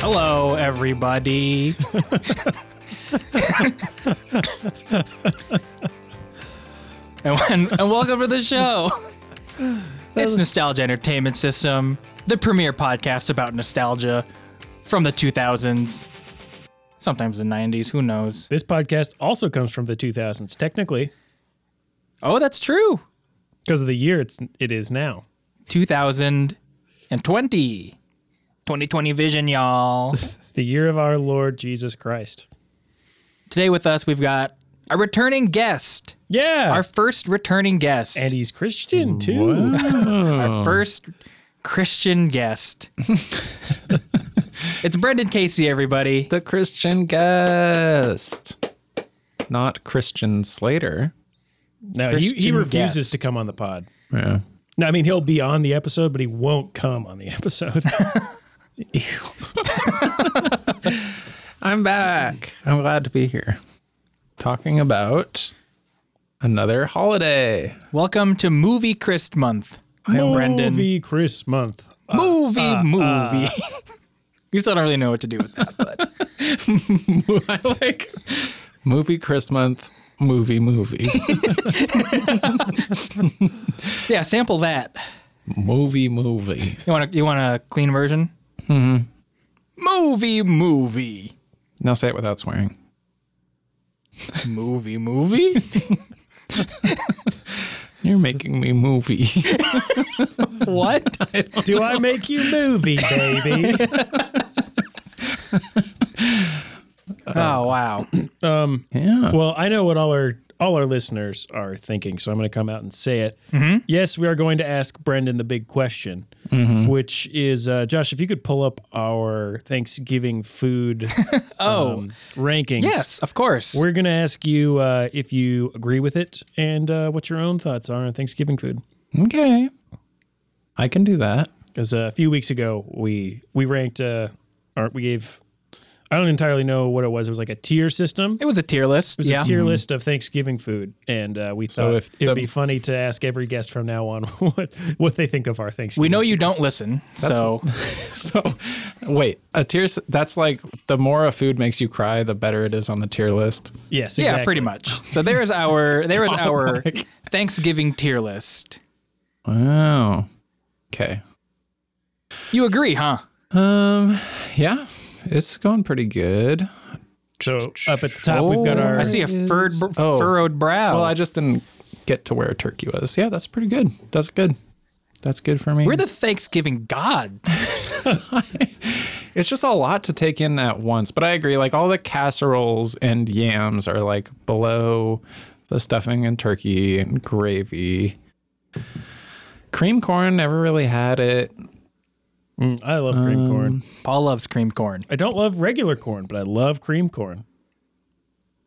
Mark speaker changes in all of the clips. Speaker 1: Hello, everybody. and, and, and welcome to the show. It's Nostalgia Entertainment System, the premier podcast about nostalgia from the 2000s, sometimes the 90s, who knows.
Speaker 2: This podcast also comes from the 2000s, technically,
Speaker 1: Oh, that's true.
Speaker 2: because of the year it's it is now.
Speaker 1: 2020. 2020 vision, y'all.
Speaker 2: The year of our Lord Jesus Christ.
Speaker 1: Today with us, we've got a returning guest.
Speaker 2: Yeah.
Speaker 1: Our first returning guest.
Speaker 2: and he's Christian too. Oh.
Speaker 1: our first Christian guest. it's Brendan Casey, everybody.
Speaker 3: the Christian guest, not Christian Slater.
Speaker 2: No, he, he
Speaker 1: Christian
Speaker 2: refuses
Speaker 1: guest.
Speaker 2: to come on the pod.
Speaker 3: Yeah.
Speaker 2: No, I mean he'll be on the episode, but he won't come on the episode.
Speaker 3: I'm back. I'm glad to be here. Talking about another holiday.
Speaker 1: Welcome to Movie Christ Month. I'm Brendan.
Speaker 2: Movie Uh, Chris month.
Speaker 1: Movie, movie. you still don't really know what to do with that.
Speaker 3: I like movie Chris month, movie movie,
Speaker 1: Yeah, sample that.
Speaker 3: movie movie.
Speaker 1: You want a, you want a clean version? Mm-hmm. Movie, movie.
Speaker 3: Now say it without swearing.
Speaker 1: Movie, movie?
Speaker 3: You're making me movie.
Speaker 1: what?
Speaker 2: Uh, Do I make you movie, baby?
Speaker 1: Oh, wow.
Speaker 3: yeah.
Speaker 2: Well, I know what all our all our listeners are thinking, so I'm going to come out and say it. Yes, we are going to ask Brendan the big question, which is uh, Josh. If you could pull up our Thanksgiving food oh rankings,
Speaker 1: Yes, of course.
Speaker 2: we're going to ask you uh, if you agree with it and uh, what your own thoughts are on Thanksgiving food.
Speaker 3: Okay. I can do that.
Speaker 2: Because uh, a few weeks ago, we we ranked, uh, or we gave. I don't entirely know what it was. It was like a tier system.
Speaker 1: it was a tier list.
Speaker 2: It was
Speaker 1: yeah.
Speaker 2: a tier list of Thanksgiving food, and uh, we
Speaker 3: Mm-hmm. So
Speaker 2: thought
Speaker 3: if
Speaker 2: it'd
Speaker 3: the-
Speaker 2: be funny to ask every guest from now on what what they think of our Thanksgiving.
Speaker 1: we know you don't listen, so
Speaker 3: So, wait, a tier. s- That's like the more a food makes you cry, the better it is on the tier list.
Speaker 2: Yes,
Speaker 1: yeah,
Speaker 2: exactly.
Speaker 1: pretty much. So there is our there is our Thanksgiving tier list.
Speaker 3: Wow. Okay.
Speaker 1: You agree, huh?
Speaker 3: Um. Yeah, it's going pretty good.
Speaker 2: So up at the top, we've
Speaker 3: Oh,
Speaker 2: got our
Speaker 1: Oh, I see a furred,
Speaker 3: is-
Speaker 1: br-
Speaker 3: oh.
Speaker 1: furrowed brow.
Speaker 3: Well, I just didn't get to where turkey was. Yeah, that's pretty good. That's good. That's good for me.
Speaker 1: We're the Thanksgiving gods.
Speaker 3: it's just a lot to take in at once. But I agree. Like all the casseroles and yams are like below the stuffing and turkey and gravy. Cream corn never really had it.
Speaker 2: Mm, I love cream
Speaker 3: Um,
Speaker 2: corn.
Speaker 1: Paul loves cream corn.
Speaker 2: I don't love regular corn, but I love cream corn.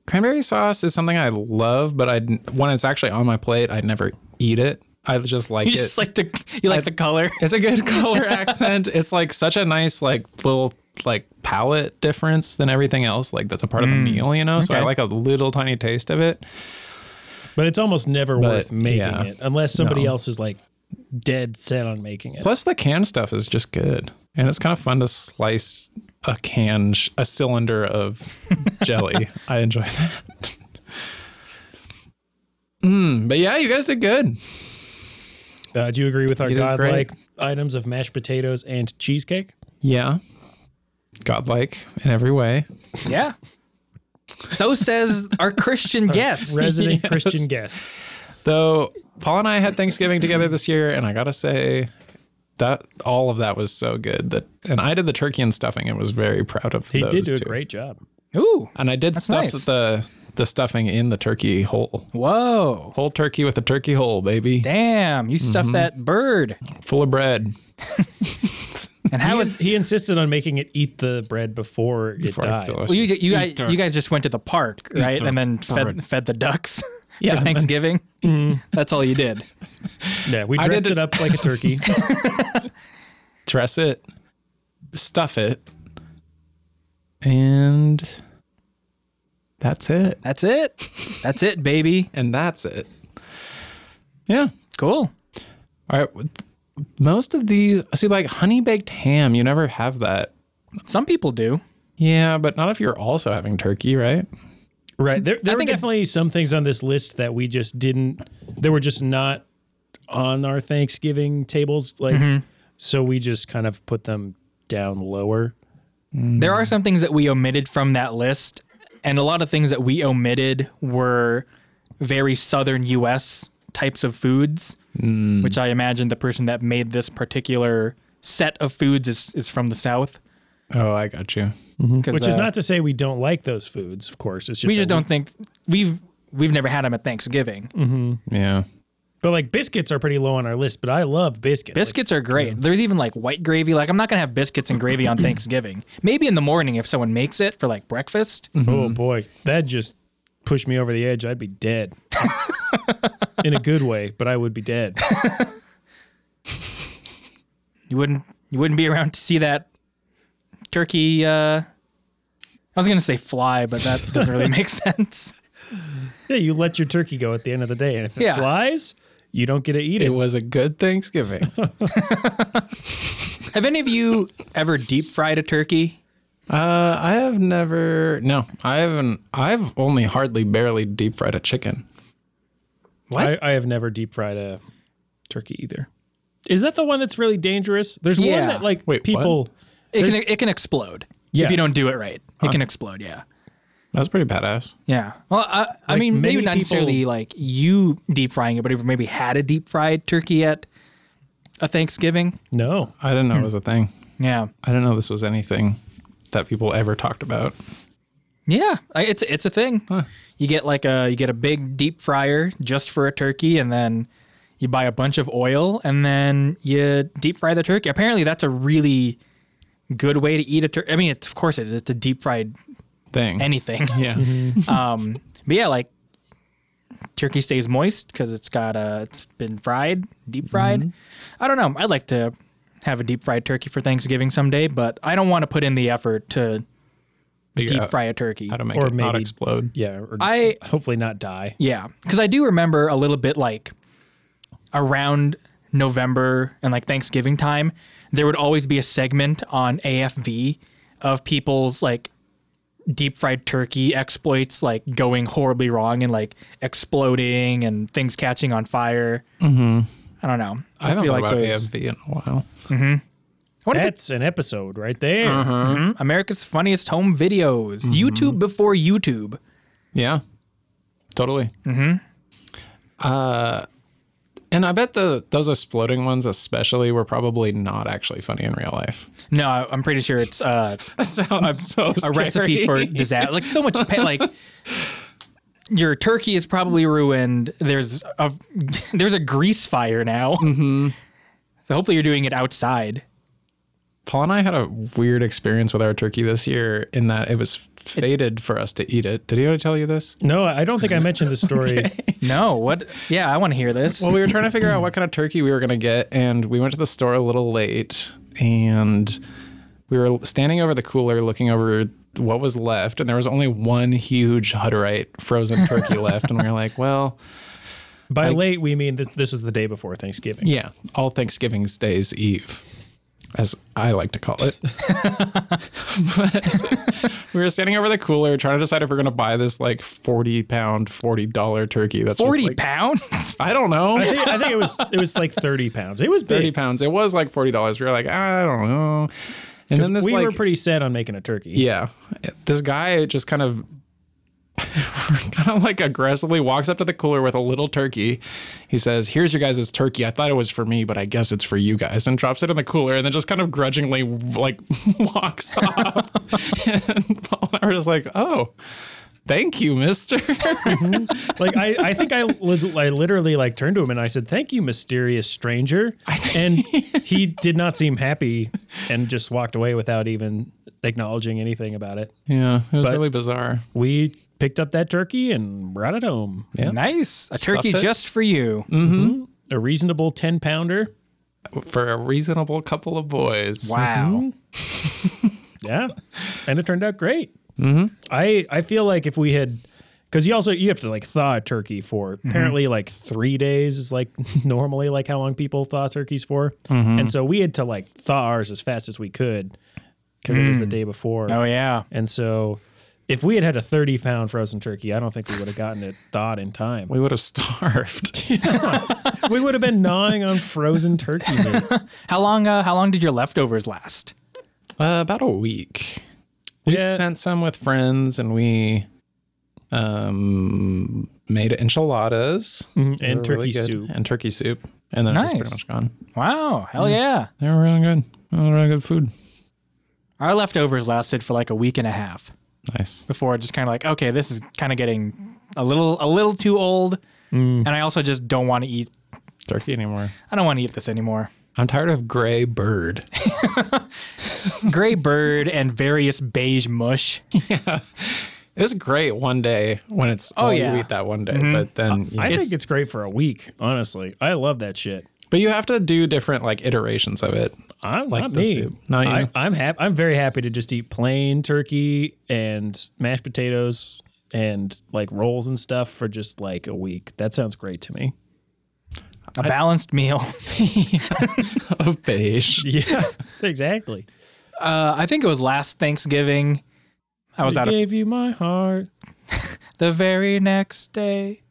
Speaker 3: Cranberry sauce is something I love, but I when it's actually on my plate, I never eat it. I just like
Speaker 1: You
Speaker 3: it.
Speaker 1: just like the you like the color.
Speaker 3: It's a good color accent. It's like such a nice like little like palette difference than everything else. Like that's a part of the meal, you know. So I
Speaker 1: okay.
Speaker 3: like a little tiny taste of it.
Speaker 2: But it's almost never worth making
Speaker 3: yeah.
Speaker 2: it unless somebody
Speaker 3: No.
Speaker 2: else is like dead set on making it.
Speaker 3: Plus the canned stuff is just good, and it's kind of fun to slice a can sh- a cylinder of jelly. I enjoy that. Mm, but yeah, you guys did good.
Speaker 2: Uh, do you agree with our
Speaker 3: You did great.
Speaker 2: godlike items of mashed potatoes and cheesecake?
Speaker 3: Yeah, godlike in every way.
Speaker 1: Yeah. So says our Christian guest.
Speaker 2: Resident
Speaker 3: Yes.
Speaker 2: Christian guest.
Speaker 3: Though Paul and I had Thanksgiving together this year, and I gotta say that all of that was so good. That and I did the turkey and stuffing, and was very proud of.
Speaker 2: He
Speaker 3: those
Speaker 2: did do
Speaker 3: two.
Speaker 2: a great job.
Speaker 1: Ooh.
Speaker 3: And I did stuff
Speaker 1: nice.
Speaker 3: the the stuffing in the turkey whole,
Speaker 1: Whoa.
Speaker 3: whole turkey with a turkey hole, baby,
Speaker 1: Damn, you stuffed that bird.
Speaker 3: full of bread.
Speaker 1: And how
Speaker 2: He,
Speaker 1: was
Speaker 2: he insisted on making it eat the bread before it
Speaker 3: Before it
Speaker 2: died.
Speaker 3: goes.
Speaker 1: well, you you guys,
Speaker 3: Eater.
Speaker 1: you guys just went to the park, right?
Speaker 3: Eater.
Speaker 1: And then fed
Speaker 3: Bird.
Speaker 1: fed the ducks
Speaker 3: Yeah,
Speaker 1: for
Speaker 3: and then-
Speaker 1: Thanksgiving. That's all you did.
Speaker 2: Yeah, we
Speaker 3: I
Speaker 2: dressed
Speaker 3: did
Speaker 2: it up like a turkey.
Speaker 3: Dress it, stuff it, and that's it.
Speaker 1: That's it. That's it, baby.
Speaker 3: And that's it. Yeah.
Speaker 1: Cool.
Speaker 3: All right. Most of these, see, like honey baked ham, you never have that
Speaker 1: Some people do.
Speaker 3: Yeah, but not if you're also having turkey, right?
Speaker 2: Right. There, there were
Speaker 1: think it-
Speaker 2: definitely some things on this list that we just didn't. They were just not on our Thanksgiving tables. Like,
Speaker 1: Mm-hmm.
Speaker 2: so we just kind of put them down lower.
Speaker 1: There are some things that we omitted from that list, and a lot of things that we omitted were very southern US types of foods, which I imagine the person that made this particular set of foods is, is from the south.
Speaker 3: Oh, I got you.
Speaker 1: 'Cause,
Speaker 2: Which is
Speaker 1: uh,
Speaker 2: not to say we don't like those foods. Of course, it's just
Speaker 1: we just
Speaker 2: that
Speaker 1: don't think we've we've never had them at Thanksgiving.
Speaker 3: Yeah.
Speaker 2: But like biscuits are pretty low on our list. But I love biscuits. Like,
Speaker 1: Biscuits are great. There's even like white gravy. Like I'm not gonna have biscuits and gravy on Thanksgiving. Maybe in the morning if someone makes it for like breakfast.
Speaker 2: Oh boy, that just pushed me over the edge. I'd be dead. In a good way, but I would be dead.
Speaker 1: You wouldn't you wouldn't be around to see that turkey uh I was gonna say fly, but that doesn't really make sense.
Speaker 2: Yeah, you let your turkey go at the end of the day, and if it
Speaker 1: Yeah.
Speaker 2: flies, you don't get to eat
Speaker 3: It
Speaker 2: it.
Speaker 3: was a good Thanksgiving.
Speaker 1: Have any of you ever deep fried a turkey?
Speaker 3: uh, I have never no, I haven't I've only hardly barely deep fried a chicken.
Speaker 1: What?
Speaker 2: I, I have never deep fried a turkey either. Is that the one that's really dangerous? There's one
Speaker 1: Yeah.
Speaker 2: that like
Speaker 3: Wait, what?
Speaker 2: people.
Speaker 1: It
Speaker 2: There's-
Speaker 1: can it can explode
Speaker 2: Yeah. Uh-huh.
Speaker 1: if you don't do it right. It can explode. Yeah.
Speaker 3: That was pretty badass.
Speaker 1: Yeah. Well, I, I mean, maybe
Speaker 2: many
Speaker 1: not necessarily
Speaker 2: people-
Speaker 1: like you deep frying it, but if maybe had a deep fried turkey at a Thanksgiving.
Speaker 2: No,
Speaker 3: I didn't know
Speaker 1: Hmm.
Speaker 3: it was a thing.
Speaker 1: Yeah.
Speaker 3: I didn't know this was anything that people ever talked about.
Speaker 1: Yeah, I- it's it's a thing. You get like a you get a big deep fryer just for a turkey, and then you buy a bunch of oil, and then you deep fry the turkey. Apparently, that's a really good way to eat a turkey. I mean, it's, of course it is. It's a deep fried
Speaker 3: Thing.
Speaker 1: anything.
Speaker 3: yeah.
Speaker 1: um, but yeah, like turkey stays moist because it's got uh it's been fried, deep fried.
Speaker 3: Mm-hmm.
Speaker 1: I don't know. I'd like to have a deep fried turkey for Thanksgiving someday, but I don't want to put in the effort to
Speaker 3: Figure
Speaker 1: deep
Speaker 3: out
Speaker 1: fry a turkey.
Speaker 3: How to make
Speaker 2: Or
Speaker 3: it not
Speaker 2: maybe-
Speaker 3: explode.
Speaker 2: yeah. Or
Speaker 1: I-
Speaker 2: hopefully not die.
Speaker 1: Yeah, because I do remember a little bit like around November and like Thanksgiving time, there would always be a segment on AFV of people's like deep fried turkey exploits like going horribly wrong and like exploding and things catching on fire. Mm-hmm. I don't know.
Speaker 3: I haven't
Speaker 1: feel
Speaker 3: thought
Speaker 1: like
Speaker 3: about
Speaker 1: those
Speaker 3: AFV in a while.
Speaker 1: What if
Speaker 2: That's an episode right there.
Speaker 1: America's funniest home videos, YouTube before YouTube.
Speaker 3: Yeah, totally. Mm-hmm. Uh, and I bet the those exploding ones, especially, were probably not actually funny in real life.
Speaker 1: No, I- I'm pretty sure it's uh,
Speaker 3: That sounds so
Speaker 1: a recipe for disaster. Like so much, pa- like your turkey is probably ruined. There's a there's a grease fire now.
Speaker 3: Mm-hmm.
Speaker 1: So hopefully you're doing it outside.
Speaker 3: Paul and I had a weird experience with our turkey this year in that it was fated for us to eat it. Did he already tell you this?
Speaker 2: No, I don't think I mentioned the story.
Speaker 1: No, what? Yeah, I want to hear this.
Speaker 3: Well, we were trying to figure out what kind of turkey we were going to get, and we went to the store a little late, and we were standing over the cooler looking over what was left, and there was only one huge Hutterite frozen turkey left, and we were like, well,
Speaker 2: By late, we mean this. This was the day before Thanksgiving.
Speaker 3: yeah, all Thanksgiving's Day's Eve, as I like to call it. but we were standing over the cooler trying to decide if we're going to buy this like 40 pound, $40 turkey. That's just,
Speaker 1: Forty
Speaker 3: like-
Speaker 1: pounds.
Speaker 3: I don't know.
Speaker 2: I think, I think it was it was like thirty pounds. It was
Speaker 3: 30
Speaker 2: big.
Speaker 3: pounds. It was like $40. We were like, I don't know. And then this
Speaker 2: we
Speaker 3: like,
Speaker 2: were pretty set on making a turkey.
Speaker 3: yeah, this guy just kind of kind of like aggressively walks up to the cooler with a little turkey. He says, "Here's your guys' turkey. I thought it was for me, but I guess it's for you guys." And drops it in the cooler and then just kind of grudgingly like walks off. and Paul and I were just like, "Oh, thank you, mister."
Speaker 2: like I, I think I, li- I literally like turned to him and I said, "Thank you, mysterious stranger," and he did not seem happy and just walked away without even acknowledging anything about it.
Speaker 3: yeah, it was
Speaker 2: But-
Speaker 3: really bizarre.
Speaker 2: We picked up that turkey and brought it home.
Speaker 1: Nice, a turkey
Speaker 3: it. Mm-hmm.
Speaker 1: just for you.
Speaker 2: A reasonable ten pounder.
Speaker 3: For a reasonable couple of boys.
Speaker 1: Wow.
Speaker 2: Yeah, and it turned out great. Mm-hmm. I I feel like if we had. Because you also you have to like thaw a turkey for apparently like three days is like normally like Mm-hmm. how long people thaw turkeys for, and so we had to like thaw ours as fast as we could, because Mm. it was the day before.
Speaker 1: Oh yeah.
Speaker 2: And so if we had had a 30 pound frozen turkey, I don't think we would have gotten it thawed in time.
Speaker 3: We would have starved.
Speaker 2: we would have been gnawing on frozen turkey meat.
Speaker 1: How long? Uh, how long did your leftovers last?
Speaker 3: uh, about a week. We
Speaker 2: Yeah.
Speaker 3: sent some with friends and we um, made enchiladas They were
Speaker 2: and turkey
Speaker 3: good.
Speaker 2: soup.
Speaker 3: And turkey soup. And then it was
Speaker 1: Nice.
Speaker 3: pretty much gone.
Speaker 1: Wow. Hell
Speaker 3: Mm.
Speaker 1: yeah.
Speaker 3: They were really good. They were really good food.
Speaker 1: Our leftovers lasted for like a week and a half
Speaker 3: Nice.
Speaker 1: before just kind of like, okay, this is kind of getting a little a little too old, and I also just don't want to eat.
Speaker 3: Turkey anymore.
Speaker 1: I don't want to eat this anymore.
Speaker 3: I'm tired of gray bird.
Speaker 1: Gray bird and various beige mush.
Speaker 3: It's great one day when it's oh
Speaker 1: yeah.
Speaker 3: you eat that one day, but then you
Speaker 2: I
Speaker 3: know,
Speaker 2: think it's great for a week, honestly. I love that shit.
Speaker 3: but you have to do different like iterations of it.
Speaker 2: I'm
Speaker 3: Like
Speaker 2: not
Speaker 3: the
Speaker 2: me.
Speaker 3: soup. Not you.
Speaker 2: I, I'm happy. I'm very happy to just eat plain turkey and mashed potatoes and like rolls and stuff for just like a week. That sounds great to me.
Speaker 1: A balanced meal.
Speaker 3: Of beige.
Speaker 2: Yeah, exactly.
Speaker 1: Uh, I think it was last Thanksgiving. I was
Speaker 2: I
Speaker 1: out of
Speaker 2: gave you my heart.
Speaker 1: the very next day.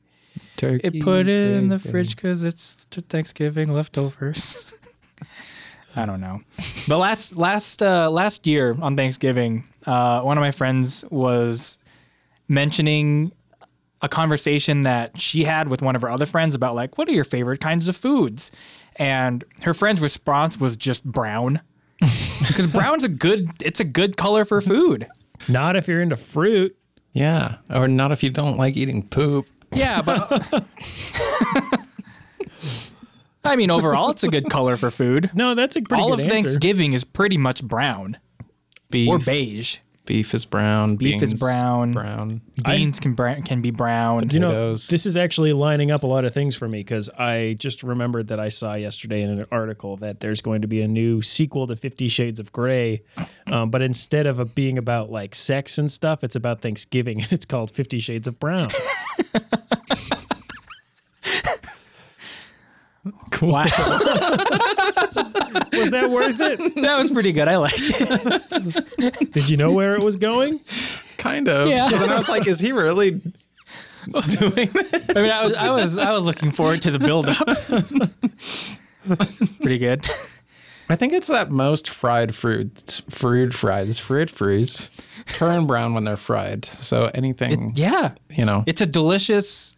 Speaker 3: Turkey.
Speaker 1: It put it in the
Speaker 3: bacon.
Speaker 1: fridge because it's t- Thanksgiving leftovers. I don't know, but last last uh, last year on Thanksgiving, uh, one of my friends was mentioning a conversation that she had with one of her other friends about like what are your favorite kinds of foods, and her friend's response was just brown, because brown's a good it's a good color for food.
Speaker 2: Not if you're into fruit.
Speaker 3: Yeah. Or not if you don't like eating poop.
Speaker 1: Yeah, but uh, I mean, overall, it's a good color for food.
Speaker 2: No, that's a pretty
Speaker 1: All of
Speaker 2: good answer.
Speaker 1: Thanksgiving is pretty much brown
Speaker 3: Beef.
Speaker 1: or beige.
Speaker 3: Beef is brown.
Speaker 1: Beef is
Speaker 3: beans
Speaker 1: brown.
Speaker 3: Brown.
Speaker 1: Beans can brown, can be brown.
Speaker 2: You know,
Speaker 3: potatoes.
Speaker 2: this is actually lining up a lot of things for me because I just remembered that I saw yesterday in an article that there's going to be a new sequel to Fifty Shades of Grey, um, but instead of it being about like sex and stuff, it's about Thanksgiving and it's called Fifty Shades of Brown.
Speaker 3: Cool.
Speaker 1: Wow,
Speaker 2: Was that worth it?
Speaker 1: that was pretty good. I like. it.
Speaker 2: Did you know where it was going?
Speaker 3: Kind of.
Speaker 1: Yeah.
Speaker 3: But then I was like, is he really doing this?
Speaker 1: I mean, I was, I was I was looking forward to the buildup. pretty good.
Speaker 3: I think it's that most fried fruits, fruit fries, fruit fruits turn brown when they're fried. So anything,
Speaker 1: Yeah,
Speaker 3: you know,
Speaker 1: it's a delicious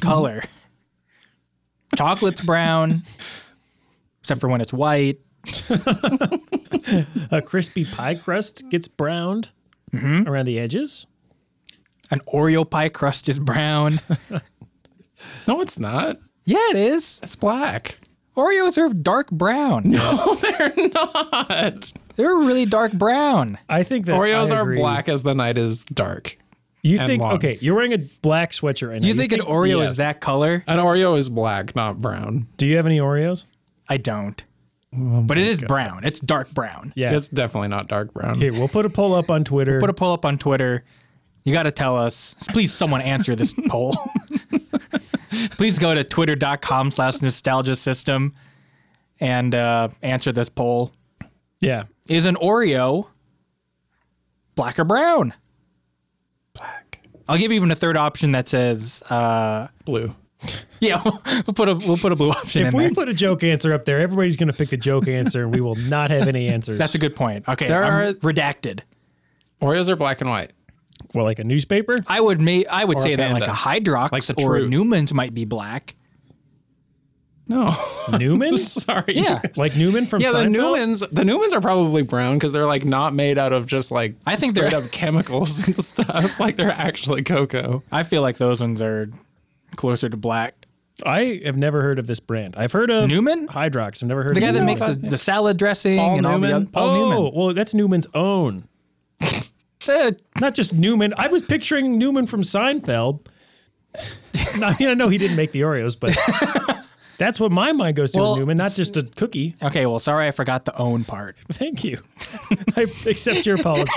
Speaker 1: color. Chocolate's brown, except for when it's white.
Speaker 2: A crispy pie crust gets browned
Speaker 3: Mm-hmm.
Speaker 2: around the edges.
Speaker 1: An Oreo pie crust is brown.
Speaker 3: no, it's not.
Speaker 1: Yeah, it is.
Speaker 3: It's black.
Speaker 1: Oreos are dark brown.
Speaker 3: No, they're not.
Speaker 1: They're really dark brown.
Speaker 2: I think that
Speaker 3: Oreos
Speaker 2: I
Speaker 3: are
Speaker 2: agree.
Speaker 3: black as the night is dark.
Speaker 2: You
Speaker 3: and
Speaker 2: think
Speaker 3: long.
Speaker 2: okay? You're wearing a black sweatshirt right now.
Speaker 1: Do you, think, an Oreo
Speaker 2: yes.
Speaker 1: is that color?
Speaker 3: An Oreo is black, not brown.
Speaker 2: Do you have any Oreos?
Speaker 1: I don't. but it is brown. It's dark brown.
Speaker 2: Yeah.
Speaker 3: It's definitely not dark brown.
Speaker 2: Here, we'll put a poll up on Twitter.
Speaker 1: Put a poll up on Twitter. You got to tell us. Please, someone answer this poll. Please go to twitter.com slash nostalgia system and uh, answer this poll.
Speaker 2: yeah.
Speaker 1: Is an Oreo black or brown?
Speaker 3: Black.
Speaker 1: I'll give you even a third option that says, uh,
Speaker 3: Blue.
Speaker 1: yeah, we'll put a we'll put a blue option
Speaker 2: If
Speaker 1: in
Speaker 2: we
Speaker 1: there.
Speaker 2: put a joke answer up there, everybody's going to pick the joke answer, and we will not have any answers.
Speaker 1: That's a good point. Okay,
Speaker 3: There
Speaker 1: I'm
Speaker 3: are-
Speaker 1: redacted.
Speaker 3: Oreos are black and white.
Speaker 2: well, like a newspaper.
Speaker 1: I would ma- I would say
Speaker 3: a
Speaker 1: that like a
Speaker 3: panda.
Speaker 1: Hydrox
Speaker 3: Like the
Speaker 1: or a
Speaker 3: truth.
Speaker 1: Newman's might be black.
Speaker 3: No.
Speaker 2: Newman,
Speaker 3: Sorry.
Speaker 1: Yeah.
Speaker 2: like Newman from
Speaker 3: Yeah, the
Speaker 2: Seinfeld.
Speaker 3: Newmans, the Newmans are probably brown because they're like not made out of just like
Speaker 1: I think they're-
Speaker 3: straight up chemicals and stuff. Like they're actually cocoa.
Speaker 1: I feel like those ones are closer to black.
Speaker 2: I have never heard of this brand. I've heard of
Speaker 1: Newman?
Speaker 2: Hydrox. I've never heard
Speaker 1: The guy
Speaker 2: of
Speaker 1: that
Speaker 2: Newman.
Speaker 1: makes the, the salad dressing
Speaker 3: Paul
Speaker 1: and all the
Speaker 3: Newman?
Speaker 1: other, Paul
Speaker 2: oh,
Speaker 1: Newman.
Speaker 2: well, that's Newman's own.
Speaker 1: Eh,
Speaker 2: Not just Newman. I was picturing Newman from Seinfeld. I mean, I know he didn't make the Oreos, but that's what my mind goes to with
Speaker 1: Well,
Speaker 2: Newman, not just a cookie.
Speaker 1: okay, well, sorry, I forgot the own part.
Speaker 2: Thank you. I accept your apology.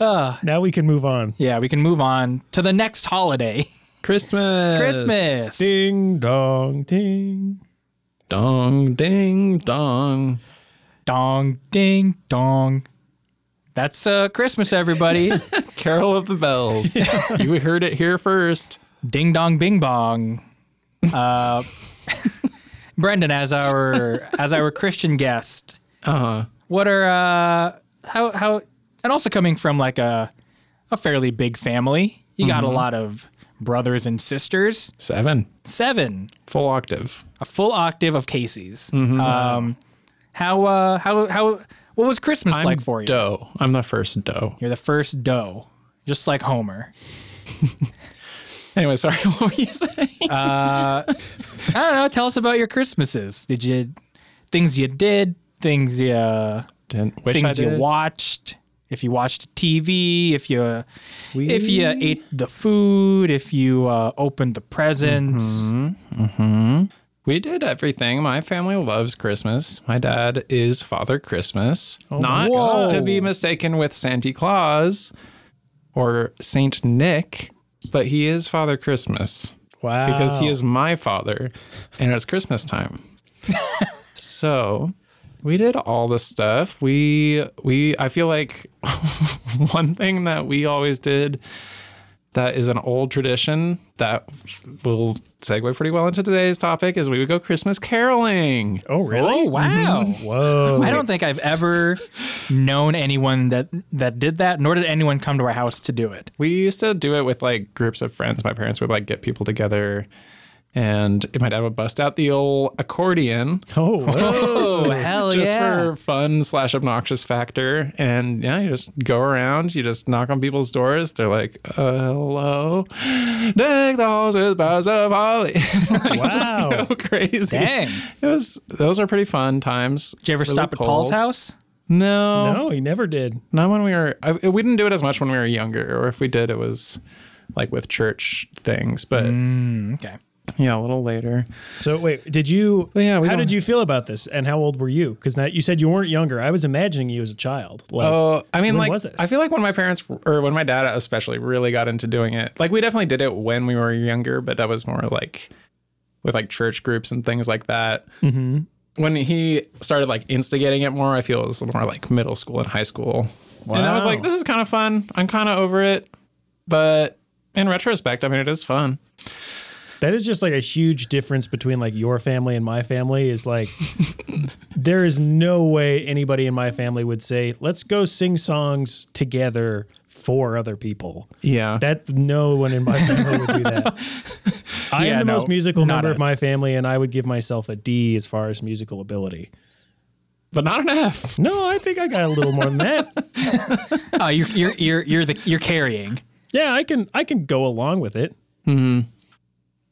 Speaker 3: Ah.
Speaker 2: now we can move on.
Speaker 1: Yeah, we can move on to the next holiday,
Speaker 3: Christmas.
Speaker 1: Christmas.
Speaker 2: Ding dong ding.
Speaker 3: Dong ding dong.
Speaker 1: dong, ding, dong. That's uh, Christmas, everybody.
Speaker 3: Carol of the Bells. you heard it here first.
Speaker 1: ding dong, bing bong. Uh, Brendan, as our as our Christian guest,
Speaker 3: Uh huh.
Speaker 1: what are uh, how how and also coming from like a a fairly big family, you got a lot of brothers and sisters.
Speaker 3: Seven.
Speaker 1: Seven,
Speaker 3: Full octave.
Speaker 1: a full octave of Casey's. Um, how uh, how how what was Christmas like for you?
Speaker 3: Doe. I'm the first doe.
Speaker 1: You're the first doe, just like Homer.
Speaker 3: Anyway, sorry. What were you saying?
Speaker 1: I don't know. Tell us about your Christmases. Did you things you did, things you
Speaker 3: Didn't wish I
Speaker 1: things you
Speaker 3: did.
Speaker 1: watched? If you watched TV, if you if you ate the food, if you uh, opened the presents,
Speaker 3: We did everything. My family loves Christmas. My dad is Father Christmas, not
Speaker 1: Whoa.
Speaker 3: to be mistaken with Santa Claus or Saint Nick, but he is Father Christmas
Speaker 2: Wow.
Speaker 3: because he is my father and it's Christmas time. so, we did all the stuff. We we I feel like one thing that we always did that is an old tradition that will segue pretty well into today's topic is we would go Christmas caroling.
Speaker 2: Oh really?
Speaker 1: Oh, wow.
Speaker 2: Whoa.
Speaker 1: I don't think I've ever known anyone that that did that, nor did anyone come to our house to do it.
Speaker 3: We used to do it with like groups of friends. My parents would like get people together and my dad would bust out the old accordion.
Speaker 2: Oh, whoa.
Speaker 1: Oh hell
Speaker 3: just
Speaker 1: yeah!
Speaker 3: for fun slash obnoxious factor. And yeah, you just go around, you just knock on people's doors. They're like, uh, hello, dig the halls with boughs of holly.
Speaker 2: wow.
Speaker 3: go crazy.
Speaker 1: Dang.
Speaker 3: It was, those were pretty fun times.
Speaker 1: Did you ever
Speaker 3: Really
Speaker 1: stop at Paul's
Speaker 3: cold.
Speaker 1: house?
Speaker 3: No,
Speaker 2: No, he never did.
Speaker 3: not when we were, I, we didn't do it as much when we were younger, or if we did, it was like with church things, but
Speaker 2: Mm.
Speaker 1: Okay.
Speaker 3: yeah, a little later.
Speaker 2: So wait, did you?
Speaker 3: Well, yeah, we
Speaker 2: how
Speaker 3: don't-
Speaker 2: did you feel about this? And how old were you? Because now you said you weren't younger. I was imagining you as a child. Like,
Speaker 3: Oh, I mean,
Speaker 2: When
Speaker 3: like,
Speaker 2: was this?
Speaker 3: I feel like when my parents or when my dad especially really got into doing it, like, we definitely did it when we were younger, but that was more like with like church groups and things like that. Mm-hmm. When he started like instigating it more, I feel it was more like middle school and high school. And I was
Speaker 2: Wow.
Speaker 3: like, this is kind of fun. I'm kind of over it. But in retrospect, I mean, it is fun.
Speaker 2: that is just like a huge difference between like your family and my family. Is like, there is no way anybody in my family would say, "Let's go sing songs together for other people."
Speaker 3: Yeah.
Speaker 2: That no one in my family would do that. I
Speaker 1: Yeah,
Speaker 2: am the
Speaker 1: no,
Speaker 2: most musical
Speaker 1: not
Speaker 2: member
Speaker 1: us.
Speaker 2: of my family, and I would give myself a D as far as musical ability.
Speaker 3: but not an F.
Speaker 2: No, I think I got a little more than that.
Speaker 1: Oh, you're you're you're you're, the, you're carrying.
Speaker 2: Yeah, I can I can go along with it.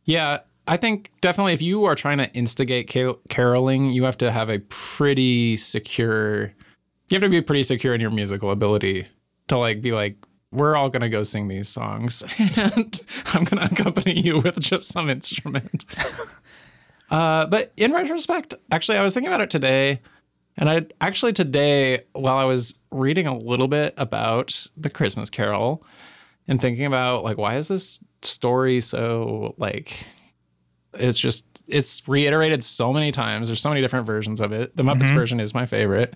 Speaker 3: Yeah. I think definitely if you are trying to instigate ca- caroling, you have to have a pretty secure, you have to be pretty secure in your musical ability to like be like, we're all going to go sing these songs and I'm going to accompany you with just some instrument. uh, but in retrospect, actually, I was thinking about it today. And I actually today, while I was reading a little bit about the Christmas Carol, and thinking about like why is this story so like it's just it's reiterated so many times there's so many different versions of it the muppets version is my favorite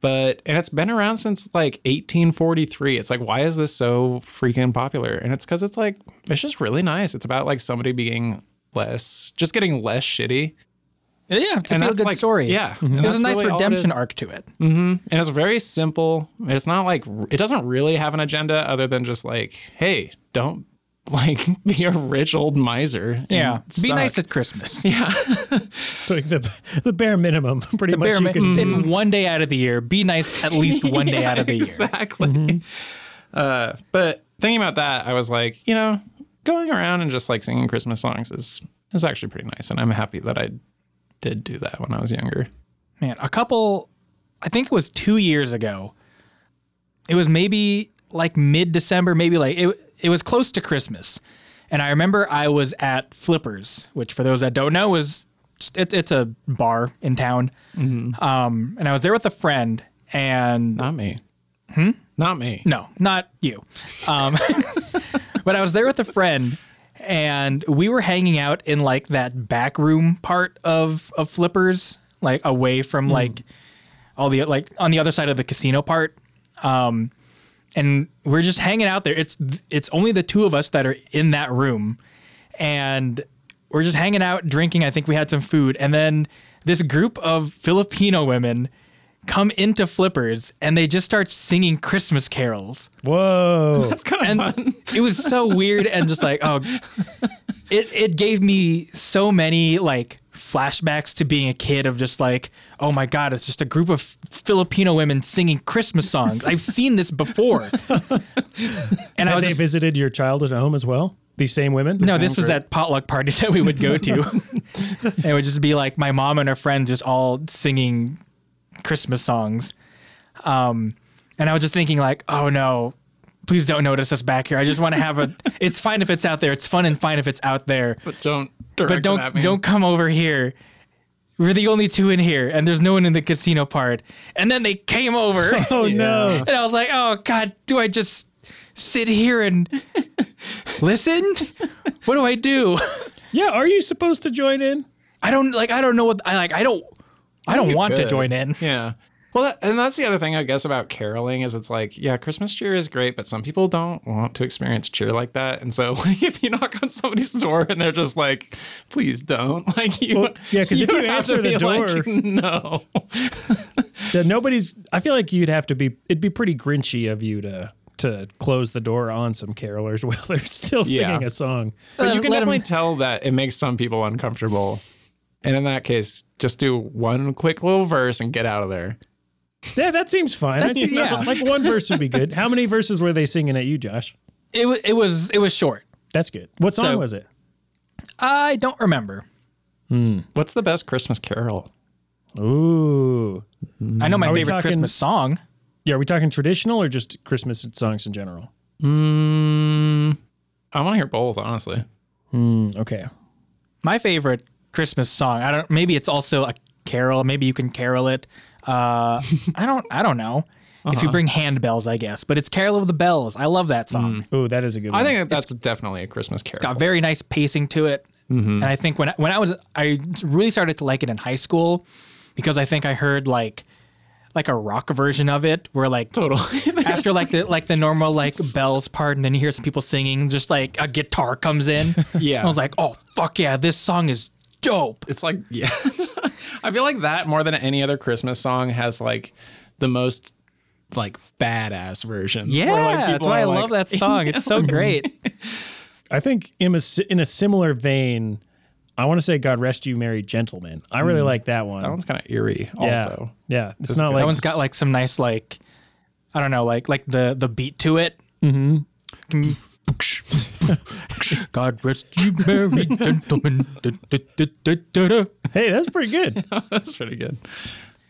Speaker 3: but and it's been around since like 1843 it's like why is this so freaking popular and it's because it's like it's just really nice it's about like somebody being less just getting less shitty
Speaker 1: Yeah, it's a
Speaker 3: And
Speaker 1: feel
Speaker 3: that's
Speaker 1: good
Speaker 3: like-
Speaker 1: story.
Speaker 3: yeah. And
Speaker 1: there's a
Speaker 3: that's
Speaker 1: nice
Speaker 3: really all it
Speaker 1: redemption
Speaker 3: is.
Speaker 1: arc to it.
Speaker 3: and it's very simple. It's not like it doesn't really have an agenda other than just like, hey, don't like be a rich old miser. and
Speaker 1: Yeah, be
Speaker 3: suck.
Speaker 1: nice at Christmas.
Speaker 2: Like the the bare minimum, pretty much.
Speaker 1: Bare Mm-hmm.
Speaker 2: you
Speaker 1: mi-
Speaker 2: can
Speaker 1: it's one day out of the year. Be nice at least one day out of the year. Mm-hmm.
Speaker 3: exactly. Uh, but thinking about that, I was like, you know, going around and just like singing Christmas songs is is actually pretty nice, and I'm happy that I did do that when I was younger.
Speaker 1: Man, a couple, I think it was two years ago. It was maybe like mid December, maybe like it. It was close to Christmas, and I remember I was at Flippers, which for those that don't know is just- it, it's a bar in town. Um, and I was there with a friend, and
Speaker 3: Not me. Hmm? Not me.
Speaker 1: No, not you. Um, but I was there with a friend, and we were hanging out in like that back room part of of Flippers, like away from like all the like on the other side of the casino part. Um, and we're just hanging out there. It's it's only the two of us that are in that room, and we're just hanging out, drinking. I think we had some food, and then this group of Filipino women come into Flippers, and they just start singing Christmas carols.
Speaker 2: Whoa.
Speaker 3: That's kind
Speaker 1: And
Speaker 3: of fun.
Speaker 1: it was so weird and just like oh, it it gave me so many like flashbacks to being a kid of just like oh my god it's just a group of Filipino women singing Christmas songs. I've seen this before, and I
Speaker 2: Have
Speaker 1: was
Speaker 2: they
Speaker 1: just,
Speaker 2: visited your childhood home as well? These same women?
Speaker 1: no, this was at potluck parties that we would go to. and it would just be like my mom and her friends just all singing Christmas songs. Um, and I was just thinking like, oh no, please don't notice us back here. I just want to have a. it's fine if it's out there. It's fun and fine if it's out there. But,
Speaker 3: But don't direct it at
Speaker 1: don't
Speaker 3: me.
Speaker 1: don't come over here. We're the only two in here, and there's no one in the casino part. And then they came over.
Speaker 2: Oh no.
Speaker 1: And I was like, oh God, do I just sit here and listen? What do I do?
Speaker 2: Yeah, are you supposed to join in?
Speaker 1: I don't like I don't know what I like I don't I don't
Speaker 3: You
Speaker 1: want to
Speaker 3: could.
Speaker 1: join in.
Speaker 3: Yeah. Well, that, and that's the other thing I guess about caroling is it's like, yeah, Christmas cheer is great, but some people don't want to experience cheer like that. And so, like, if you knock on somebody's door and they're just like, "Please don't," like you,
Speaker 2: Well, yeah, 'cause if you
Speaker 3: don't have to
Speaker 2: answer the Uh,
Speaker 3: be like, no,
Speaker 2: That nobody's I feel like you'd have to be it'd be pretty grinchy of you to to close the door on some carolers while they're still
Speaker 3: Yeah.
Speaker 2: singing a song.
Speaker 3: but you
Speaker 1: Let
Speaker 3: can
Speaker 1: 'em-
Speaker 3: definitely tell that it makes some people uncomfortable. And in that case, just do one quick little verse and get out of there.
Speaker 2: Yeah, that seems fine.
Speaker 1: That's-
Speaker 2: I think
Speaker 1: yeah.
Speaker 2: like one verse would be good. How many verses were they singing at you, Josh?
Speaker 1: It was it was it was short.
Speaker 2: That's good. What song
Speaker 1: So-
Speaker 2: was it?
Speaker 1: I don't remember.
Speaker 3: What's the best Christmas carol?
Speaker 2: Ooh.
Speaker 1: I know my
Speaker 2: Mm-hmm. we
Speaker 1: favorite
Speaker 2: talking-
Speaker 1: Christmas song.
Speaker 2: Yeah, are we talking traditional or just Christmas songs in general?
Speaker 3: Mm, I want to hear both, honestly.
Speaker 2: Mm, Okay.
Speaker 1: My favorite Christmas song. I don't maybe it's also a carol. Maybe you can carol it. Uh, I don't I don't know. If you
Speaker 3: Uh-huh.
Speaker 1: bring handbells, I guess. But it's Carol of the Bells. I love that song.
Speaker 3: Mm.
Speaker 2: Ooh, that is a good one.
Speaker 3: I think that that's definitely a Christmas carol.
Speaker 1: got very nice pacing to it.
Speaker 3: Mm-hmm.
Speaker 1: And I think when I- when I was I really started to like it in high school because I think I heard like like a rock version of it where like
Speaker 3: totally.
Speaker 1: after like the like the normal like bells part and then you hear some people singing just like a guitar comes in.
Speaker 3: Yeah.
Speaker 1: I was like, "Oh fuck yeah, this song is dope."
Speaker 3: it's like yeah i feel like that more than any other christmas song has like the most like badass versions
Speaker 1: Yeah,
Speaker 3: where, like,
Speaker 1: that's
Speaker 3: people
Speaker 1: why
Speaker 3: are
Speaker 1: I
Speaker 3: like-
Speaker 1: love that song. It's so great.
Speaker 2: I think in a, si- in a similar vein, I want to say God Rest You Merry Gentlemen. I really like that one.
Speaker 3: that one's kind of eerie
Speaker 2: yeah.
Speaker 3: also
Speaker 2: Yeah. It's not
Speaker 1: that
Speaker 2: like
Speaker 1: one's got like some nice like I don't know, like like the the beat to it. Mm-hmm. God rest you, merry gentlemen. Du- du- du- du- du- du.
Speaker 2: Hey, that's pretty good.
Speaker 3: that's pretty good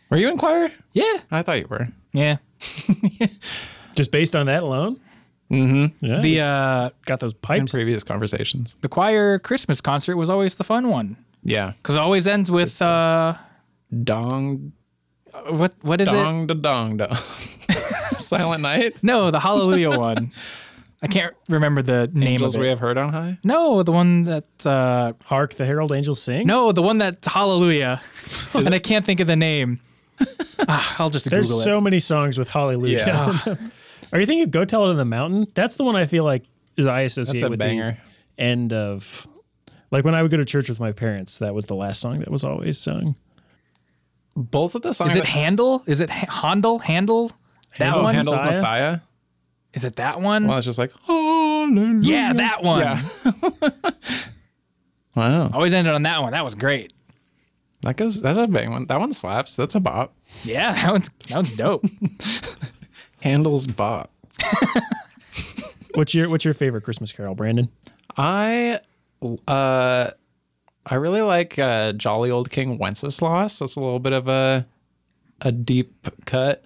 Speaker 3: were you in choir
Speaker 1: Yeah,
Speaker 3: i thought you were
Speaker 1: yeah.
Speaker 2: just based on that alone. Mm-hmm. Yeah.
Speaker 1: The uh,
Speaker 2: got those
Speaker 3: in
Speaker 2: pipes.
Speaker 3: previous conversations
Speaker 1: the choir Christmas concert was always the fun one
Speaker 3: yeah
Speaker 1: because it always ends with uh,
Speaker 3: dong
Speaker 1: what what is it?
Speaker 3: dong da dong dong silent night
Speaker 1: No, the Hallelujah one. I can't remember the name
Speaker 3: angels
Speaker 1: of it.
Speaker 3: we have heard on high
Speaker 1: no, the one that uh,
Speaker 2: Hark the Herald Angels Sing.
Speaker 1: no, the one that's Hallelujah, and I can't think of the name. Ah, I'll just
Speaker 2: There's
Speaker 1: Google it.
Speaker 2: so many songs with Hallelujah.
Speaker 3: Yeah.
Speaker 2: I don't know. Are you thinking of Go Tell It on the Mountain? That's the one I feel like is I associate
Speaker 3: That's a
Speaker 2: with
Speaker 3: banger.
Speaker 2: the end of like when I would go to church with my parents, that was the last song that was always sung.
Speaker 3: both of the songs
Speaker 1: Is it Handel? Is it Ha- Handel? Handel? That
Speaker 3: oh,
Speaker 1: one?
Speaker 3: handles
Speaker 2: Messiah?
Speaker 3: messiah?
Speaker 1: Is it that one?
Speaker 3: well it's just like hallelujah
Speaker 1: yeah, that one.
Speaker 3: Yeah. wow
Speaker 1: Always ended on that one. That was great.
Speaker 3: that goes that's a bang one that one slaps that's a bop
Speaker 1: Yeah, that one's that one's dope.
Speaker 3: handles bop
Speaker 2: What's your what's your favorite Christmas carol, Brandon?
Speaker 3: I uh I really like uh Jolly Old King Wenceslas. That's a little bit of a a deep cut.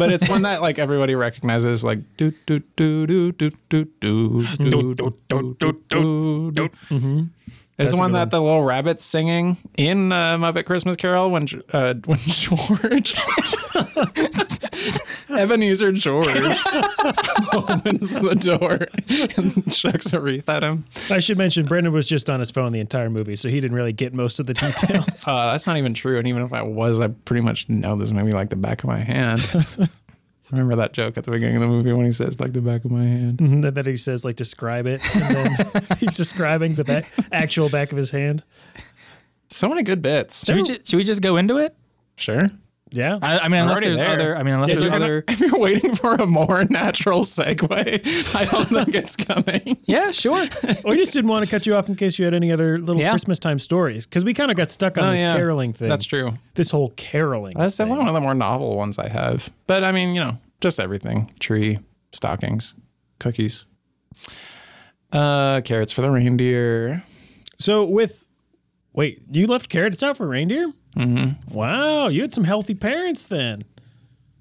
Speaker 3: but it's one that like everybody recognizes like do do do do do do do do do do do do Is
Speaker 2: That's a
Speaker 3: the Mm-hmm. one
Speaker 2: good
Speaker 3: that
Speaker 2: one.
Speaker 3: the little rabbit's singing in uh, Muppet Christmas Carol when Ge- uh, when George Ebenezer George opens the door and chucks a wreath at him.
Speaker 2: I should mention Brendan was just on his phone the entire movie, so he didn't really get most of the details.
Speaker 3: Uh, that's not even true. And even if I was, I pretty much know this movie like the back of my hand. I remember that joke at the beginning of the movie when he says like the back of my hand.
Speaker 2: and then he says, like, describe it. And then he's describing the back, actual back of his hand.
Speaker 3: So many good bits.
Speaker 1: Should we, ju- should we just go into it?
Speaker 3: Sure.
Speaker 2: Yeah.
Speaker 1: I, I mean, unless
Speaker 3: already
Speaker 1: there's
Speaker 3: there.
Speaker 1: other. I mean, unless
Speaker 2: Yeah,
Speaker 1: there's
Speaker 2: you're
Speaker 3: And
Speaker 1: other.
Speaker 3: If you're waiting for a more natural segue, I don't think it's coming.
Speaker 1: Yeah, sure.
Speaker 2: Or we just didn't want to cut you off in case you had any other little
Speaker 1: Yeah.
Speaker 2: Christmas time stories because we kind of got stuck on
Speaker 3: Oh,
Speaker 2: this
Speaker 3: yeah.
Speaker 2: caroling thing.
Speaker 3: That's true.
Speaker 2: This whole caroling.
Speaker 3: That's
Speaker 2: thing.
Speaker 3: definitely one of the more novel ones I have. But I mean, you know, just everything tree, stockings, cookies, uh, carrots for the reindeer.
Speaker 2: So with wait, you left carrots out for reindeer? Mm-hmm. Wow, you had some healthy parents then.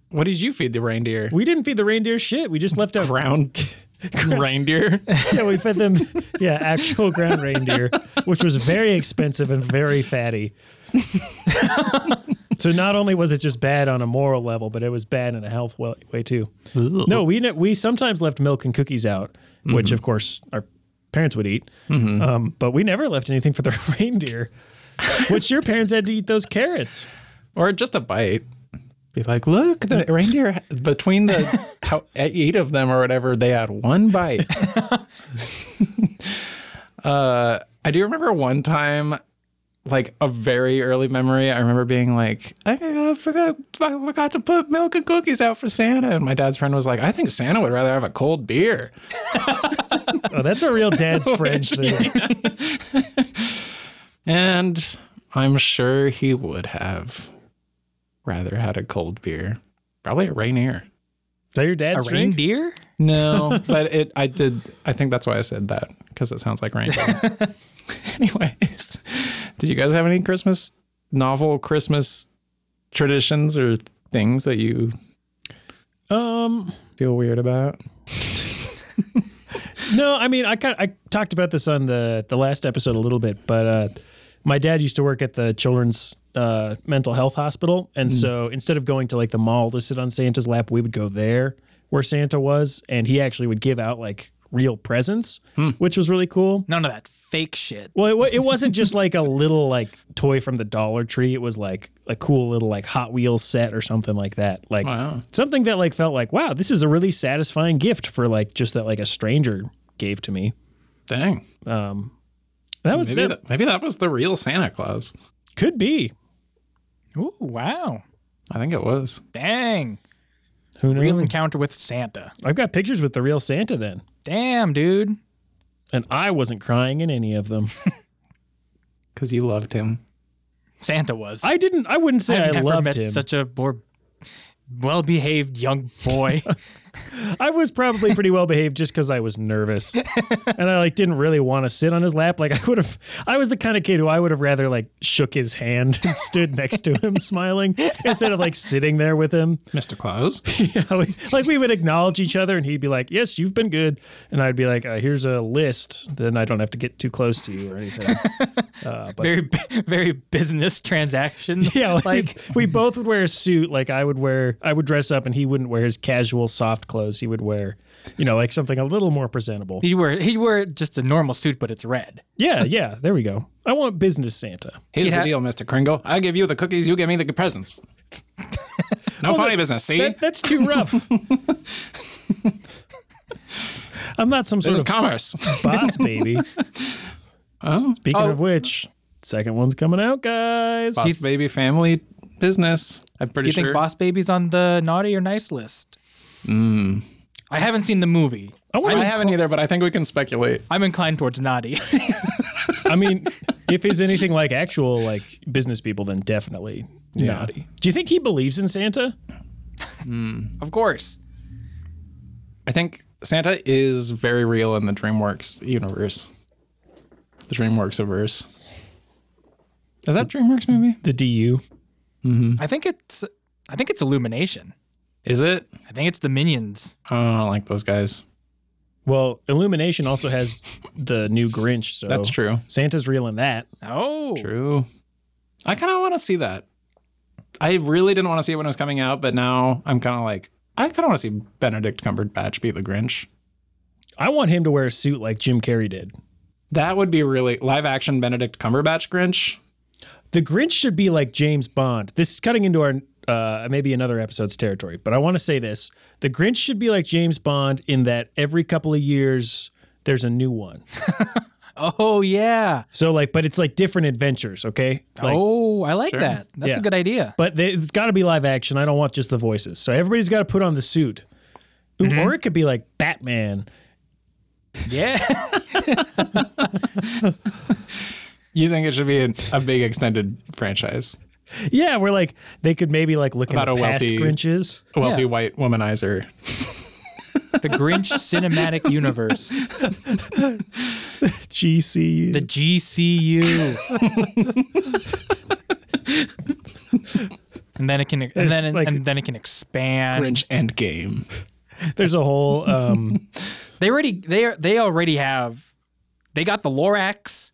Speaker 3: What did you feed the reindeer?
Speaker 2: We didn't feed the reindeer shit. We just left out.
Speaker 3: Ground reindeer.
Speaker 2: yeah, we fed them. Yeah, actual ground reindeer, which was very expensive and very fatty. so not only was it just bad on a moral level, but it was bad in a health way, way too. No, we ne- we sometimes left milk and cookies out,
Speaker 1: Mm-hmm.
Speaker 2: which of course our parents would eat. Um, but we never left anything for the reindeer. Which your parents had to eat those carrots.
Speaker 3: or just a bite. Be like, look, the reindeer between the how, eight of them or whatever, they had one bite. uh, I do remember one time, like a very early memory. I remember being like, I forgot, I forgot to put milk and cookies out for Santa, and my dad's friend was like, I think Santa would rather have a cold beer.
Speaker 2: Oh, that's a real dad's French thing.
Speaker 3: And I'm sure he would have rather had a cold beer, probably a reindeer.
Speaker 2: Is that your dad's
Speaker 1: A
Speaker 2: drink?
Speaker 1: reindeer?
Speaker 3: No, but it. I did. I think that's why I said that because it sounds like reindeer. Anyways, did you guys have any Christmas novel Christmas traditions or things that you
Speaker 2: Um,
Speaker 3: feel weird about?
Speaker 2: no, I mean, I kind I talked about this on the the last episode a little bit, but uh, my dad used to work at the children's uh, mental health hospital, and so instead of going to like the mall to sit on Santa's lap, we would go there where Santa was, and he actually would give out like real presents, which was really cool.
Speaker 1: None of that fake shit.
Speaker 2: Well, it, wa- it wasn't just like a little like toy from the Dollar Tree. It was like a cool little like Hot Wheels set or something like that. Like
Speaker 3: Wow.
Speaker 2: something that like felt like wow, this is a really satisfying gift for like just that like a stranger gave to me.
Speaker 3: Dang,
Speaker 2: Um, That was
Speaker 3: maybe
Speaker 2: that,
Speaker 3: that, maybe that was the real Santa Claus.
Speaker 2: could be.
Speaker 1: Ooh, wow.
Speaker 3: I think it was.
Speaker 1: Dang.
Speaker 2: Who knows?
Speaker 1: Real encounter with Santa.
Speaker 2: I've got pictures with the real Santa then,
Speaker 1: Damn, dude.
Speaker 2: and I wasn't crying in any of them.
Speaker 3: Because you loved him.
Speaker 1: Santa was.
Speaker 2: I didn't. I wouldn't say I
Speaker 1: I've never
Speaker 2: loved
Speaker 1: met
Speaker 2: him.
Speaker 1: such a more well-behaved young boy.
Speaker 2: I was probably pretty well behaved just because I was nervous, and I like didn't really want to sit on his lap. Like I would have, I was the kind of kid who I would have rather like shook his hand and stood next to him smiling instead of like sitting there with him.
Speaker 3: Mr. Claus.
Speaker 2: You know, like we would acknowledge each other, and he'd be like, "Yes, you've been good," and I'd be like, uh, "Here's a list." Then I don't have to get too close to you or anything.
Speaker 1: very, very business transactions.
Speaker 2: Yeah, like, we both would wear a suit. Like I would wear, I would dress up, and he wouldn't wear his casual soft clothes. He would wear, you know, like something a little more presentable.
Speaker 1: He wore he wore just a normal suit, but it's red.
Speaker 2: Yeah, yeah. There we go. I want business Santa.
Speaker 3: Here's
Speaker 1: had-
Speaker 3: the deal, Mr. Kringle. I give you the cookies, you give me the presents. No funny business. See,
Speaker 2: That, that's too rough. I'm not some
Speaker 3: this
Speaker 2: sort
Speaker 3: is
Speaker 2: of
Speaker 3: commerce.
Speaker 2: boss baby.
Speaker 3: oh,
Speaker 2: Speaking
Speaker 1: Oh.
Speaker 2: of which, second one's coming out, guys.
Speaker 3: boss baby family business. I'm
Speaker 1: Do
Speaker 3: pretty
Speaker 1: you
Speaker 3: sure.
Speaker 1: think Boss Baby's on the naughty or nice list?
Speaker 3: Hmm.
Speaker 1: I haven't seen the movie.
Speaker 2: I,
Speaker 3: I
Speaker 2: wanna,
Speaker 3: haven't either, but I think we can speculate.
Speaker 1: I'm inclined towards naughty.
Speaker 2: I mean, if he's anything like actual like business people, then definitely naughty. Do you think he believes in Santa?
Speaker 1: of course.
Speaker 3: I think Santa is very real in the DreamWorks universe. The DreamWorks averse. Is that DreamWorks movie?
Speaker 2: The DU.
Speaker 3: Hmm.
Speaker 1: I think it's I think it's Illumination.
Speaker 3: Is it?
Speaker 1: I think it's the Minions.
Speaker 3: Oh, I don't like those guys.
Speaker 2: Well, Illumination also has the new Grinch, so
Speaker 3: That's true.
Speaker 2: Santa's real in that.
Speaker 1: Oh,
Speaker 3: True. I kind of want to see that. I really didn't want to see it when it was coming out, but now I'm kind of like, I kind of want to see Benedict Cumberbatch be the Grinch.
Speaker 2: I want him to wear a suit like Jim Carrey did.
Speaker 3: That would be really live action Benedict Cumberbatch Grinch.
Speaker 2: The Grinch should be like James Bond. This is cutting into our uh, maybe another episode's territory, but I want to say this: the Grinch should be like James Bond in that every couple of years there's a new one.
Speaker 1: oh yeah.
Speaker 2: So like, but it's like different adventures, okay? Like,
Speaker 1: oh, I like that. That's
Speaker 2: Yeah.
Speaker 1: a good idea.
Speaker 2: But they, it's got to be live action. I don't want just the voices. So everybody's got to put on the suit, Ooh,
Speaker 3: Mm-hmm.
Speaker 2: or it could be like Batman.
Speaker 1: Yeah.
Speaker 3: You think it should be an, a big extended franchise?
Speaker 2: Yeah, we're like they could maybe like look at
Speaker 3: About
Speaker 2: past
Speaker 3: a wealthy-
Speaker 2: Grinches.
Speaker 3: A wealthy
Speaker 1: Yeah.
Speaker 3: white womanizer.
Speaker 1: the Grinch cinematic universe,
Speaker 2: GC.
Speaker 1: the GCU. and then it can and
Speaker 2: There's
Speaker 1: then, it-
Speaker 2: like-
Speaker 1: and then it can expand.
Speaker 3: Grinch Endgame.
Speaker 2: There's a whole um
Speaker 1: They already they are they already have they got the Lorax.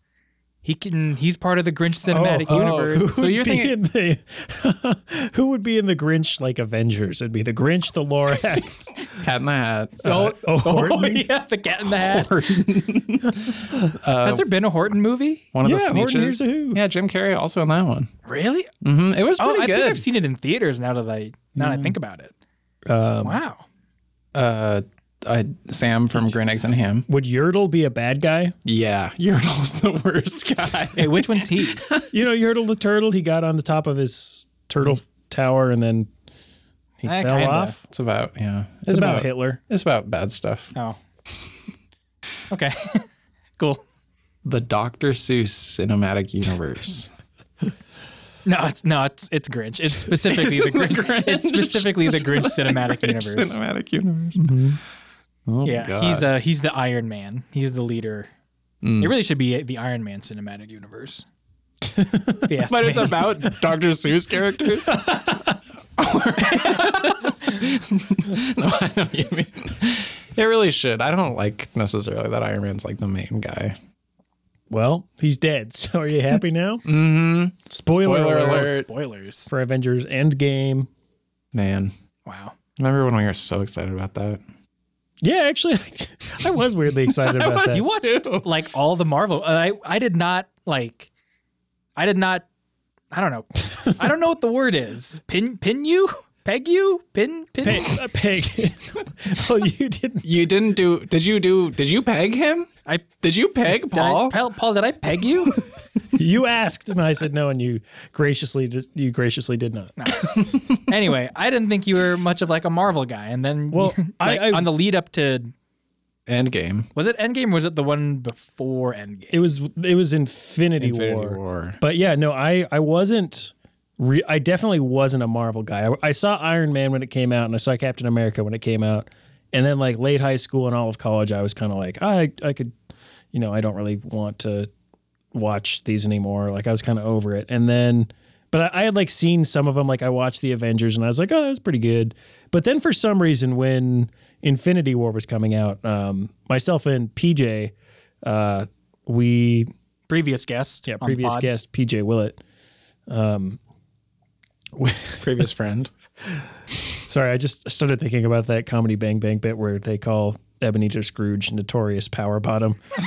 Speaker 1: He can he's part of the Grinch cinematic
Speaker 2: oh,
Speaker 1: universe.
Speaker 3: So you're
Speaker 2: be
Speaker 3: thinking-
Speaker 2: in the who would be in the Grinch like Avengers? It'd be the Grinch, the Lorax.
Speaker 3: Cat in the Hat.
Speaker 1: Oh,
Speaker 2: oh,
Speaker 1: oh
Speaker 2: Horton?
Speaker 1: yeah, the Cat in the Hat.
Speaker 3: Oh.
Speaker 1: Has there been a Horton movie?
Speaker 3: One of
Speaker 2: Yeah,
Speaker 3: the
Speaker 2: Horton Hears the
Speaker 3: snitches.
Speaker 2: Who.
Speaker 3: Yeah, Jim Carrey also in that one.
Speaker 1: Really?
Speaker 3: Mm, it was
Speaker 1: Oh,
Speaker 3: pretty
Speaker 1: I
Speaker 3: good.
Speaker 1: think I've seen it in theaters. Now that I now that
Speaker 2: Mm.
Speaker 1: I think about it.
Speaker 3: Um,
Speaker 1: wow.
Speaker 3: uh, uh, Sam from Green Eggs and Ham.
Speaker 2: would Yertle be a bad guy?
Speaker 3: Yeah, Yertle's the worst guy.
Speaker 1: Hey, which one's he?
Speaker 2: You know, Yertle the turtle. He got on the top of his turtle tower and then he
Speaker 1: Eh,
Speaker 2: fell
Speaker 1: kinda.
Speaker 2: off.
Speaker 3: It's about yeah. It's,
Speaker 2: It's about Hitler.
Speaker 3: It's about bad stuff.
Speaker 1: Oh. Okay. cool.
Speaker 3: The Dr. Seuss cinematic universe.
Speaker 1: No, it's no, it's, it's Grinch. It's specifically the, Grinch. It's specifically the Grinch cinematic universe.
Speaker 3: cinematic universe. Oh
Speaker 1: yeah,
Speaker 3: God.
Speaker 1: he's uh he's the Iron Man. He's the leader. It really should be the Iron Man cinematic universe. If you ask
Speaker 3: but it's
Speaker 1: me.
Speaker 3: about Dr. Seuss characters. no, I know what you mean. It really should. I don't like necessarily that Iron Man's like the main guy.
Speaker 2: Well, he's dead. So are you happy now? mm-hmm. Spoiler,
Speaker 3: Spoiler
Speaker 2: alert
Speaker 3: alert.
Speaker 1: spoilers.
Speaker 2: for Avengers Endgame.
Speaker 3: Man,
Speaker 1: Wow.
Speaker 3: remember when we were so excited about that?
Speaker 2: Yeah, actually, I was weirdly excited about that.
Speaker 1: You watched
Speaker 3: too.
Speaker 1: like all the Marvel. uh, I I did not like. I did not. I don't know. I don't know what the word is. Pin pin you peg you pin pin.
Speaker 2: Peg. a peg. well, you didn't.
Speaker 3: You didn't do. Did you do? Did you peg him?
Speaker 1: I did
Speaker 3: Did you peg
Speaker 1: I,
Speaker 3: Paul?
Speaker 1: Paul, Paul, did I peg you?
Speaker 2: You asked, and I said no, and you graciously just you graciously did not.
Speaker 1: anyway, I didn't think you were much of like a Marvel guy, and then
Speaker 2: Well, I-
Speaker 1: like,
Speaker 2: I-
Speaker 1: on the lead up to
Speaker 3: Endgame.
Speaker 1: was it Endgame? Or was it the one before Endgame?
Speaker 2: It was it was Infinity,
Speaker 3: Infinity
Speaker 2: War.
Speaker 3: War.
Speaker 2: But yeah, no, I I wasn't. Re- I definitely wasn't a Marvel guy. I, I saw Iron Man when it came out, and I saw Captain America when it came out, and then like late high school and all of college, I was kind of like, I I could, you know, I don't really want to watch these anymore. Like I was kind of over it, and then. But I, I had like seen some of them. Like I watched the Avengers, and I was like, "Oh, that was pretty good." But then for some reason, when Infinity War was coming out, um, myself and PJ, uh, we
Speaker 1: Previous guest,
Speaker 2: yeah,
Speaker 1: on
Speaker 2: previous
Speaker 1: pod.
Speaker 2: guest PJ Willett.
Speaker 3: Previous friend.
Speaker 2: Sorry, I just started thinking about that comedy Bang Bang bit where they call Ebenezer Scrooge notorious power bottom.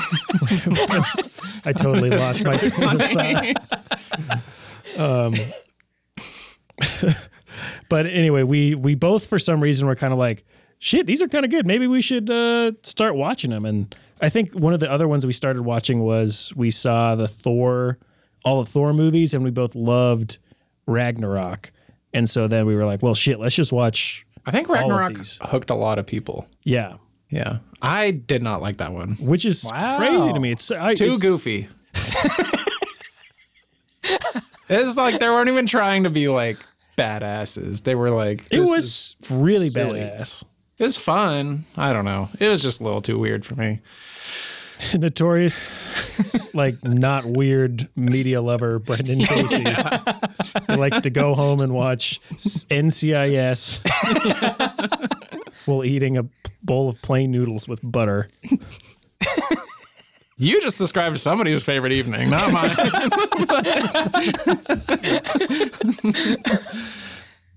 Speaker 2: I totally lost my train of thought. Um, but anyway, we we both for some reason were kind of like, shit, these are kind of good. Maybe we should uh, start watching them. And I think one of the other ones we started watching was we saw the Thor, all the Thor movies, and we both loved Ragnarok. And so then we were like, well, shit, let's just watch.
Speaker 3: I think
Speaker 2: of
Speaker 3: Ragnarok
Speaker 2: these.
Speaker 3: hooked a lot of people.
Speaker 2: Yeah,
Speaker 3: Yeah, I did not like that one.
Speaker 2: which is
Speaker 1: Wow.
Speaker 2: crazy to me. It's, I,
Speaker 3: Too
Speaker 2: it's-
Speaker 3: goofy. it's like they weren't even trying to be like badasses. They were like,
Speaker 2: It
Speaker 3: this is-
Speaker 2: was really
Speaker 3: silly.
Speaker 2: badass.
Speaker 3: it was fun. I don't know. It was just a little too weird for me.
Speaker 2: Notorious, s- like not weird media lover Brendan Casey who likes to go home and watch s- NCIS. while eating a p- bowl of plain noodles with butter.
Speaker 3: You just described somebody's favorite evening, not mine.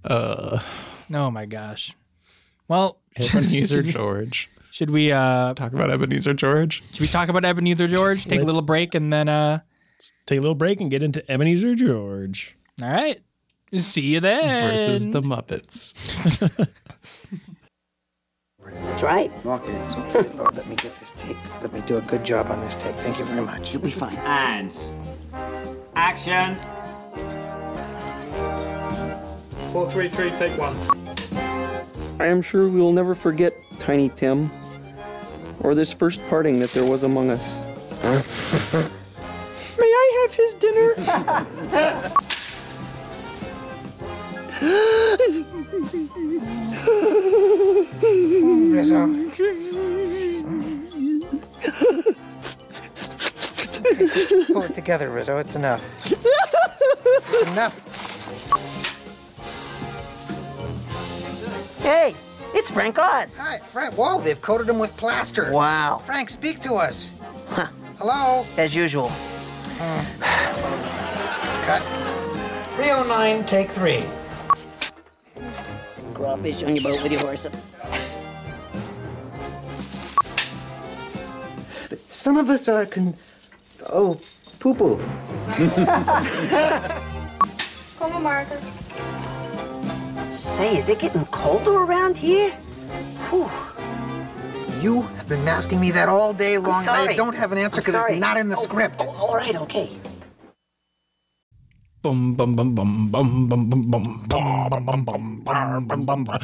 Speaker 1: Oh my gosh. Well,
Speaker 3: Ebenezer George.
Speaker 1: should we uh
Speaker 3: Talk about Ebenezer George.
Speaker 1: should we talk about Ebenezer George? Take a
Speaker 2: Let's-
Speaker 1: little break and then uh
Speaker 2: Take a little break and get into Ebenezer George.
Speaker 1: all right. See you then.
Speaker 3: Versus the Muppets.
Speaker 4: That's right.
Speaker 5: Okay, it's okay, Lord. Oh, Let me get this take. Let me do a good job on this take. Thank you very much.
Speaker 4: You'll be fine.
Speaker 6: And action.
Speaker 7: Four, three, three, take one.
Speaker 8: I am sure we will never forget Tiny Tim or this first parting that there was among us. May I have his dinner?
Speaker 5: Rizzo. Mm. Pull it together, Rizzo. It's enough. It's enough.
Speaker 4: Hey, it's Frank Oz.
Speaker 5: Hi, Frank. Whoa, they've coated him with plaster.
Speaker 4: Wow.
Speaker 5: Frank, speak to us. Hello.
Speaker 4: As usual.
Speaker 5: Cut. 309, take three.
Speaker 4: Crawfish on your boat with your horse.
Speaker 5: Some of us are con. Oh, poo poo.
Speaker 9: Como marca.
Speaker 4: Say, is it getting colder around here? Whew.
Speaker 5: You have been masking me that all day long, and I
Speaker 4: sorry.
Speaker 5: don't have an answer
Speaker 4: I'm
Speaker 5: because
Speaker 4: sorry.
Speaker 5: it's not in the
Speaker 4: Oh,
Speaker 5: script.
Speaker 4: Oh, all right, okay.
Speaker 3: Bum bum bum bum bum bum bum bum bum bum bum bum bum bum bum bum.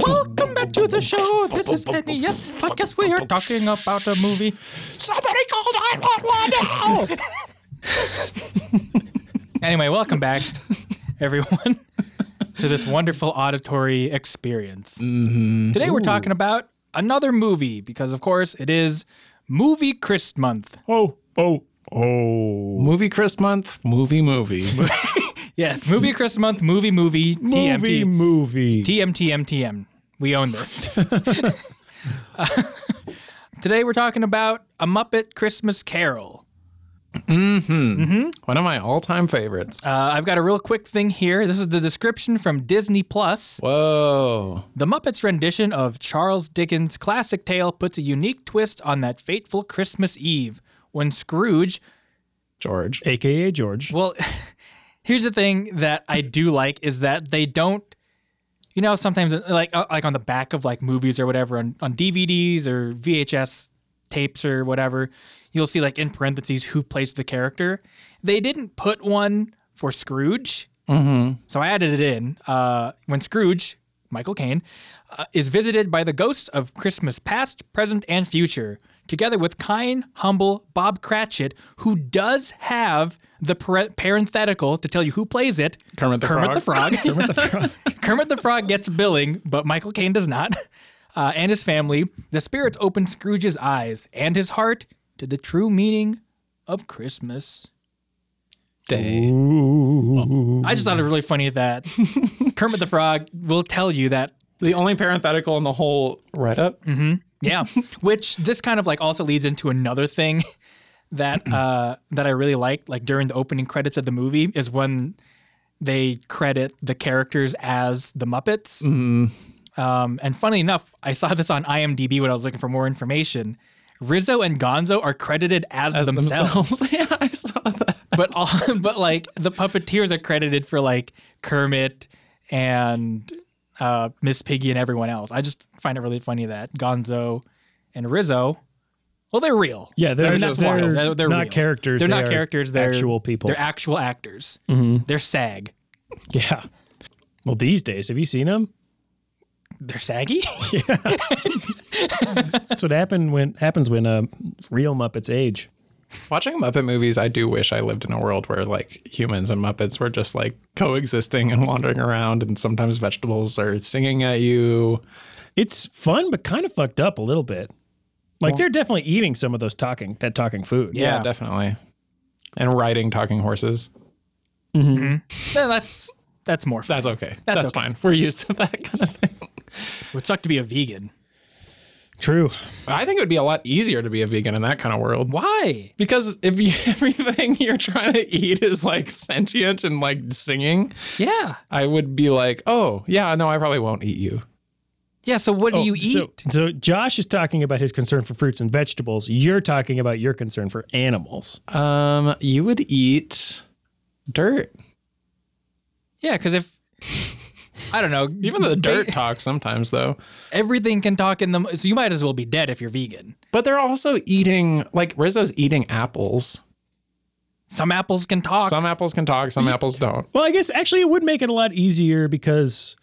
Speaker 1: Welcome back to the show. This is NES Podcast. We are talking about a movie.
Speaker 3: Somebody call 911 now!
Speaker 1: Anyway, welcome back, everyone, to this wonderful auditory experience. Today we're talking about another movie because, of course, it is Movie Christ Month.
Speaker 2: Oh, oh, oh.
Speaker 3: Movie Chris Month, movie movie.
Speaker 1: Yes, Movie Christ Month, movie, movie,
Speaker 2: Movie,
Speaker 1: TMT,
Speaker 2: movie.
Speaker 1: TMTMTM. We own this. Today we're talking about A Muppet Christmas Carol.
Speaker 3: Hmm. One of my all-time favorites.
Speaker 1: Uh, I've got a real quick thing here. This is the description from Disney Plus.
Speaker 3: Whoa.
Speaker 1: The Muppets' rendition of Charles Dickens' classic tale puts a unique twist on that fateful Christmas Eve when Scrooge.
Speaker 3: George.
Speaker 2: AKA George.
Speaker 1: Well, here's the thing that I do like is that they don't. You know, sometimes like uh, like on the back of like movies or whatever on, on DVDs or VHS tapes or whatever, you'll see like in parentheses who plays the character. They didn't put one for Scrooge. So I added it in uh, when Scrooge, Michael Caine, uh, is visited by the ghosts of Christmas past, present, and future, together with kind, humble Bob Cratchit, who does have the par- parenthetical to tell you who plays it.
Speaker 3: Kermit the Frog.
Speaker 1: The Frog. Kermit the Frog. Kermit the Frog gets billing, but Michael Caine does not. Uh, and his family. The spirits open Scrooge's eyes and his heart to the true meaning of Christmas.
Speaker 3: Day.
Speaker 1: I just thought it was really funny that Kermit the Frog will tell you that
Speaker 3: The only parenthetical in the whole write-up.
Speaker 1: Yeah, which this kind of like also leads into another thing that uh that I really liked like during the opening credits of the movie is when they credit the characters as the Muppets. Um, and funny enough, I saw this on IMDb when I was looking for more information. Rizzo and Gonzo are credited as, themselves,
Speaker 3: yeah, I saw that.
Speaker 1: but all, but like the puppeteers are credited for like Kermit and uh, Miss Piggy and everyone else. I just find it really funny that Gonzo and Rizzo, well, they're real.
Speaker 2: Yeah, they're,
Speaker 1: They're
Speaker 2: not,
Speaker 1: just wild.
Speaker 2: they're,
Speaker 1: They're- they're
Speaker 2: not
Speaker 1: real.
Speaker 2: characters.
Speaker 1: They're
Speaker 2: they
Speaker 1: not
Speaker 2: are
Speaker 1: characters. They're
Speaker 2: actual people. Mm-hmm.
Speaker 1: They're actual actors. They're SAG.
Speaker 2: yeah. Well, these days, have you seen them?
Speaker 1: They're saggy.
Speaker 2: That's what happened when happens when uh, real Muppets age.
Speaker 3: Watching Muppet movies, I do wish I lived in a world where like humans and Muppets were just like coexisting and wandering around, and sometimes vegetables are singing at you.
Speaker 2: It's fun, but kind of fucked up a little bit. Like they're definitely eating some of those talking that talking food.
Speaker 1: Yeah.
Speaker 3: definitely. And riding talking horses.
Speaker 1: Yeah, that's that's more. Fun.
Speaker 3: That's okay.
Speaker 1: That's
Speaker 3: That's,
Speaker 1: okay.
Speaker 3: fine. We're used to that kind of thing.
Speaker 1: Would suck to be a vegan.
Speaker 2: True.
Speaker 3: I think it would be a lot easier to be a vegan in that kind of world.
Speaker 1: Why?
Speaker 3: Because if you, everything you're trying to eat is like sentient and like singing,
Speaker 1: Yeah.
Speaker 3: I would be like, oh, yeah, no, I probably won't eat you.
Speaker 1: Yeah. So what do you eat?
Speaker 2: Oh, So, so Josh is talking about his concern for fruits and vegetables. You're talking about your concern for animals.
Speaker 3: Um, you would eat dirt.
Speaker 1: yeah, because if I don't know,
Speaker 3: Even the
Speaker 1: ba-
Speaker 3: dirt talks sometimes though.
Speaker 1: everything can talk in the. So you might as well be dead if you're vegan.
Speaker 3: But they're also eating like Rizzo's eating apples.
Speaker 1: Some apples can talk.
Speaker 3: Some apples can talk, some apples don't.
Speaker 2: Well, I guess actually it would make it a lot easier because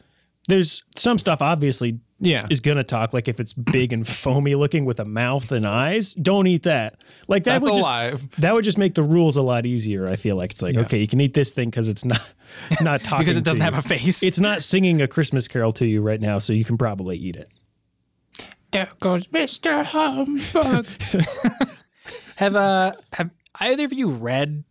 Speaker 2: there's some stuff obviously
Speaker 3: Yeah.
Speaker 2: is gonna talk. Like if it's big and foamy looking with a mouth and eyes, don't eat that. Like that
Speaker 3: That's
Speaker 2: would just
Speaker 3: alive.
Speaker 2: that would just make the rules a lot easier. I feel like it's like okay, you can eat this thing because it's not not talking
Speaker 1: because
Speaker 2: to
Speaker 1: it doesn't
Speaker 2: you.
Speaker 1: have a face.
Speaker 2: It's not singing a Christmas carol to you right now, so you can probably eat it.
Speaker 3: There goes Mr. Humbug.
Speaker 1: have uh have either of you read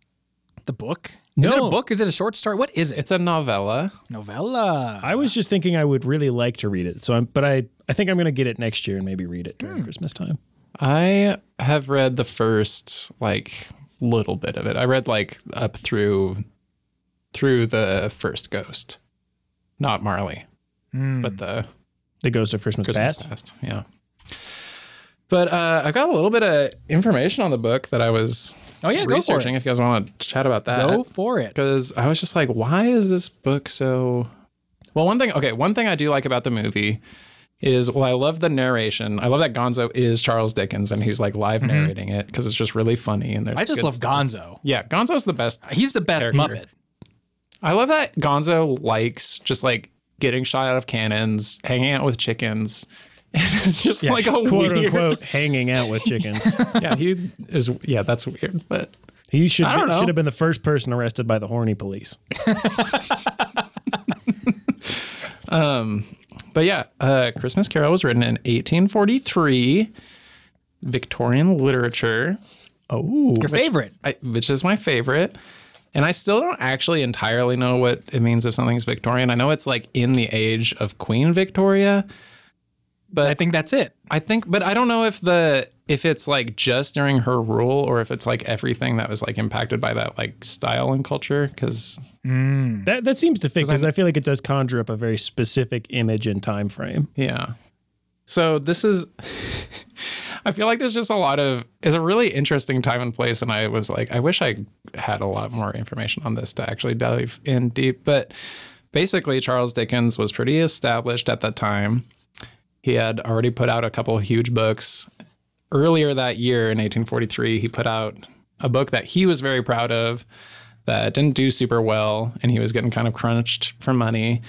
Speaker 1: the book? Is it a
Speaker 2: No.
Speaker 1: book? Is it a short story? What is it?
Speaker 3: it's a novella.
Speaker 1: novella.
Speaker 2: I was just thinking I would really like to read it. So I'm, but I, I think I'm going to get it next year and maybe read it during Christmas time.
Speaker 3: I have read the first like little bit of it. I read like up through through the first ghost. Not Marley,
Speaker 1: Hmm.
Speaker 3: but the
Speaker 2: The Ghost of Christmas,
Speaker 3: Christmas
Speaker 2: Past.
Speaker 3: past. Yeah. But uh, I got a little bit of information on the book that I was
Speaker 1: Oh yeah, go for
Speaker 3: researching
Speaker 1: it.
Speaker 3: if you guys want to chat about that.
Speaker 1: Go for it.
Speaker 3: because I was just like, why is this book so? Well, one thing, okay, one thing I do like about the movie is, well, I love the narration. I love that Gonzo is Charles Dickens and he's like live narrating it because it's just really funny and there's.
Speaker 1: Mm-hmm. I just
Speaker 3: good
Speaker 1: love
Speaker 3: stuff.
Speaker 1: Gonzo.
Speaker 3: Yeah, Gonzo's the best.
Speaker 1: He's the best Muppet.
Speaker 3: Character. I love that Gonzo likes just like getting shot out of cannons, hanging out with chickens. And it's just
Speaker 2: Yeah,
Speaker 3: like a
Speaker 2: quote
Speaker 3: weird.
Speaker 2: unquote hanging out with chickens.
Speaker 3: Yeah, he is. Yeah, that's weird, but.
Speaker 2: He should
Speaker 3: I don't know.
Speaker 2: should have been the first person arrested by the horny police.
Speaker 3: But yeah, uh, Christmas Carol was written in 1843, Victorian literature,
Speaker 2: Oh,
Speaker 1: Your favorite.
Speaker 3: I, which is my favorite. And I still don't actually entirely know what it means if something's Victorian. I know it's like in the age of Queen Victoria. But
Speaker 1: I think that's it.
Speaker 3: I think, but I don't know if the if it's like just during her rule or if it's like everything that was like impacted by that like style and culture. Because
Speaker 2: that that seems to fit because I feel like it does conjure up a very specific image and time frame.
Speaker 3: Yeah. So this is I feel like there's just a lot of it's a really interesting time and place and I was like I wish I had a lot more information on this to actually dive in deep but basically Charles Dickens was pretty established at that time. He had already put out a couple huge books. Earlier that year in 1843 he put out a book that he was very proud of that didn't do super well and he was getting kind of crunched for money.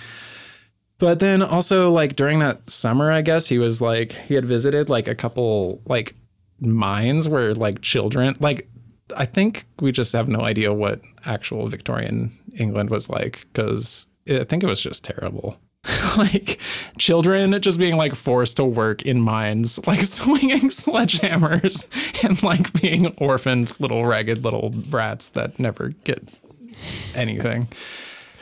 Speaker 3: But then also like during that summer, I guess he was like he had visited like a couple like mines where like children like I think we just have no idea what actual Victorian England was like because I think it was just terrible. like children just being like forced to work in mines, like swinging sledgehammers and like being orphaned little ragged little brats that never get anything.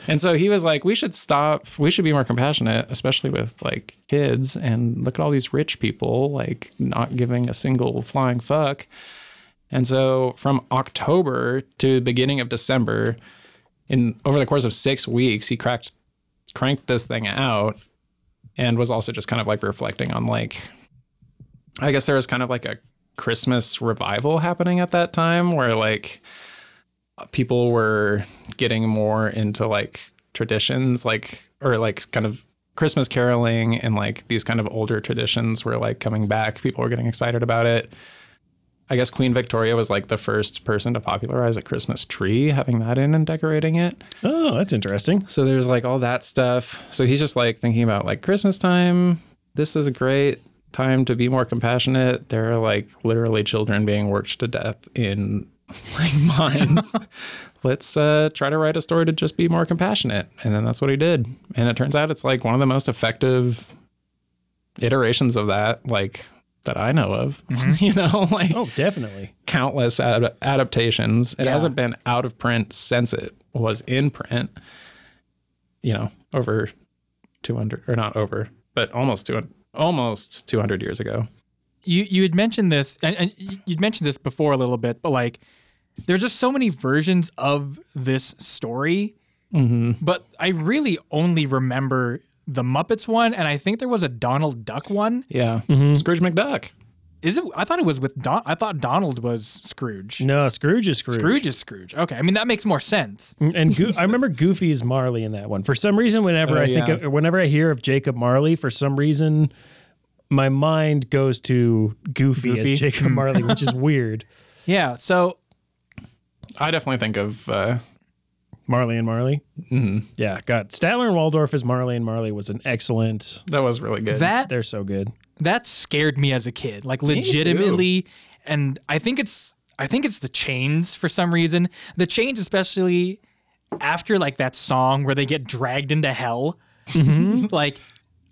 Speaker 3: And so he was like, we should stop. We should be more compassionate, especially with like kids. And look at all these rich people, like not giving a single flying fuck. And so from October to beginning of December, in over the course of six weeks, he cracked cranked this thing out and was also just kind of like reflecting on like I guess there was kind of like a Christmas revival happening at that time where like people were getting more into like traditions like or like kind of christmas caroling and like these kind of older traditions were like coming back people were getting excited about it i guess queen victoria was like the first person to popularize a christmas tree having that in and decorating it
Speaker 2: Oh, that's interesting.
Speaker 3: so there's like all that stuff. So he's just like thinking about like Christmas time. This is a great time to be more compassionate. There are like literally children being worked to death in like mines. Let's uh, try to write a story to just be more compassionate. And then that's what he did. And it turns out it's like one of the most effective iterations of that, like that I know of. you know, like
Speaker 2: Oh, definitely.
Speaker 3: countless ad- adaptations. It hasn't been out of print since it was in print. you know, over 200 or not over, but almost 200, almost 200 years ago.
Speaker 1: you you had mentioned this and, and y- you'd mentioned this before a little bit but like there's just so many versions of this story but i really only remember the muppets one and i think there was a donald duck one
Speaker 3: Yeah. Scrooge McDuck.
Speaker 1: is it i thought it was with don i thought donald was scrooge
Speaker 2: No, Scrooge is Scrooge.
Speaker 1: scrooge is scrooge okay i mean that makes more sense
Speaker 2: and Goo- I remember Goofy is Marley in that one. For some reason, whenever
Speaker 3: Oh,
Speaker 2: I think,
Speaker 3: yeah.
Speaker 2: of, whenever I hear of Jacob Marley, for some reason, my mind goes to Goofy,
Speaker 1: Goofy?
Speaker 2: as Jacob
Speaker 3: Hmm.
Speaker 2: Marley, which is weird.
Speaker 1: yeah so
Speaker 3: I definitely think of uh,
Speaker 2: Marley and Marley.
Speaker 3: Mm-hmm.
Speaker 2: Yeah, God, Statler and Waldorf as Marley and Marley was an excellent.
Speaker 3: that was really good.
Speaker 1: that
Speaker 2: They're so good.
Speaker 1: that scared me as a kid like
Speaker 3: too.
Speaker 1: legitimately and i think it's i think it's the chains for some reason the chains especially after like that song where they get dragged into hell
Speaker 3: Mm-hmm.
Speaker 1: like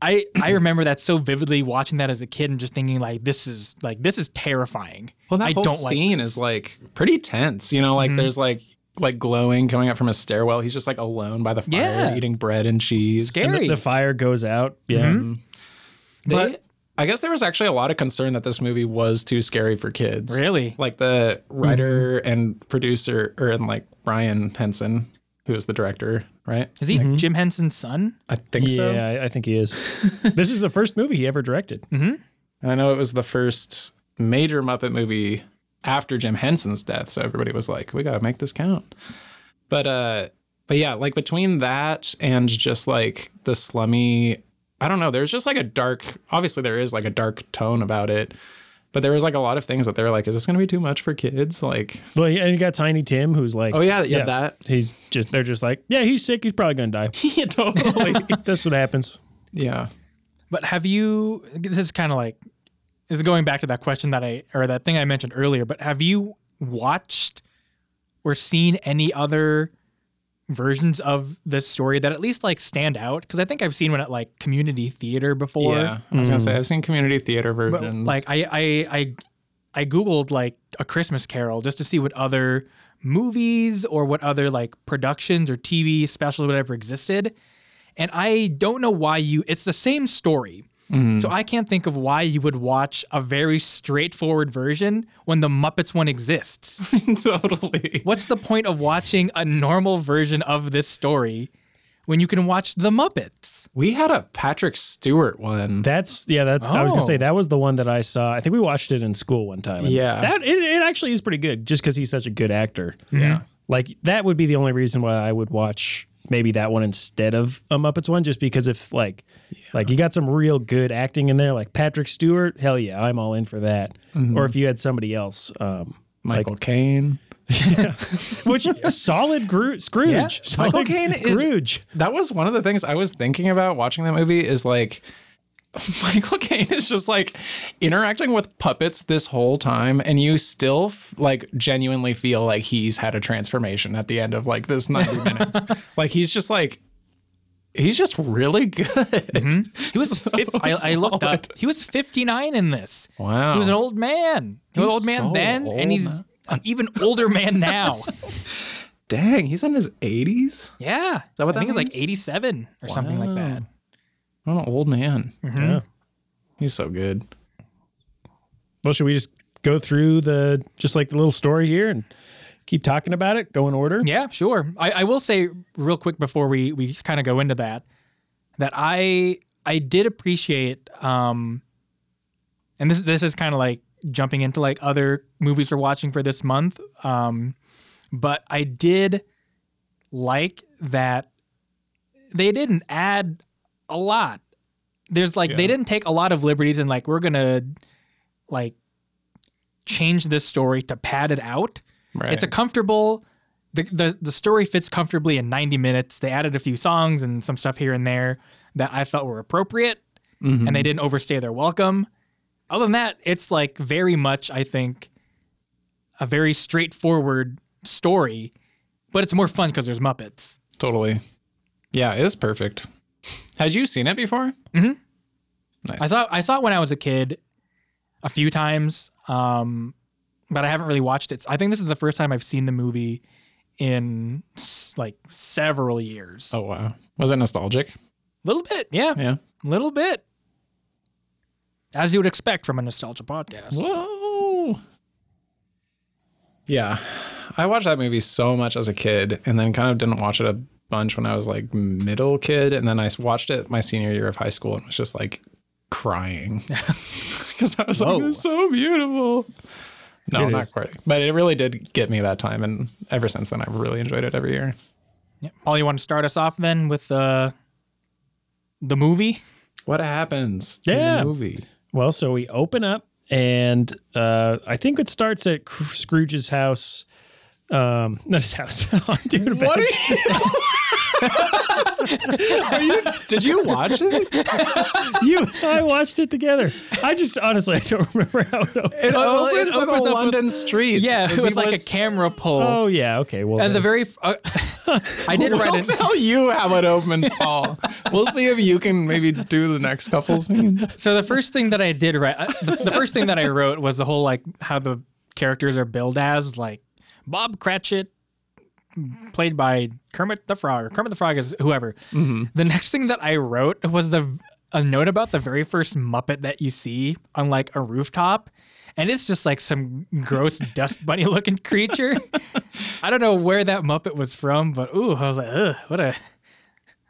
Speaker 1: i i remember that so vividly watching that as a kid and just thinking like this is like this is terrifying
Speaker 3: well, that
Speaker 1: i
Speaker 3: whole
Speaker 1: don't
Speaker 3: scene
Speaker 1: like
Speaker 3: is like pretty tense. You know, like there's like like glowing coming up from a stairwell. He's just like alone by the fire,
Speaker 1: Yeah.
Speaker 3: eating bread and cheese.
Speaker 1: Scary.
Speaker 2: And the,
Speaker 1: Harry.
Speaker 2: the fire goes out. Yeah,
Speaker 3: Mm-hmm.
Speaker 2: Mm-hmm.
Speaker 3: They- I guess there was actually a lot of concern that this movie was too scary for kids.
Speaker 1: Really?
Speaker 3: Like the writer and producer, or and like Brian Henson, who is the director, right?
Speaker 1: is he jim henson's son
Speaker 3: I think
Speaker 2: yeah,
Speaker 3: so.
Speaker 2: I, I think he is. this is the first movie he ever directed.
Speaker 3: And I know it was the first major Muppet movie after Jim Henson's death, so everybody was like, "We got to make this count." But uh but yeah, like between that and just like the slummy, I don't know, there's just like a dark, obviously there is like a dark tone about it. But there was like a lot of things that they were like, is this going to be too much for kids? Like,
Speaker 2: Well, yeah, and you got Tiny Tim, who's like,
Speaker 3: Oh, yeah, yeah, that.
Speaker 2: He's just they're just like, yeah, he's sick. He's probably gonna die.
Speaker 3: yeah, totally.
Speaker 2: That's what happens.
Speaker 3: yeah.
Speaker 1: But have you? This is kind of like this is going back to that question that I or that thing I mentioned earlier. But have you watched or seen any other versions of this story that at least like stand out? Because I think I've seen one at like community theater before.
Speaker 3: yeah. I was going to say, I've seen community theater versions.
Speaker 1: Like I I I I googled like a Christmas Carol just to see what other movies or what other like productions or TV specials whatever existed, and I don't know why you. It's the same story. So I can't think of why you would watch a very straightforward version when the Muppets one exists.
Speaker 3: totally.
Speaker 1: What's the point of watching a normal version of this story when you can watch the Muppets?
Speaker 3: We had a Patrick Stewart one.
Speaker 2: That's yeah. That's I was gonna
Speaker 1: Oh.
Speaker 2: say that was the one that I saw. I think we watched it in school one time. and
Speaker 3: Yeah.
Speaker 2: that it, it actually is pretty good, just because he's such a good actor. Yeah, like that would be the only reason why I would watch maybe that one instead of a Muppets one, just because if like like you got some real good acting in there, like Patrick Stewart, hell yeah, I'm all in for that. Or if you had somebody else, um,
Speaker 3: Michael Caine.
Speaker 2: which solid Gro- Scrooge,
Speaker 1: Yeah.
Speaker 2: solid
Speaker 3: Michael Caine is-
Speaker 2: Scrooge.
Speaker 3: That was one of the things I was thinking about watching that movie is like Michael Caine is just like interacting with puppets this whole time, and you still f- like genuinely feel like he's had a transformation at the end of like this 90 minutes. Like he's just like, he's just really good.
Speaker 1: He was fif- I, I looked up. He was 59 in this.
Speaker 3: Wow.
Speaker 1: He was an old man. He was an
Speaker 3: He's
Speaker 1: old man then,
Speaker 3: so old
Speaker 1: and he's
Speaker 3: now.
Speaker 1: an even older man now.
Speaker 3: Dang, he's in his 80s?
Speaker 1: yeah.
Speaker 3: that what
Speaker 1: I think
Speaker 3: that
Speaker 1: it's like
Speaker 3: means?
Speaker 1: 87 or something like that.
Speaker 3: What an old man.
Speaker 2: Yeah.
Speaker 3: He's so good.
Speaker 2: Well, should we just go through the just like the little story here and keep talking about it? Go in order.
Speaker 1: Yeah, sure. I, I will say real quick before we we kind of go into that that I I did appreciate um and this this is kind of like jumping into like other movies we're watching for this month um but I did like that they didn't add a lot. There's like they didn't take a lot of liberties and like we're going to like change this story to pad it out.
Speaker 3: Right.
Speaker 1: It's a comfortable. The, the the story fits comfortably in 90 minutes. They added a few songs and some stuff here and there that I felt were appropriate,
Speaker 3: Mm-hmm.
Speaker 1: and they didn't overstay their welcome. Other than that, it's like very much I think a very straightforward story, but it's more fun because there's Muppets.
Speaker 3: Totally. Yeah, it is perfect. Has you seen it before?
Speaker 1: I saw I saw it when I was a kid, a few times, um, but I haven't really watched it. I think this is the first time I've seen the movie in s- like several years.
Speaker 3: Oh wow, was it nostalgic?
Speaker 1: little bit, yeah,
Speaker 3: Yeah.
Speaker 1: little bit. As you would expect from a nostalgia podcast.
Speaker 3: Whoa. Yeah, I watched that movie so much as a kid, and then kind of didn't watch it a bunch when I was like middle kid, and then I s- watched it my senior year of high school and was just like crying because I was like,
Speaker 1: Whoa.
Speaker 3: "It's so beautiful." No,
Speaker 2: It
Speaker 3: not
Speaker 2: is.
Speaker 3: quite, but it really did get me that time, and ever since then, I've really enjoyed it every year.
Speaker 1: Yeah. Paul, you want to start us off then with uh, the movie?
Speaker 3: What happens to
Speaker 2: Yeah.
Speaker 3: the movie?
Speaker 2: Well, so we open up, and uh, I think it starts at Cr- Scrooge's house. Um, not his house. Dude,
Speaker 3: What are you? Are you- did you watch it?
Speaker 2: you and I watched it together. I just honestly I don't remember how it opened.
Speaker 3: It
Speaker 1: Well, it opens
Speaker 3: opens, on
Speaker 1: up
Speaker 3: the
Speaker 1: with-
Speaker 3: London streets.
Speaker 1: Yeah,
Speaker 3: We
Speaker 1: with like
Speaker 3: were
Speaker 1: a camera pull.
Speaker 2: Oh yeah, okay. Well,
Speaker 1: and the
Speaker 2: that's-
Speaker 1: very, f- uh, I did write
Speaker 3: We'll
Speaker 1: it.
Speaker 3: tell you how it opens, Paul. we'll see if you can maybe do the next couple scenes.
Speaker 1: So the first thing that I did write, uh, the, the first thing that I wrote was the whole like how the characters are billed as like Bob Cratchit, played by Kermit the Frog, or Kermit the Frog is whoever. The next thing that I wrote was the a note about the very first Muppet that you see on like a rooftop. And it's just like some gross dust bunny looking creature. I don't know where that Muppet was from, but ooh, I was like, ugh, what a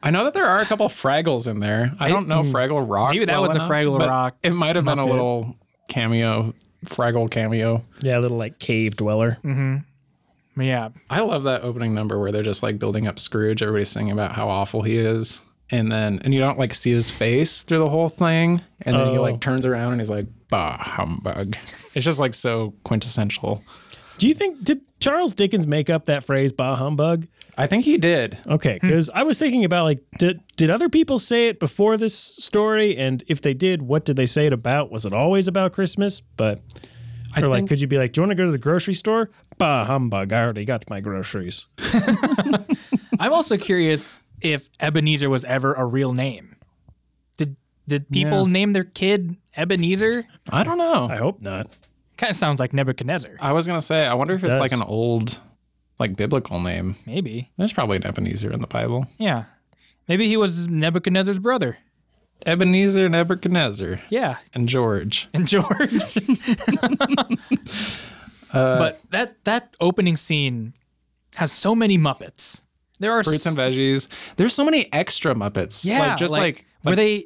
Speaker 3: I know that there are a couple Fraggles in there. I don't know Fraggle Rock.
Speaker 1: Maybe that
Speaker 3: well
Speaker 1: was a
Speaker 3: enough,
Speaker 1: Fraggle
Speaker 3: but
Speaker 1: Rock
Speaker 3: It might have been a
Speaker 2: Muppet.
Speaker 3: little cameo, Fraggle cameo.
Speaker 2: yeah, a little like cave dweller.
Speaker 1: Mm-hmm. yeah.
Speaker 3: I love that opening number where they're just like building up Scrooge. Everybody's singing about how awful he is. And then, and you don't like see his face through the whole thing. And then he
Speaker 2: Oh.
Speaker 3: like turns around and he's like, bah, humbug. It's just like so quintessential.
Speaker 2: Do you think did Charles Dickens make up that phrase "bah humbug"?
Speaker 3: I think he did.
Speaker 2: Okay, because I was thinking about like, did did other people say it before this story? And if they did, what did they say it about? Was it always about Christmas? But or like,
Speaker 3: think-
Speaker 2: could you be like, do you want to go to the grocery store? Bah humbug! I already got my groceries.
Speaker 1: I'm also curious if Ebenezer was ever a real name. Did did people name their kid Ebenezer?
Speaker 3: I don't know.
Speaker 2: I hope not.
Speaker 1: Kind of sounds like Nebuchadnezzar.
Speaker 3: I was gonna say, I wonder if it's like
Speaker 2: does.
Speaker 3: an old, like biblical name.
Speaker 1: Maybe.
Speaker 3: There's probably an Ebenezer in the Bible.
Speaker 1: Yeah. Maybe he was Nebuchadnezzar's brother.
Speaker 3: Ebenezer and Nebuchadnezzar
Speaker 1: Yeah.
Speaker 3: and George.
Speaker 1: And George. but that that opening scene has so many Muppets. There are s-
Speaker 3: Fruits and veggies. There's so many extra Muppets.
Speaker 1: Yeah,
Speaker 3: like, just like,
Speaker 1: were
Speaker 3: like-
Speaker 1: they?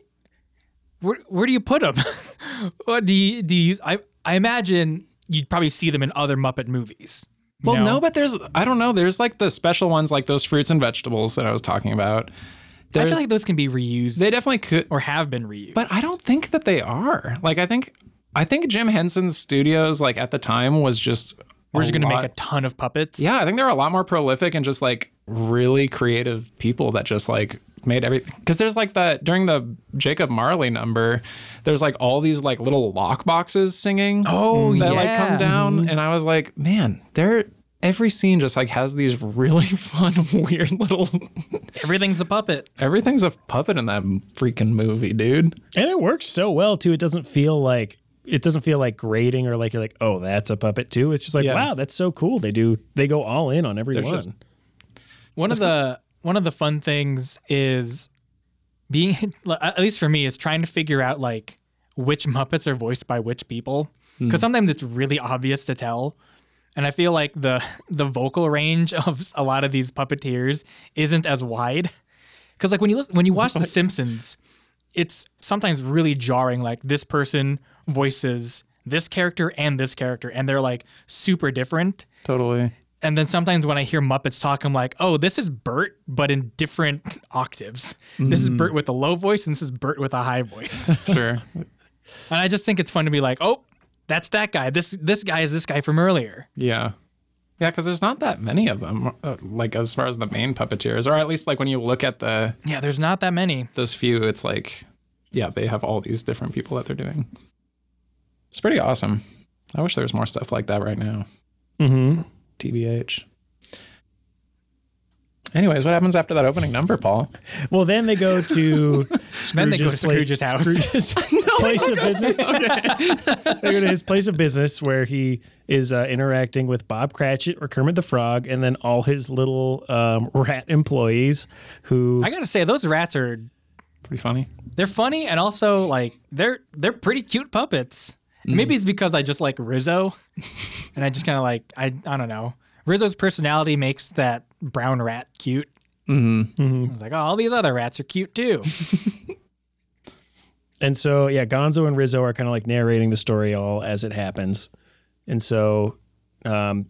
Speaker 1: Where where do you put them? what do you do? You, I I imagine you'd probably see them in other Muppet movies. you
Speaker 3: Well,
Speaker 1: know?
Speaker 3: no, but there's I don't know. There's like the special ones, like those fruits and vegetables that I was talking about.
Speaker 1: I
Speaker 3: There's,
Speaker 1: feel like those can be reused
Speaker 3: they definitely could,
Speaker 1: or have been reused.
Speaker 3: but I don't think that they are. Like I think, I think Jim Henson's studios, like at the time, was just
Speaker 1: we're just gonna
Speaker 3: lot-
Speaker 1: make a ton of puppets.
Speaker 3: Yeah, I think they're a lot more prolific and just like really creative people that just like made everything. Because there's like that during the Jacob Marley number, there's like all these like little lock boxes singing.
Speaker 1: Oh, yeah.
Speaker 3: that like come down, and I was like, man, they're every scene just like has these really fun, weird little.
Speaker 1: everything's a puppet.
Speaker 3: Everything's a puppet in that freaking movie, dude.
Speaker 2: And it works so well too. It doesn't feel like it doesn't feel like grading or like you're like, oh, that's a puppet too. It's just like,
Speaker 3: Yeah.
Speaker 2: wow, that's so cool. They do they go all in on every
Speaker 3: They're
Speaker 2: one.
Speaker 3: just-
Speaker 1: One of the one of the fun things is being at least for me is trying to figure out like which Muppets are voiced by which people because sometimes it's really obvious to tell. And I feel like the the vocal range of a lot of these puppeteers isn't as wide because like when you listen, when you watch The Simpsons, it's sometimes really jarring. Like this person voices this character and this character, and they're like super different.
Speaker 3: Totally.
Speaker 1: And then sometimes when I hear Muppets talk, I'm like, oh, this is Bert, but in different octaves. This is Bert with a low voice, and this is Bert with a high voice. and
Speaker 3: Sure.
Speaker 1: I just think it's fun to be like, oh, that's that guy. This this guy is this guy from earlier.
Speaker 3: Yeah. Yeah, because there's not that many of them, uh, like as far as the main puppeteers, or at least like when you look at the
Speaker 1: Yeah, there's not that many.
Speaker 3: those few, it's like, yeah, they have all these different people that they're doing. It's pretty awesome. I wish there was more stuff like that right now.
Speaker 2: Mhm.
Speaker 3: TBH. Anyways, what happens after that opening number, Paul?
Speaker 2: Well, then they go to
Speaker 1: Then they go to
Speaker 2: Scrooge's
Speaker 1: Scrooge's house.
Speaker 2: Scrooge's place of business. they go to his place of business where he is uh, interacting with Bob Cratchit or Kermit the Frog, and then all his little um, rat employees who
Speaker 1: I gotta say, those rats are
Speaker 3: Pretty funny.
Speaker 1: they're funny and also like they're they're pretty cute puppets. And Maybe it's because I just like Rizzo, and I just kind of like I I don't know. Rizzo's personality makes that brown rat cute. Mm-hmm. I was like, oh, all these other rats are cute too.
Speaker 2: And so, yeah, Gonzo and Rizzo are kind of like narrating the story all as it happens. And so, um,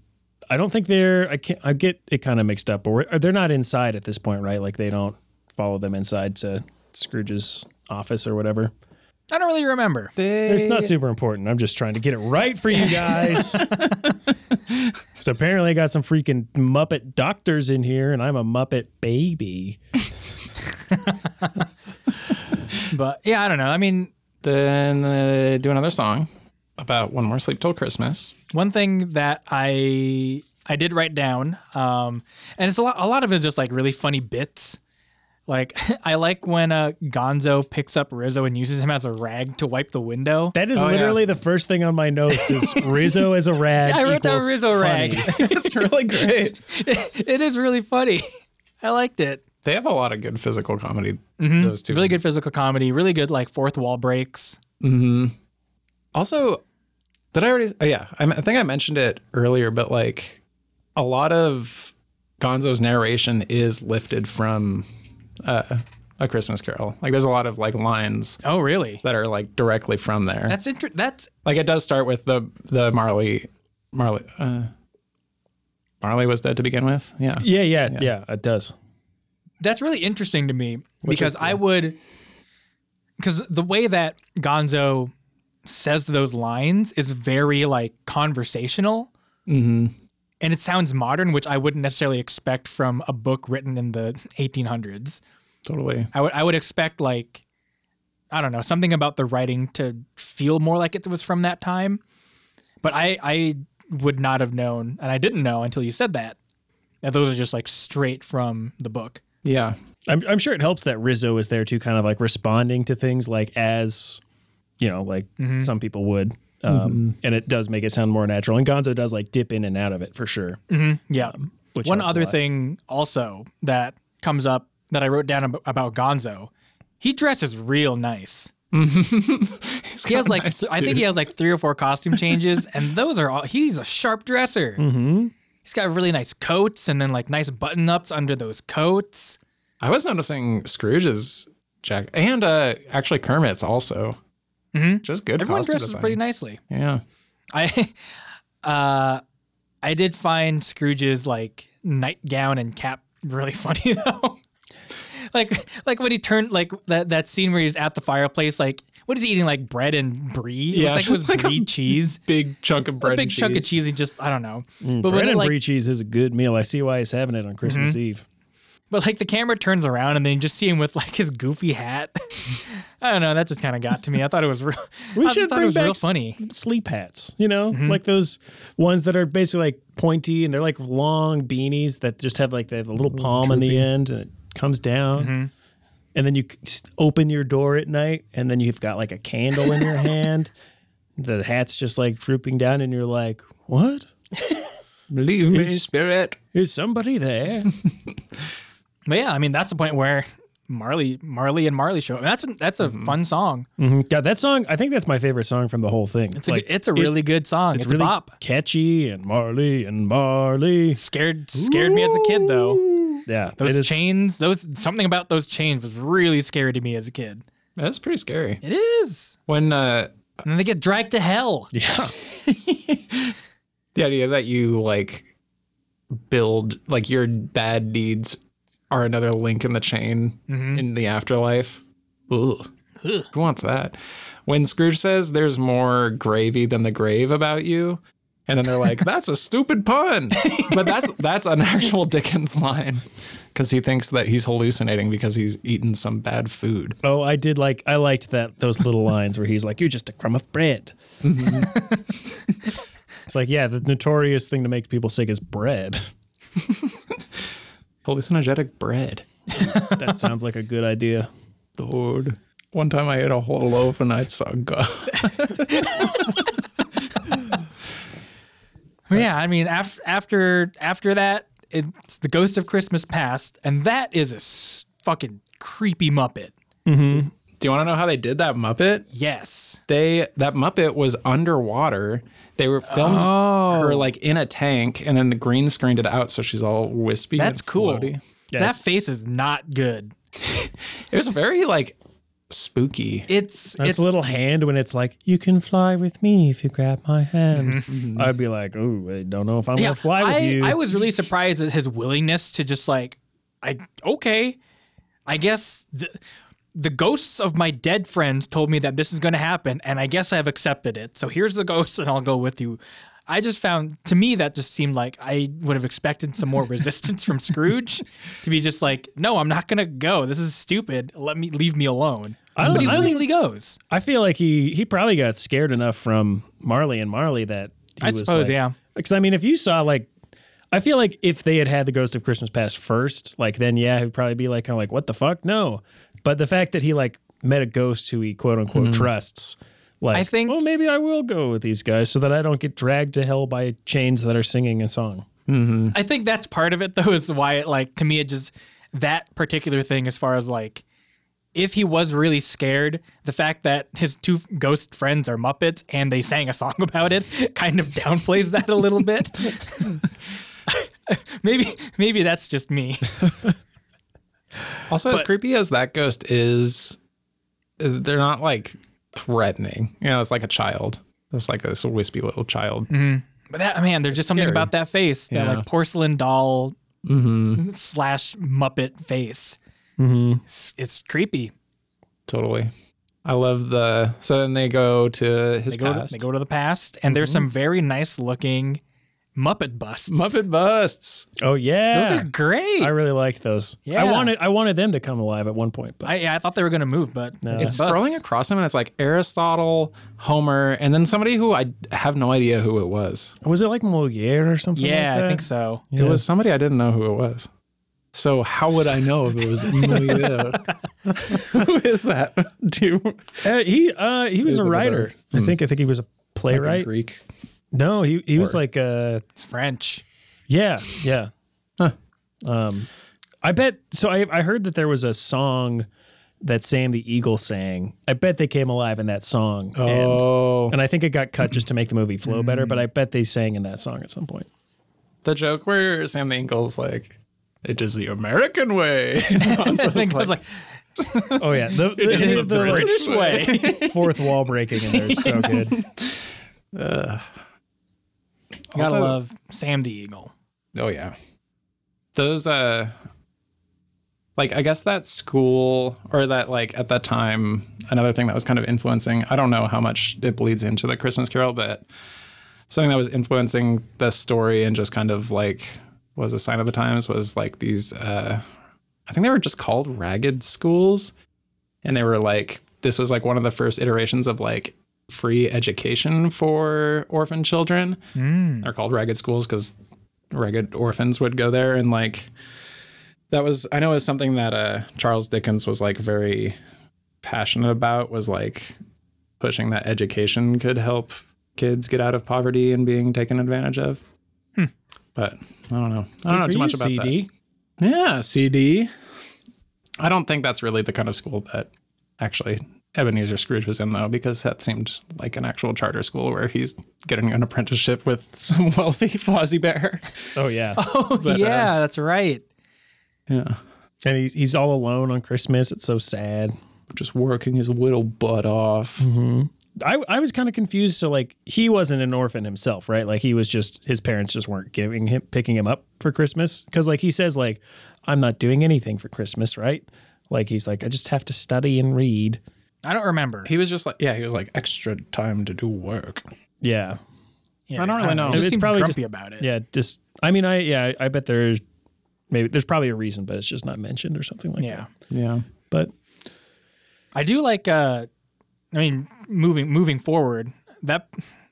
Speaker 2: I don't think they're. I can't. I get it kind of mixed up, but we're, they're not inside at this point, right? Like they don't follow them inside to Scrooge's office or whatever.
Speaker 1: I don't really remember.
Speaker 2: It's not super important. I'm just trying to get it right for you guys. so apparently, I got some freaking Muppet doctors in here, and I'm a Muppet baby.
Speaker 1: But yeah, I don't know. I mean,
Speaker 3: Then uh, do another song about one more sleep till Christmas.
Speaker 1: one thing that I I did write down, um, and it's a lot. A lot of it's just like really funny bits. Like I like when uh, Gonzo picks up Rizzo and uses him as a rag to wipe the window.
Speaker 2: That is
Speaker 3: Oh, yeah.
Speaker 2: literally the first thing on my notes is Rizzo as a rag.
Speaker 1: I wrote down
Speaker 2: equals
Speaker 1: Rizzo rag.
Speaker 2: funny.
Speaker 3: it's really great.
Speaker 1: it is really funny. I liked it.
Speaker 3: They have a lot of good physical comedy. Those two
Speaker 1: Really good physical comedy. Really good like fourth wall breaks.
Speaker 3: Also, did I already? Oh yeah, I, I think I mentioned it earlier, but like a lot of Gonzo's narration is lifted from uh, a Christmas Carol. Like there's a lot of like lines
Speaker 1: Oh really?
Speaker 3: that are like directly from there.
Speaker 1: That's inter- That's
Speaker 3: like it does start with the the Marley Marley uh, Marley was dead to begin with. Yeah,
Speaker 2: Yeah, yeah, yeah, it does.
Speaker 1: that's really interesting to me
Speaker 3: is
Speaker 1: because I would because the way that Gonzo says those lines is very like conversational. Mm-hmm. And it sounds modern, which I wouldn't necessarily expect from a book written in the 1800s.
Speaker 3: totally.
Speaker 1: I would I would expect like I don't know something about the writing to feel more like it was from that time, but I I would not have known, and I didn't know until you said that that those are just like straight from the book.
Speaker 3: Yeah,
Speaker 2: I'm, I'm sure it helps that Rizzo is there too, kind of like responding to things like as, you know, like
Speaker 1: Mm-hmm.
Speaker 2: some people would. Um, And it does make it sound more natural. And Gonzo does like dip in and out of it for sure.
Speaker 1: Yeah.
Speaker 2: which
Speaker 1: One
Speaker 2: helps a
Speaker 1: other
Speaker 2: lot.
Speaker 1: thing also that comes up that I wrote down ab- about Gonzo, he dresses real nice. he has like
Speaker 3: nice
Speaker 1: th- I think he
Speaker 3: suit.
Speaker 1: has like three or four costume changes, and those are all. He's a sharp dresser. He's got really nice coats, and then like nice button ups under those coats.
Speaker 3: I was noticing Scrooge's Jack and uh, actually Kermit's also. Just good.
Speaker 1: Mm-hmm. Everyone
Speaker 3: costume
Speaker 1: dresses
Speaker 3: design.
Speaker 1: pretty nicely.
Speaker 3: Yeah.
Speaker 1: I, uh, I did find Scrooge's like nightgown and cap really funny though. like, like when he turned like that that scene where he's at the fireplace. Like, what is he eating? Like bread and brie?
Speaker 3: Yeah,
Speaker 1: like,
Speaker 3: just
Speaker 1: with
Speaker 3: like a
Speaker 1: brie cheese.
Speaker 3: Big chunk of bread.
Speaker 1: a big
Speaker 3: and
Speaker 1: chunk of cheese. He just I don't know. but
Speaker 2: Mm, Bread
Speaker 1: when it,
Speaker 2: and
Speaker 1: like, Mm-hmm.
Speaker 2: brie cheese is a good meal. I see why he's having it on Christmas Eve.
Speaker 1: but like the camera turns around and then you just see him with like his goofy hat. I don't know. That just kind of got to me. I thought it was real.
Speaker 2: We
Speaker 1: I
Speaker 2: should
Speaker 1: just thought it
Speaker 2: bring
Speaker 1: was
Speaker 2: back
Speaker 1: real
Speaker 2: s-
Speaker 1: funny. Mm-hmm.
Speaker 2: sleep hats. You know, like those ones that are basically like pointy and they're like long beanies that just have like they have a little palm in the end and it comes down.
Speaker 1: Mm-hmm.
Speaker 2: And then you c- s- open your door at night and then you've got like a candle in your hand. The hat's just like drooping down and you're like, what?
Speaker 3: Believe me, spirit.
Speaker 2: Is somebody there?
Speaker 1: But yeah, I mean that's the point where Marley, Marley and Marley show. up. that's a, that's
Speaker 2: Mm-hmm.
Speaker 1: a fun song.
Speaker 2: Mhm. God, that song, I think that's my favorite song from the whole thing.
Speaker 1: It's, a, it's a really good song. It's,
Speaker 2: it's really
Speaker 1: a bop.
Speaker 2: catchy and Marley and Marley.
Speaker 1: Scared scared me as a kid though.
Speaker 2: Yeah.
Speaker 1: Those
Speaker 2: it is-
Speaker 1: chains, those something about those chains was really scary to me as a kid.
Speaker 3: That's pretty scary.
Speaker 1: It is.
Speaker 3: When uh,
Speaker 1: And then they get dragged to hell.
Speaker 3: the idea that you like build like your bad deeds are another link in the chain in the afterlife. Ugh. Who wants that? When Scrooge says there's more gravy than the grave about you, and then they're like, "That's a stupid pun," but that's that's an actual Dickens line because he thinks that he's hallucinating because he's eaten some bad food.
Speaker 2: Oh, I did like I liked that those little lines where he's like, "You're just a crumb of bread."
Speaker 1: Mm-hmm.
Speaker 2: it's like, yeah, the notorious thing to make people sick is bread.
Speaker 3: hallucinogenic bread.
Speaker 2: That sounds like a good idea.
Speaker 3: Dude. One time I ate a whole loaf and I saw God.
Speaker 1: Well, yeah, I mean, af- after after that, it's the Ghost of Christmas Past, and that is a s- fucking creepy Muppet.
Speaker 3: Do you want to know how they did that Muppet?
Speaker 1: Yes,
Speaker 3: They that Muppet was underwater. They were filmed
Speaker 1: Oh.
Speaker 3: her like in a tank, and then the green screened it out, so she's all wispy.
Speaker 1: that's
Speaker 3: and
Speaker 1: cool.
Speaker 3: floaty.
Speaker 1: That face is not good.
Speaker 3: It was very like spooky.
Speaker 1: It's
Speaker 2: That's
Speaker 1: it's
Speaker 2: a little hand when it's like, you can fly with me if you grab my hand. I'd be like, oh, I don't know if I'm
Speaker 1: Mm-hmm. Yeah,
Speaker 2: going to fly with
Speaker 1: I,
Speaker 2: you.
Speaker 1: I was really surprised at his willingness to just like, I okay, I guess the, the ghosts of my dead friends told me that this is going to happen, and I guess I've accepted it. So here's the ghost, and I'll go with you. I just found to me that just seemed like I would have expected some more resistance from Scrooge to be just like, no, I'm not gonna go. This is stupid. Let me leave me alone.
Speaker 2: I don't
Speaker 1: but he
Speaker 2: know. I-
Speaker 1: willingly goes.
Speaker 2: I feel like he he probably got scared enough from Marley and Marley that he
Speaker 1: I
Speaker 2: was
Speaker 1: suppose,
Speaker 2: like-
Speaker 1: yeah.
Speaker 2: Because I mean, if you saw like, I feel like if they had had the Ghost of Christmas Past first, like then yeah, he'd probably be like kind of like, what the fuck, no. But the fact that he like met a ghost who he quote unquote trusts, like
Speaker 1: Mm-hmm. I think-
Speaker 2: well, maybe I will go with these guys so that I don't get dragged to hell by chains that are singing a song.
Speaker 1: I think that's part of it though is why it like to me it just that particular thing as far as like if he was really scared, the fact that his two ghost friends are Muppets and they sang a song about it kind of downplays that a little bit. maybe maybe that's just me.
Speaker 3: Also, as creepy as that ghost is, uh, they're not like threatening. You know, it's like a child. It's like this wispy little child.
Speaker 1: Mm-hmm. But that man, there's just something
Speaker 3: scary.
Speaker 1: about that face,
Speaker 3: Yeah. Mm-hmm.
Speaker 1: that like porcelain doll slash Muppet face. It's, it's creepy.
Speaker 3: Totally. I love the. So then they go to his
Speaker 1: They go, to,
Speaker 3: past. Mm-hmm.
Speaker 1: they go to the past, and there's some very nice looking Muppet busts.
Speaker 3: Muppet busts.
Speaker 2: Oh yeah,
Speaker 1: Those are great.
Speaker 2: I really liked those.
Speaker 1: Yeah.
Speaker 2: I wanted I wanted them to come alive at one point, but
Speaker 1: I, I thought they were going to move, but
Speaker 3: It's
Speaker 1: busts.
Speaker 3: scrolling across him, and it's like Aristotle, Homer, and then somebody who I have no idea who it was.
Speaker 2: was it like Moliere or something?
Speaker 1: Yeah,
Speaker 2: like
Speaker 1: I
Speaker 2: that?
Speaker 1: think so.
Speaker 2: Yeah.
Speaker 3: It was somebody I didn't know who it was. So how would I know if it was Moliere? who is that? Do
Speaker 2: Uh, he uh, he was a
Speaker 3: Is it Hmm.
Speaker 2: writer. I think I think he was a playwright.
Speaker 3: Greek?
Speaker 2: No, he he was like uh
Speaker 1: It's French.
Speaker 2: yeah yeah. Um, I bet. So I I heard that there was a song that Sam the Eagle sang. I bet they came alive in that song. And,
Speaker 3: Oh,
Speaker 2: and I think it got cut just to make the movie flow better. But I bet they sang in that song at some point.
Speaker 3: the joke where Sam the Eagle's like, "It is the American way."
Speaker 1: I think I was like,
Speaker 2: Oh yeah, the, the,
Speaker 3: is
Speaker 2: here's
Speaker 3: a
Speaker 2: the, like,
Speaker 3: British
Speaker 1: way.
Speaker 2: fourth wall breaking in there is so good.
Speaker 1: gotta
Speaker 3: Also-
Speaker 1: love Sam the Eagle.
Speaker 3: Oh yeah. Those uh like I guess that school or that like at that time another thing that was kind of influencing I don't know how much it bleeds into the Christmas carol but something that was influencing the story and just kind of like was a sign of the times was like these uh I think they were just called ragged schools and they were like this was like one of the first iterations of like free education for orphan children.
Speaker 2: Hmm.
Speaker 3: They're called ragged schools cuz ragged orphans would go there and like that was i know it was something that uh charles dickens was like very passionate about was like pushing that education could help kids get out of poverty and being taken advantage of but i don't know i don't know
Speaker 2: Hmm. Good
Speaker 3: too
Speaker 2: for
Speaker 3: much
Speaker 2: you,
Speaker 3: about
Speaker 2: CD.
Speaker 3: that yeah cd i don't think that's really the kind of school that actually ebenezer scrooge was in though because that seemed like an actual charter school where he's getting an apprenticeship with some wealthy fozzie bear
Speaker 2: Oh yeah.
Speaker 3: uh,
Speaker 1: yeah, that's right.
Speaker 3: yeah
Speaker 2: And he's he's all alone on Christmas. It's so sad.
Speaker 3: just working his little butt off.
Speaker 1: Mm-hmm.
Speaker 2: I, I was kind of confused. So like he wasn't an orphan himself, right? Like he was just his parents just weren't giving him picking him up for Christmas because like he says like I'm not doing anything for Christmas, right? Like he's like I just have to study and read.
Speaker 1: I don't remember.
Speaker 3: He was just like, yeah, he was like extra time to do work.
Speaker 2: Yeah,
Speaker 1: Yeah,
Speaker 3: I don't really know.
Speaker 1: He just
Speaker 2: It's
Speaker 1: seemed
Speaker 2: probably
Speaker 1: grumpy
Speaker 2: just-
Speaker 1: about it.
Speaker 2: yeah. Just I mean I yeah I bet there's maybe there's probably a reason, but it's just not mentioned or something like
Speaker 1: Yeah.
Speaker 2: that.
Speaker 3: Yeah,
Speaker 2: But
Speaker 1: I do like uh I mean moving moving forward that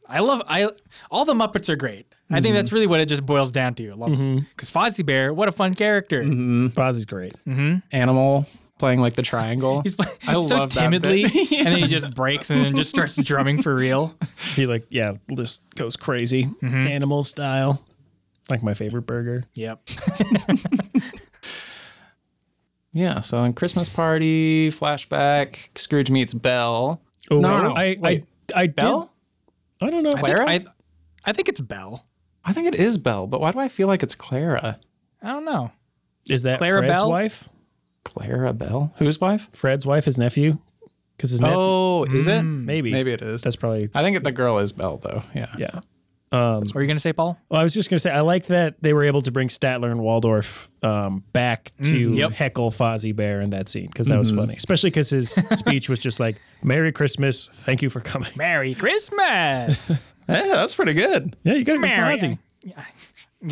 Speaker 1: I love I all the Muppets are great. I
Speaker 3: Mm-hmm.
Speaker 1: think that's really what it just boils down to. I love because Fozzie Bear, what a fun character.
Speaker 2: Fozzie's great.
Speaker 1: Mm.
Speaker 3: Animal playing like the triangle.
Speaker 1: He's play-
Speaker 3: I
Speaker 1: so
Speaker 3: love that bit.
Speaker 1: timidly, and then he just breaks and then just starts drumming for real.
Speaker 2: He like yeah, just goes crazy,
Speaker 1: Mm-hmm.
Speaker 2: animal style. Like my favorite burger.
Speaker 1: Yep.
Speaker 3: Yeah, so in Christmas Party, flashback, Scrooge meets Belle.
Speaker 2: Oh,
Speaker 3: no, no, no.
Speaker 2: I I,
Speaker 3: Wait.
Speaker 2: I did.
Speaker 3: Belle?
Speaker 2: I don't know. if I-
Speaker 3: Clara?
Speaker 1: I, I think it's Belle.
Speaker 3: I think it is Belle, but why do I feel like it's Clara?
Speaker 1: I don't know.
Speaker 2: Is that
Speaker 1: Clara
Speaker 2: Fred's
Speaker 1: Belle?
Speaker 2: wife?
Speaker 3: Clara Belle? Whose wife?
Speaker 2: Fred's wife, his nephew? Because his nephew
Speaker 3: Oh, is it?
Speaker 2: maybe
Speaker 3: Maybe it is.
Speaker 2: that's probably
Speaker 3: I think the girl is Belle, though. Yeah.
Speaker 2: yeah.
Speaker 1: What were you gonna say, Paul?
Speaker 2: Well, I was just gonna say I like that they were able to bring Statler and Waldorf um, back to
Speaker 1: yep.
Speaker 2: heckle Fozzie Bear in that scene because that was funny, especially because his speech was just like "Merry Christmas, thank you for coming."
Speaker 1: Merry Christmas.
Speaker 3: Yeah, that's pretty good.
Speaker 2: Yeah, you got to be
Speaker 1: Merry.
Speaker 2: Fozzie.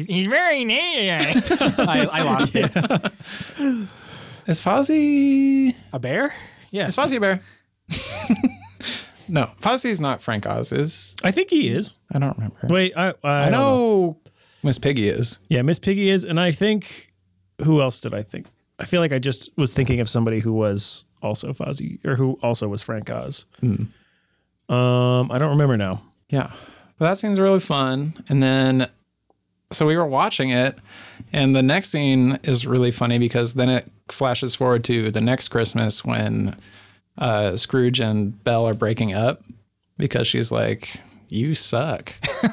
Speaker 1: He's very neat. I, I lost it.
Speaker 3: Is Fozzie.
Speaker 1: A bear? Yes.
Speaker 3: Is Fozzie a Bear? no, Fozzie's not Frank Oz, is?
Speaker 2: I think he is.
Speaker 3: I don't remember.
Speaker 2: Wait, I I,
Speaker 3: I
Speaker 2: don't know.
Speaker 3: know Miss Piggy is.
Speaker 2: Yeah, Miss Piggy is, and I think who else did I think? I feel like I just was thinking of somebody who was also Fozzie or who also was Frank Oz. Um, I don't remember now.
Speaker 3: Yeah. But that scene's really fun. And then, so we were watching it, and the next scene is really funny because then it flashes forward to the next Christmas when uh, Scrooge and Belle are breaking up because she's like, You suck.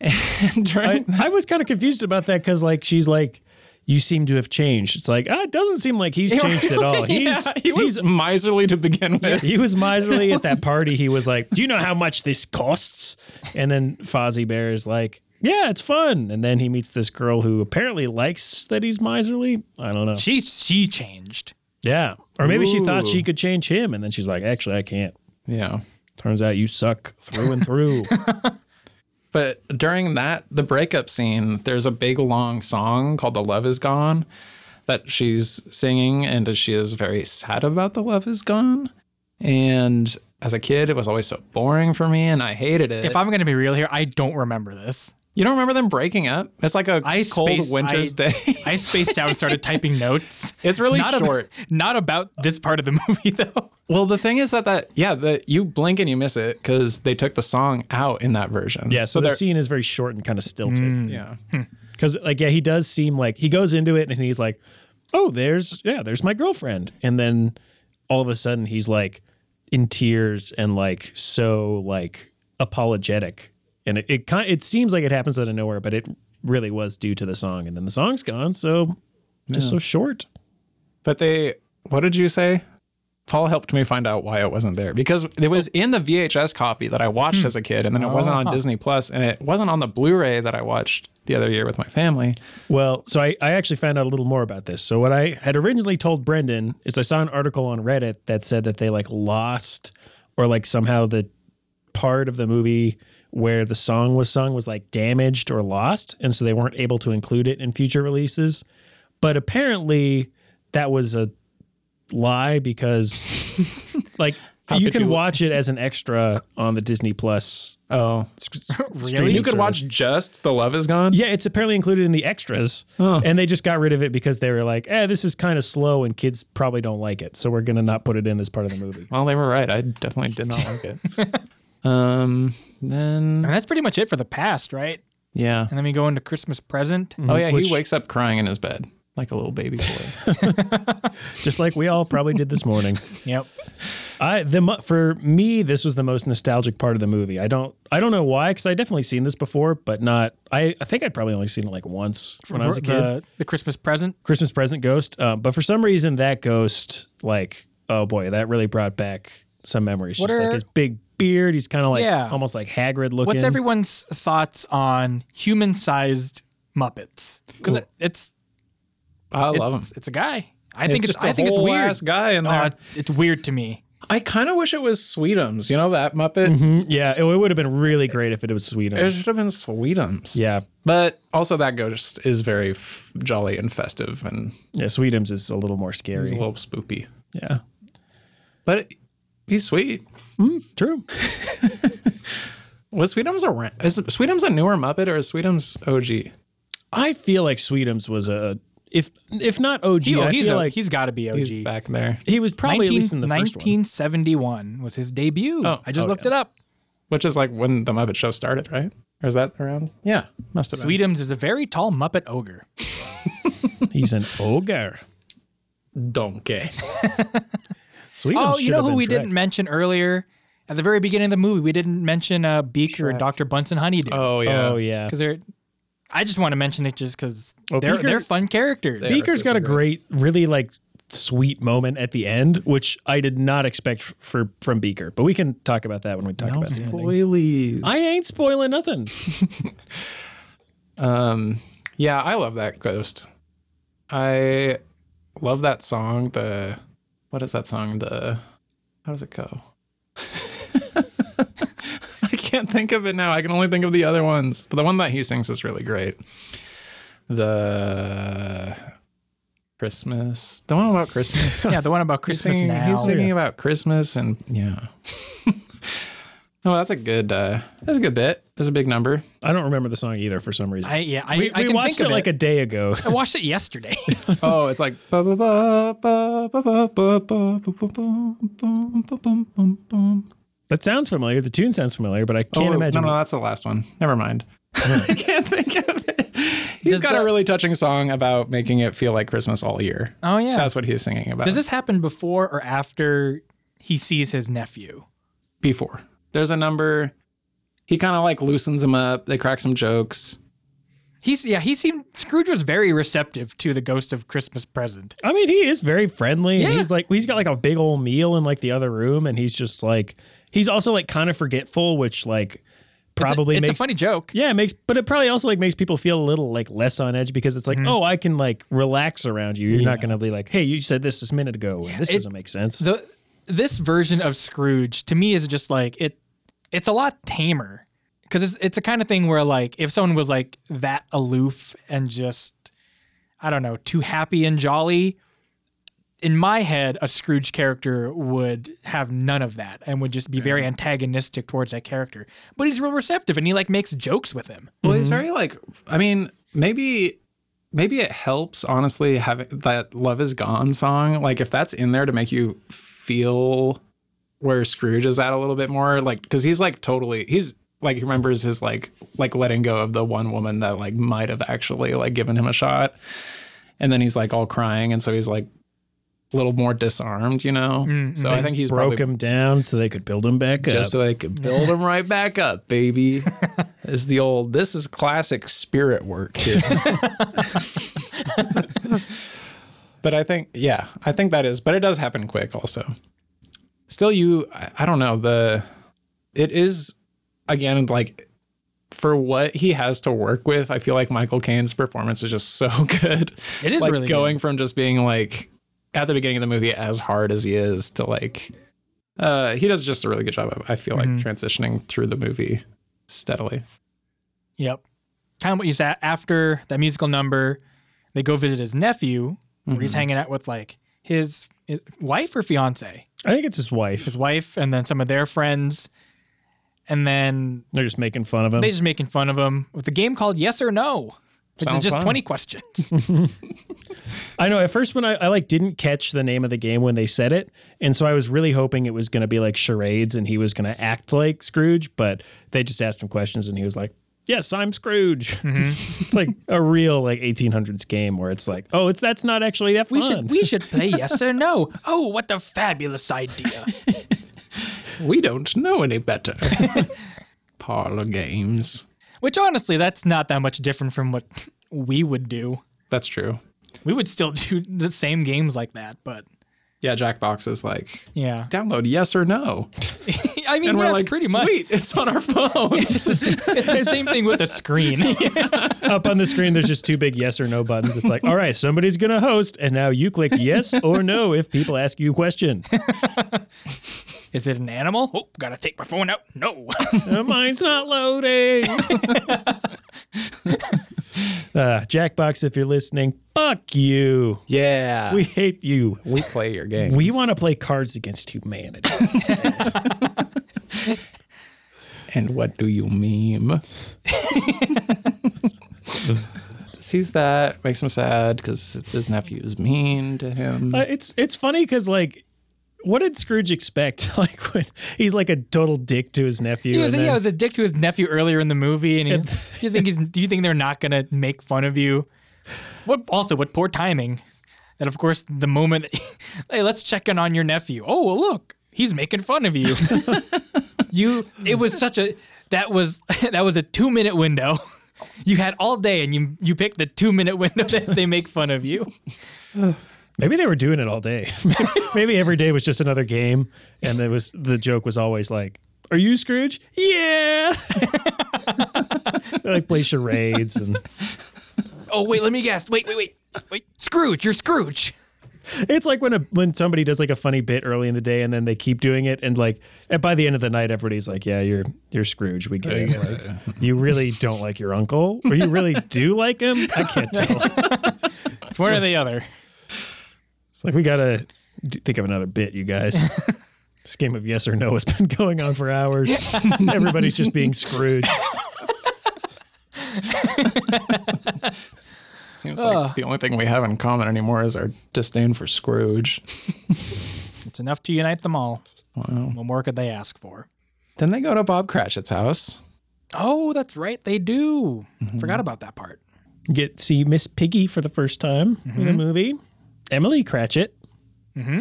Speaker 3: and
Speaker 2: I,
Speaker 3: during,
Speaker 2: I was kind of confused about that because like she's like, you seem to have changed. It's like ah, it doesn't seem like he's changed at all. He's
Speaker 3: Yeah, he was miserly to begin with.
Speaker 2: he was miserly at that party. He was like, do you know how much this costs? And then Fozzie Bear is like. Yeah, it's fun. And then he meets this girl who apparently likes that he's miserly. I don't know.
Speaker 1: She she changed.
Speaker 2: Yeah. Or maybe she thought
Speaker 3: Ooh.
Speaker 2: she could change him and then she's like, actually I can't.
Speaker 3: Yeah.
Speaker 2: Turns out you suck through and through.
Speaker 3: But during that, the breakup scene, there's a big long song called The Love Is Gone that she's singing, and she is very sad about The Love Is Gone. And as a kid, it was always so boring for me, and I hated it.
Speaker 1: If I'm gonna be real here, I don't remember this.
Speaker 3: you don't remember them breaking up? It's like a
Speaker 1: I
Speaker 3: cold
Speaker 1: spaced-
Speaker 3: winter's
Speaker 1: I-
Speaker 3: day.
Speaker 1: I spaced out and started typing notes.
Speaker 3: it's really
Speaker 1: not ab-
Speaker 3: short.
Speaker 1: not about this part of the movie though.
Speaker 3: well, the thing is that that yeah, the you blink and you miss it because they took the song out in that version.
Speaker 2: yeah, so, the
Speaker 3: they're- Mm. Hmm.
Speaker 2: scene is very short and kind of stilted.
Speaker 3: yeah.
Speaker 2: Because like yeah, he does seem like he goes into it and he's like, Oh, there's yeah, there's my girlfriend. And then all of a sudden he's like in tears and like so like apologetic. And it, it kind it seems like it happens out of nowhere, but it really was due to the song. And then the song's gone, so just so short.
Speaker 3: But they, what did you say? Paul helped me find out why it wasn't there because it was in the VHS copy that I watched as a kid, and then it wasn't on Disney Plus, and it wasn't on the Blu-ray that I watched the other year with my family.
Speaker 2: Well, so I, I actually found out a little more about this. So what I had originally told Brendan is I saw an article on Reddit that said that they like lost or like somehow the part of the movie where the song was sung was like damaged or lost and so they weren't able to include it in future releases. But apparently that was a lie because like you
Speaker 3: could
Speaker 2: can
Speaker 3: you-
Speaker 2: watch it as an extra on the Disney Plus.
Speaker 3: Oh,
Speaker 2: streaming
Speaker 3: You could
Speaker 2: service.
Speaker 3: watch just "The Love Is Gone."
Speaker 2: Yeah, it's apparently included in the extras, and they just got rid of it because they were like, "Eh, this is kind of slow, and kids probably don't like it, so we're gonna not put it in this part of the movie."
Speaker 3: Well, they were right. I definitely did not like it. um. Then
Speaker 1: And that's pretty much it for the past, right? Mm-hmm.
Speaker 3: yeah.
Speaker 1: And then we go into Christmas present.
Speaker 3: Oh yeah.
Speaker 2: Which-
Speaker 3: he wakes up crying in his bed like a little baby boy.
Speaker 2: just like we all probably did this morning.
Speaker 1: Yep.
Speaker 2: I the mo- for me, this was the most nostalgic part of the movie. I don't I don't know why, because I definitely seen this before, but not. I I think I'd probably only seen it like once when I was a kid.
Speaker 1: The, the Christmas present.
Speaker 2: Christmas present ghost. Uh, but for some reason, that ghost, like, oh boy, that really brought back some memories.
Speaker 1: What
Speaker 2: Just
Speaker 1: are-
Speaker 2: like his big beard. He's kind of like
Speaker 1: Yeah.
Speaker 2: almost like Hagrid looking.
Speaker 1: What's everyone's thoughts on human-sized Muppets? Because it, it's
Speaker 3: I love him.
Speaker 1: it's, it's a guy. I think it's
Speaker 3: just
Speaker 1: I
Speaker 3: a
Speaker 1: think it's
Speaker 3: whole
Speaker 1: weird.
Speaker 3: ass guy in
Speaker 1: Uh,
Speaker 3: there.
Speaker 1: it's weird to me.
Speaker 3: Oh, I kind of wish it was Sweetums. You know that Muppet.
Speaker 2: Mm-hmm. Yeah, it, would have been really great if it was
Speaker 3: It
Speaker 2: Sweden.
Speaker 3: should have been Sweetums.
Speaker 2: Yeah,
Speaker 3: But also, that ghost is very f- jolly and festive and
Speaker 2: yeah, Sweden's is a little more scary.
Speaker 3: he's a little spoopy.
Speaker 2: yeah,
Speaker 3: But he's sweet.
Speaker 2: true.
Speaker 3: Was Sweetums a ra- is Sweetums a newer Muppet or is Sweetums OG?
Speaker 2: I feel like Sweetums was a if if not OG,
Speaker 1: He- oh,
Speaker 2: I
Speaker 1: he's
Speaker 2: feel
Speaker 1: a-
Speaker 2: like
Speaker 1: he's got to be OG.
Speaker 3: He's back there.
Speaker 2: he was probably at least in the
Speaker 1: 19-
Speaker 2: first one.
Speaker 1: 1971 was his debut.
Speaker 3: Oh,
Speaker 1: I just
Speaker 3: oh,
Speaker 1: looked
Speaker 3: yeah.
Speaker 1: it up.
Speaker 3: Which is like when the Muppet Show started, right? Or is that around? Yeah, must have been.
Speaker 1: Sweetums is a very tall Muppet ogre.
Speaker 2: He's an ogre.
Speaker 3: Donkey.
Speaker 2: Sweetums.
Speaker 1: Oh, you
Speaker 2: should
Speaker 1: know
Speaker 2: have
Speaker 1: who
Speaker 2: been
Speaker 1: we
Speaker 2: Shrek.
Speaker 1: didn't mention earlier? At the very beginning of the movie, we didn't mention uh, Beaker and Dr. Bunsen Honeydew.
Speaker 3: Oh yeah.
Speaker 2: Oh yeah.
Speaker 1: Because they're, I just want to mention it just because
Speaker 2: Well,
Speaker 1: they're,
Speaker 2: Beaker-
Speaker 1: they're fun characters.
Speaker 3: They are
Speaker 2: Beaker's got
Speaker 3: super
Speaker 2: a great, really like sweet moment at the end, which I did not expect f- for from Beaker. But we can talk about that when we talk about the ending.
Speaker 3: Spoilies.
Speaker 2: I ain't spoiling nothing.
Speaker 3: Yeah, I love that ghost. I love that song. The what is that song? The how does it go? I can't think of it now. I can only think of the other ones. But the one that he sings is really great. The Christmas. The one about Christmas.
Speaker 1: Yeah, the one about
Speaker 3: He's
Speaker 1: Christmas
Speaker 3: singing-
Speaker 1: now.
Speaker 3: He's singing about Christmas and yeah. oh, that's a good uh that's a good bit. That's a big number.
Speaker 2: I don't remember the song either for some reason.
Speaker 1: I, yeah, I,
Speaker 2: we
Speaker 1: I
Speaker 2: we
Speaker 1: can
Speaker 2: watched
Speaker 1: think
Speaker 2: it
Speaker 1: of
Speaker 2: like a day ago.
Speaker 1: I watched it yesterday.
Speaker 3: Oh, it's like ba ba ba ba ba ba ba ba ba ba bum, bum, bum, bum, bum, bum.
Speaker 2: that sounds familiar. The tune sounds familiar, but I
Speaker 3: Oh,
Speaker 2: can't imagine.
Speaker 3: No, no, that's the last one. Never mind. I can't think of it. He's
Speaker 1: Does
Speaker 3: got
Speaker 1: that-
Speaker 3: a really touching song about making it feel like Christmas all year.
Speaker 1: oh, yeah.
Speaker 3: That's what he's singing about.
Speaker 1: Does this happen before or after he sees his nephew?
Speaker 3: before? There's a number. He kind of like loosens him up. They crack some jokes.
Speaker 1: He's yeah. He seemed Scrooge was very receptive to the ghost of Christmas present.
Speaker 2: I mean, he is very friendly. and
Speaker 1: Yeah.
Speaker 2: He's like he's got like a big old meal in like the other room, and he's just like he's also like kind of forgetful, which like probably
Speaker 1: it's
Speaker 2: makes
Speaker 1: a funny joke.
Speaker 2: Yeah, it makes, but it probably also like makes people feel a little like less on edge because it's like,
Speaker 3: Mm-hmm.
Speaker 2: oh, I can like relax around you. You're not gonna be like, hey, you said this just a minute ago, and this
Speaker 1: it-
Speaker 2: doesn't make sense.
Speaker 1: The this version of Scrooge to me is just like it. It's a lot tamer because it's it's a kind of thing where like if someone was like that aloof and just I don't know too happy and jolly. In my head, a Scrooge character would have none of that and would just be very antagonistic towards that character. But he's real receptive and he like makes jokes with him.
Speaker 3: Well, he's very like. I mean, maybe, maybe it helps. Honestly, having that "Love Is Gone" song, like if that's in there to make you feel where Scrooge is at a little bit more, like because he's like totally he's like he remembers his like like letting go of the one woman that like might have actually like given him a shot, and then he's like all crying, and so he's like a little more disarmed, you know. So I think he's
Speaker 2: Broke
Speaker 3: probably
Speaker 2: him down so they could build him back up.
Speaker 3: just so they could build them right back up, baby. It's the old. This is classic spirit work. Kid. but I think, yeah, I think that is. But it does happen quick, also. Still, you, I, I don't know the. It is again like for what he has to work with. I feel like Michael Caine's performance is just so good.
Speaker 1: It is
Speaker 3: like
Speaker 1: really good.
Speaker 3: going from just being like at the beginning of the movie as hard as he is to like uh he does just a really good job of, i feel
Speaker 1: Mm-hmm.
Speaker 3: like transitioning through the movie steadily
Speaker 1: Yep. Kind of what you said after that musical number, they go visit his nephew where
Speaker 3: Mm-hmm.
Speaker 1: he's hanging out with like his, his wife or fiance,
Speaker 2: I think it's his wife.
Speaker 1: his wife, and then some of their friends. And then
Speaker 2: They're just making fun of him.
Speaker 1: they just making fun of him with a game called Yes or No, which
Speaker 3: Sounds
Speaker 1: is just
Speaker 3: fun.
Speaker 1: 20 questions.
Speaker 2: I know. At first, when I, I like didn't catch the name of the game when they said it, and so I was really hoping it was gonna be like charades and he was gonna act like Scrooge, but they just asked him questions and he was like. Yes, I'm Scrooge. it's like a real like 1800s game where it's like, oh, it's that's not actually that fun.
Speaker 1: we should we should play Yes or No. Oh, what a fabulous idea.
Speaker 3: we don't know any better parlor games
Speaker 1: which honestly, that's not that much different from what we would do.
Speaker 3: that's true
Speaker 1: We would still do the same games like that, but
Speaker 3: yeah jackbox is like
Speaker 1: yeah.
Speaker 3: download yes or no
Speaker 1: I mean,
Speaker 3: and
Speaker 1: yeah,
Speaker 3: we're like
Speaker 1: pretty
Speaker 3: sweet
Speaker 1: much.
Speaker 3: it's on our phones
Speaker 1: it's the same thing with the screen.
Speaker 2: up on the screen there's just two big yes or no buttons it's like all right somebody's gonna host and now you click yes or no if people ask you a question
Speaker 1: Is it an animal? Oh, gotta take my phone out. No.
Speaker 2: Uh, mine's not loading uh, jackbox if you're listening fuck you
Speaker 3: yeah
Speaker 2: we
Speaker 3: we,
Speaker 2: hate you
Speaker 3: we play your game
Speaker 2: we want to play cards against humanity
Speaker 3: And what do you meme? Sees that, makes him sad because his nephew is mean to him.
Speaker 2: Uh, it's it's funny because like, what did Scrooge expect? like when he's like a total dick to his nephew.
Speaker 1: He was,
Speaker 2: and then-
Speaker 1: yeah, he was a dick to his nephew earlier in the movie, and he was, you think he's, do you think they're not gonna make fun of you? What also? What poor timing! And of course, the moment, hey, let's check in on your nephew. Oh, well, look, he's making fun of you. you, it was such a that was that was a two minute window. You had all day, and you you picked the two minute window that they make fun of you.
Speaker 2: Maybe they were doing it all day. Maybe every day was just another game, and there was the joke was always like, "Are you Scrooge? Yeah." they like play charades and
Speaker 1: Oh wait, let me guess. Wait, wait, wait, wait. Scrooge, you're Scrooge.
Speaker 2: it's like when a when somebody does like a funny bit early in the day and then they keep doing it and like and by the end of the night everybody's like, "Yeah, you're you're Scrooge. We get it. Like, you really don't like your uncle, or you really do like him. I can't tell.
Speaker 1: It's one or the other.
Speaker 2: It's like we gotta d- think of another bit, you guys. this game of yes or no has been going on for hours. Everybody's just being Scrooge.
Speaker 3: Seems like
Speaker 1: Ugh.
Speaker 3: the only thing we have in common anymore is our disdain for Scrooge.
Speaker 1: It's enough to unite them all.
Speaker 3: Wow.
Speaker 1: What more could they ask for?
Speaker 3: Then they go to Bob Cratchit's house.
Speaker 1: Oh, that's right. They do. Forgot about that part.
Speaker 2: get to see Miss Piggy for the first time in
Speaker 1: Mm-hmm.
Speaker 2: a movie. Emily Cratchit.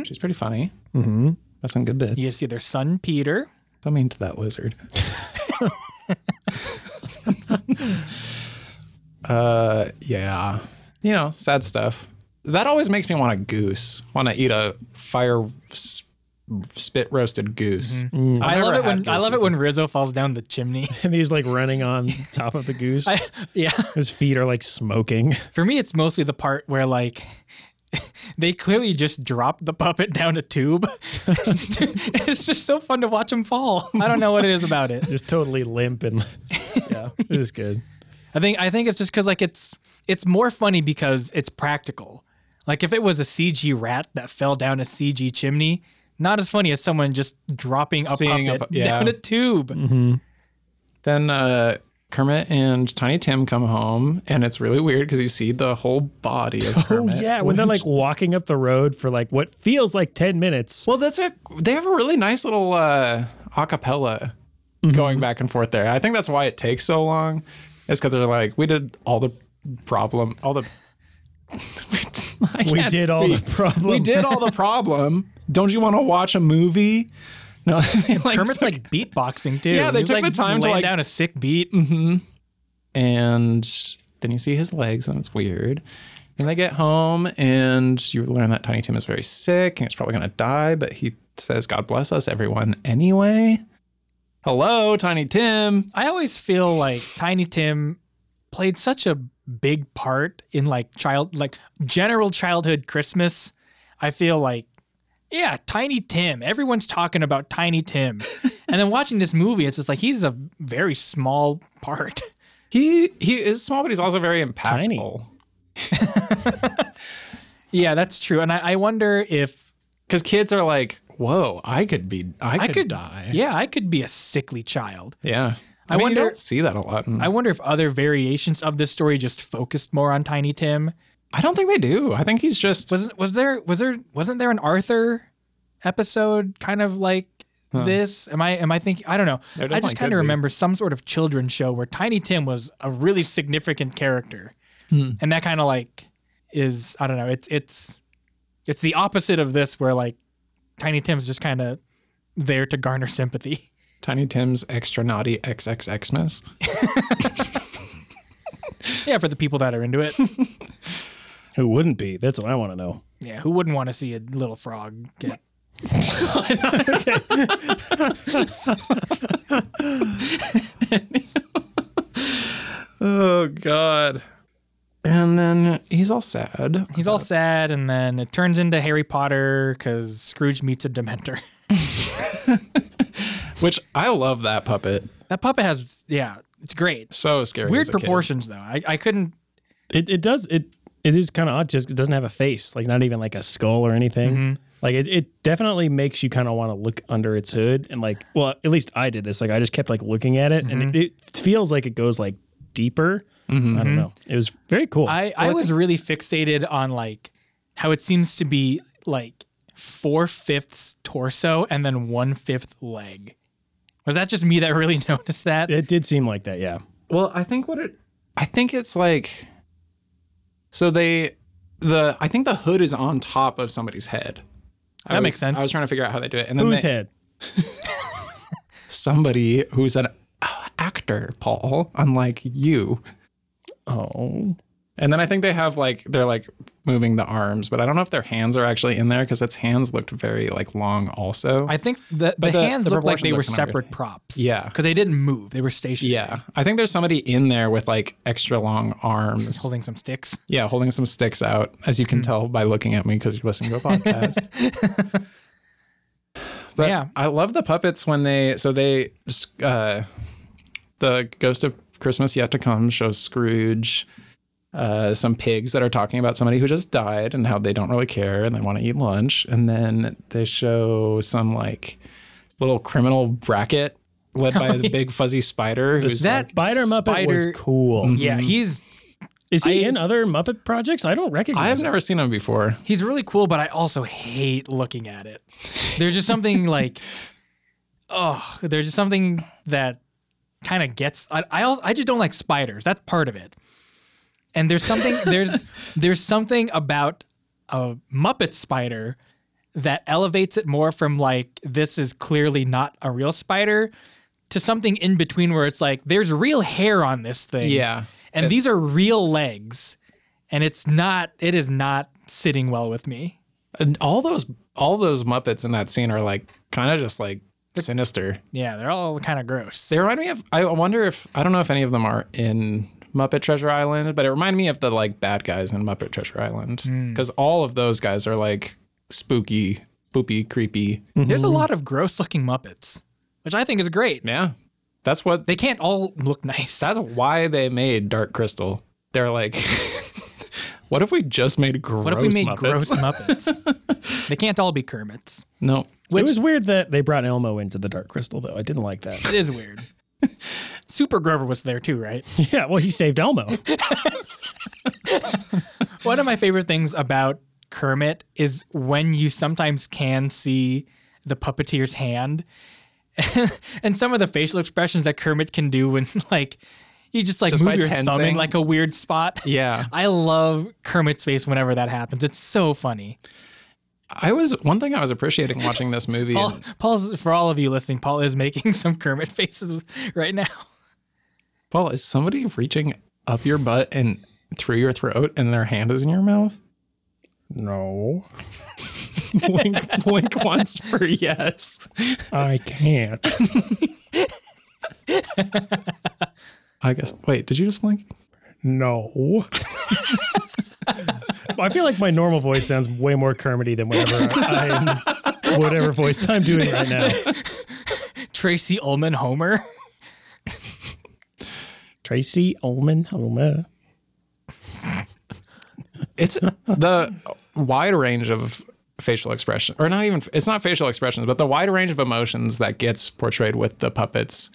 Speaker 3: She's pretty funny. Hmm? Mm-hmm. That's some good bits.
Speaker 1: You see their son, Peter.
Speaker 3: I mean to that lizard. uh, yeah. You know, sad stuff. That always makes me want a goose. Want to eat a fire s- spit roasted goose. I've
Speaker 1: I love Mm. it
Speaker 3: never had
Speaker 1: when I
Speaker 3: goose
Speaker 1: love it when Rizzo falls down the chimney.
Speaker 2: And he's like running on top of the goose.
Speaker 1: yeah.
Speaker 2: His feet are like smoking.
Speaker 1: For me, it's mostly the part where like they clearly just dropped the puppet down a tube. it's just so fun to watch him fall. I don't know what it is about it.
Speaker 2: Just totally limp and yeah, it was good.
Speaker 1: I think I think it's just because like it's it's more funny because it's practical. Like if it was a CG rat that fell down a CG chimney, not as funny as someone just dropping a
Speaker 3: Seeing a
Speaker 1: puppet
Speaker 3: pu- yeah.
Speaker 1: down a tube.
Speaker 3: Then uh, Kermit and Tiny Tim come home, and it's really weird because you see the whole body of Kermit.
Speaker 2: Yeah, when they're like walking up the road for like what feels like 10 minutes.
Speaker 3: Well, that's a. They have a really nice little uh, acapella
Speaker 2: Mm-hmm.
Speaker 3: going back and forth there. I think that's why it takes so long. It's because they're like, we did all the problem, all the. I
Speaker 2: We
Speaker 3: can't
Speaker 2: did all the
Speaker 3: speak.
Speaker 2: problem.
Speaker 3: We did all the problem. Don't you want to watch a movie? No, they, like,
Speaker 1: Kermit's
Speaker 3: took-
Speaker 1: like beatboxing too.
Speaker 3: Yeah, they
Speaker 1: He's,
Speaker 3: took
Speaker 1: like,
Speaker 3: the time to,
Speaker 1: laying
Speaker 3: like-
Speaker 1: down a sick beat.
Speaker 3: and then you see his legs, and it's weird. And they get home, and you learn that Tiny Tim is very sick, and he's probably going to die. But he says, "God bless us, everyone." Anyway, hello, Tiny Tim.
Speaker 1: I always feel like Tiny Tim played such a big part in like child like general childhood Christmas. I feel like yeah, Tiny Tim. Everyone's talking about Tiny Tim. and then watching this movie, it's just like he's a very small part.
Speaker 3: He he is small, but he's also very impactful.
Speaker 2: Tiny.
Speaker 1: Yeah, that's true. And I, I wonder if
Speaker 3: Because kids are like, "Whoa, I could be, I could,
Speaker 1: I could
Speaker 3: die."
Speaker 1: Yeah, I could be a sickly child.
Speaker 3: yeah. I,
Speaker 1: I
Speaker 3: mean,
Speaker 1: wonder-
Speaker 3: You don't see that a lot. in-
Speaker 1: I
Speaker 3: I,
Speaker 1: wonder if other variations of this story just focused more on Tiny Tim.
Speaker 3: don't think they do. I think he's just.
Speaker 1: wasn't was there was there wasn't there an Arthur episode kind of like this? Am I am I thinking? I don't know.
Speaker 3: There
Speaker 1: I
Speaker 3: definitely
Speaker 1: just kind
Speaker 3: could be.
Speaker 1: of remember some sort of children's show where Tiny Tim was a really significant character,
Speaker 3: Hmm.
Speaker 1: and that kind of like is I don't know. It's it's it's the opposite of this where like Tiny Tim's just kind of there to garner sympathy.
Speaker 3: Tiny Tim's extra naughty XXXmas.
Speaker 1: yeah, for the people that are into it.
Speaker 2: Who wouldn't be? That's what I want to know.
Speaker 1: yeah, who wouldn't want to see a little frog get?
Speaker 3: Oh God. And then he's all sad.
Speaker 1: He's all sad, and then it turns into Harry Potter because Scrooge meets a Dementor.
Speaker 3: Which I love that puppet.
Speaker 1: That puppet has, yeah, it's great.
Speaker 3: So scary.
Speaker 1: Weird
Speaker 3: as a kid.
Speaker 1: proportions though. I, I couldn't.
Speaker 2: It, it does, it, it is kind of odd just 'cause it doesn't have a face, like not even like a skull or anything. Like it, it definitely makes you kind of want to look under its hood and like, well, at least I did this. Like I just kept like looking at it, and it, it feels like it goes like deeper. I don't know. It was very cool.
Speaker 1: I, I was really fixated on like how it seems to be like four fifths torso and then one fifth leg. Was that just me that really noticed that?
Speaker 2: it did seem like that. Yeah.
Speaker 3: Well, I think what it I think it's like so they the I think the hood is on top of somebody's head. I
Speaker 1: That
Speaker 3: was-
Speaker 1: makes sense.
Speaker 3: I was trying to figure out how they do it. And then
Speaker 2: Whose
Speaker 3: they-
Speaker 2: head?
Speaker 3: somebody who's an uh, actor, Paul, unlike you.
Speaker 2: Oh,
Speaker 3: And then I think they have like they're like moving the arms, but I don't know if their hands are actually in there because its hands looked very like long also.
Speaker 1: I think the, the,
Speaker 3: But the-
Speaker 1: hands
Speaker 3: the
Speaker 1: looked like they
Speaker 3: proportions
Speaker 1: were
Speaker 3: are kinda weird.
Speaker 1: separate props.
Speaker 3: Yeah.
Speaker 1: Because they didn't move, they were stationary.
Speaker 3: yeah. I think there's somebody in there with like extra long arms.
Speaker 1: Holding some sticks.
Speaker 3: Yeah, holding some sticks out, as you
Speaker 1: Hmm.
Speaker 3: can tell by looking at me because you're listening to a podcast.
Speaker 1: Yeah.
Speaker 3: but yeah, I love the puppets when they so they uh, the Ghost of Christmas Yet to Come shows Scrooge. Uh, some pigs that are talking about somebody who just died and how they don't really care and they want to eat lunch. And then they show some like little criminal bracket led by the big fuzzy spider. Who's
Speaker 1: Oh, that
Speaker 3: like-
Speaker 2: Spider Muppet was
Speaker 1: Spider-
Speaker 2: cool.
Speaker 3: Mm-hmm.
Speaker 1: Yeah, he's
Speaker 2: Is he in other Muppet projects? I don't recognize.
Speaker 3: I have
Speaker 2: him.
Speaker 3: never seen him before.
Speaker 1: he's really cool, but I also hate looking at it. There's just something like, oh, there's just something that kind of gets. I, I al- I just don't like spiders. That's part of it. And there's something there's there's something about a Muppet spider that elevates it more from like this is clearly not a real spider to something in between where it's like there's real hair on this thing.
Speaker 3: Yeah.
Speaker 1: And these are real legs and it's not it is not sitting well with me.
Speaker 3: And all those all those Muppets in that scene are like kind of just like sinister.
Speaker 1: Yeah, they're all kind of gross.
Speaker 3: They remind me of I wonder if I don't know if any of them are in Muppet Treasure Island, but it reminded me of the like bad guys in Muppet Treasure Island
Speaker 1: Hmm.
Speaker 3: because all of those guys are like spooky, boopy, creepy.
Speaker 1: There's a lot of gross looking Muppets, which I think is great.
Speaker 3: Yeah, that's what
Speaker 1: They can't all look nice.
Speaker 3: that's why they made Dark Crystal. They're like, what if we just made gross?
Speaker 1: what if we made
Speaker 3: Muppets?
Speaker 1: gross Muppets? they can't all be Kermits.
Speaker 3: No,
Speaker 2: it was weird that they brought Elmo into the Dark Crystal, though. I didn't like that.
Speaker 1: It is weird. Super Grover was there too, right?
Speaker 2: yeah, well, he saved Elmo.
Speaker 1: One of my favorite things about Kermit is when you sometimes can see the puppeteer's hand and some of the facial expressions that Kermit can do when like you just like
Speaker 3: Just
Speaker 1: move
Speaker 3: by
Speaker 1: your thumb in
Speaker 3: tensing?
Speaker 1: like a weird spot.
Speaker 3: yeah.
Speaker 1: I love Kermit's face whenever that happens. It's so funny.
Speaker 3: I was one thing I was appreciating watching this movie.
Speaker 1: Paul,
Speaker 3: and-
Speaker 1: Paul's for all of you listening. Paul is making some Kermit faces right now.
Speaker 3: Paul, is somebody reaching up your butt and through your throat and their hand is in your mouth?
Speaker 2: No,
Speaker 3: blink, blink once for yes.
Speaker 2: I can't.
Speaker 3: I guess. Wait, did you just blink?
Speaker 2: No. I feel like my normal voice sounds way more Kermity than whatever I'm, whatever voice I'm doing right now.
Speaker 1: Tracy Ullman Homer.
Speaker 2: Tracy Ullman Homer.
Speaker 3: It's the wide range of facial expression, or not even. It's not facial expressions, but the wide range of emotions that gets portrayed with the puppets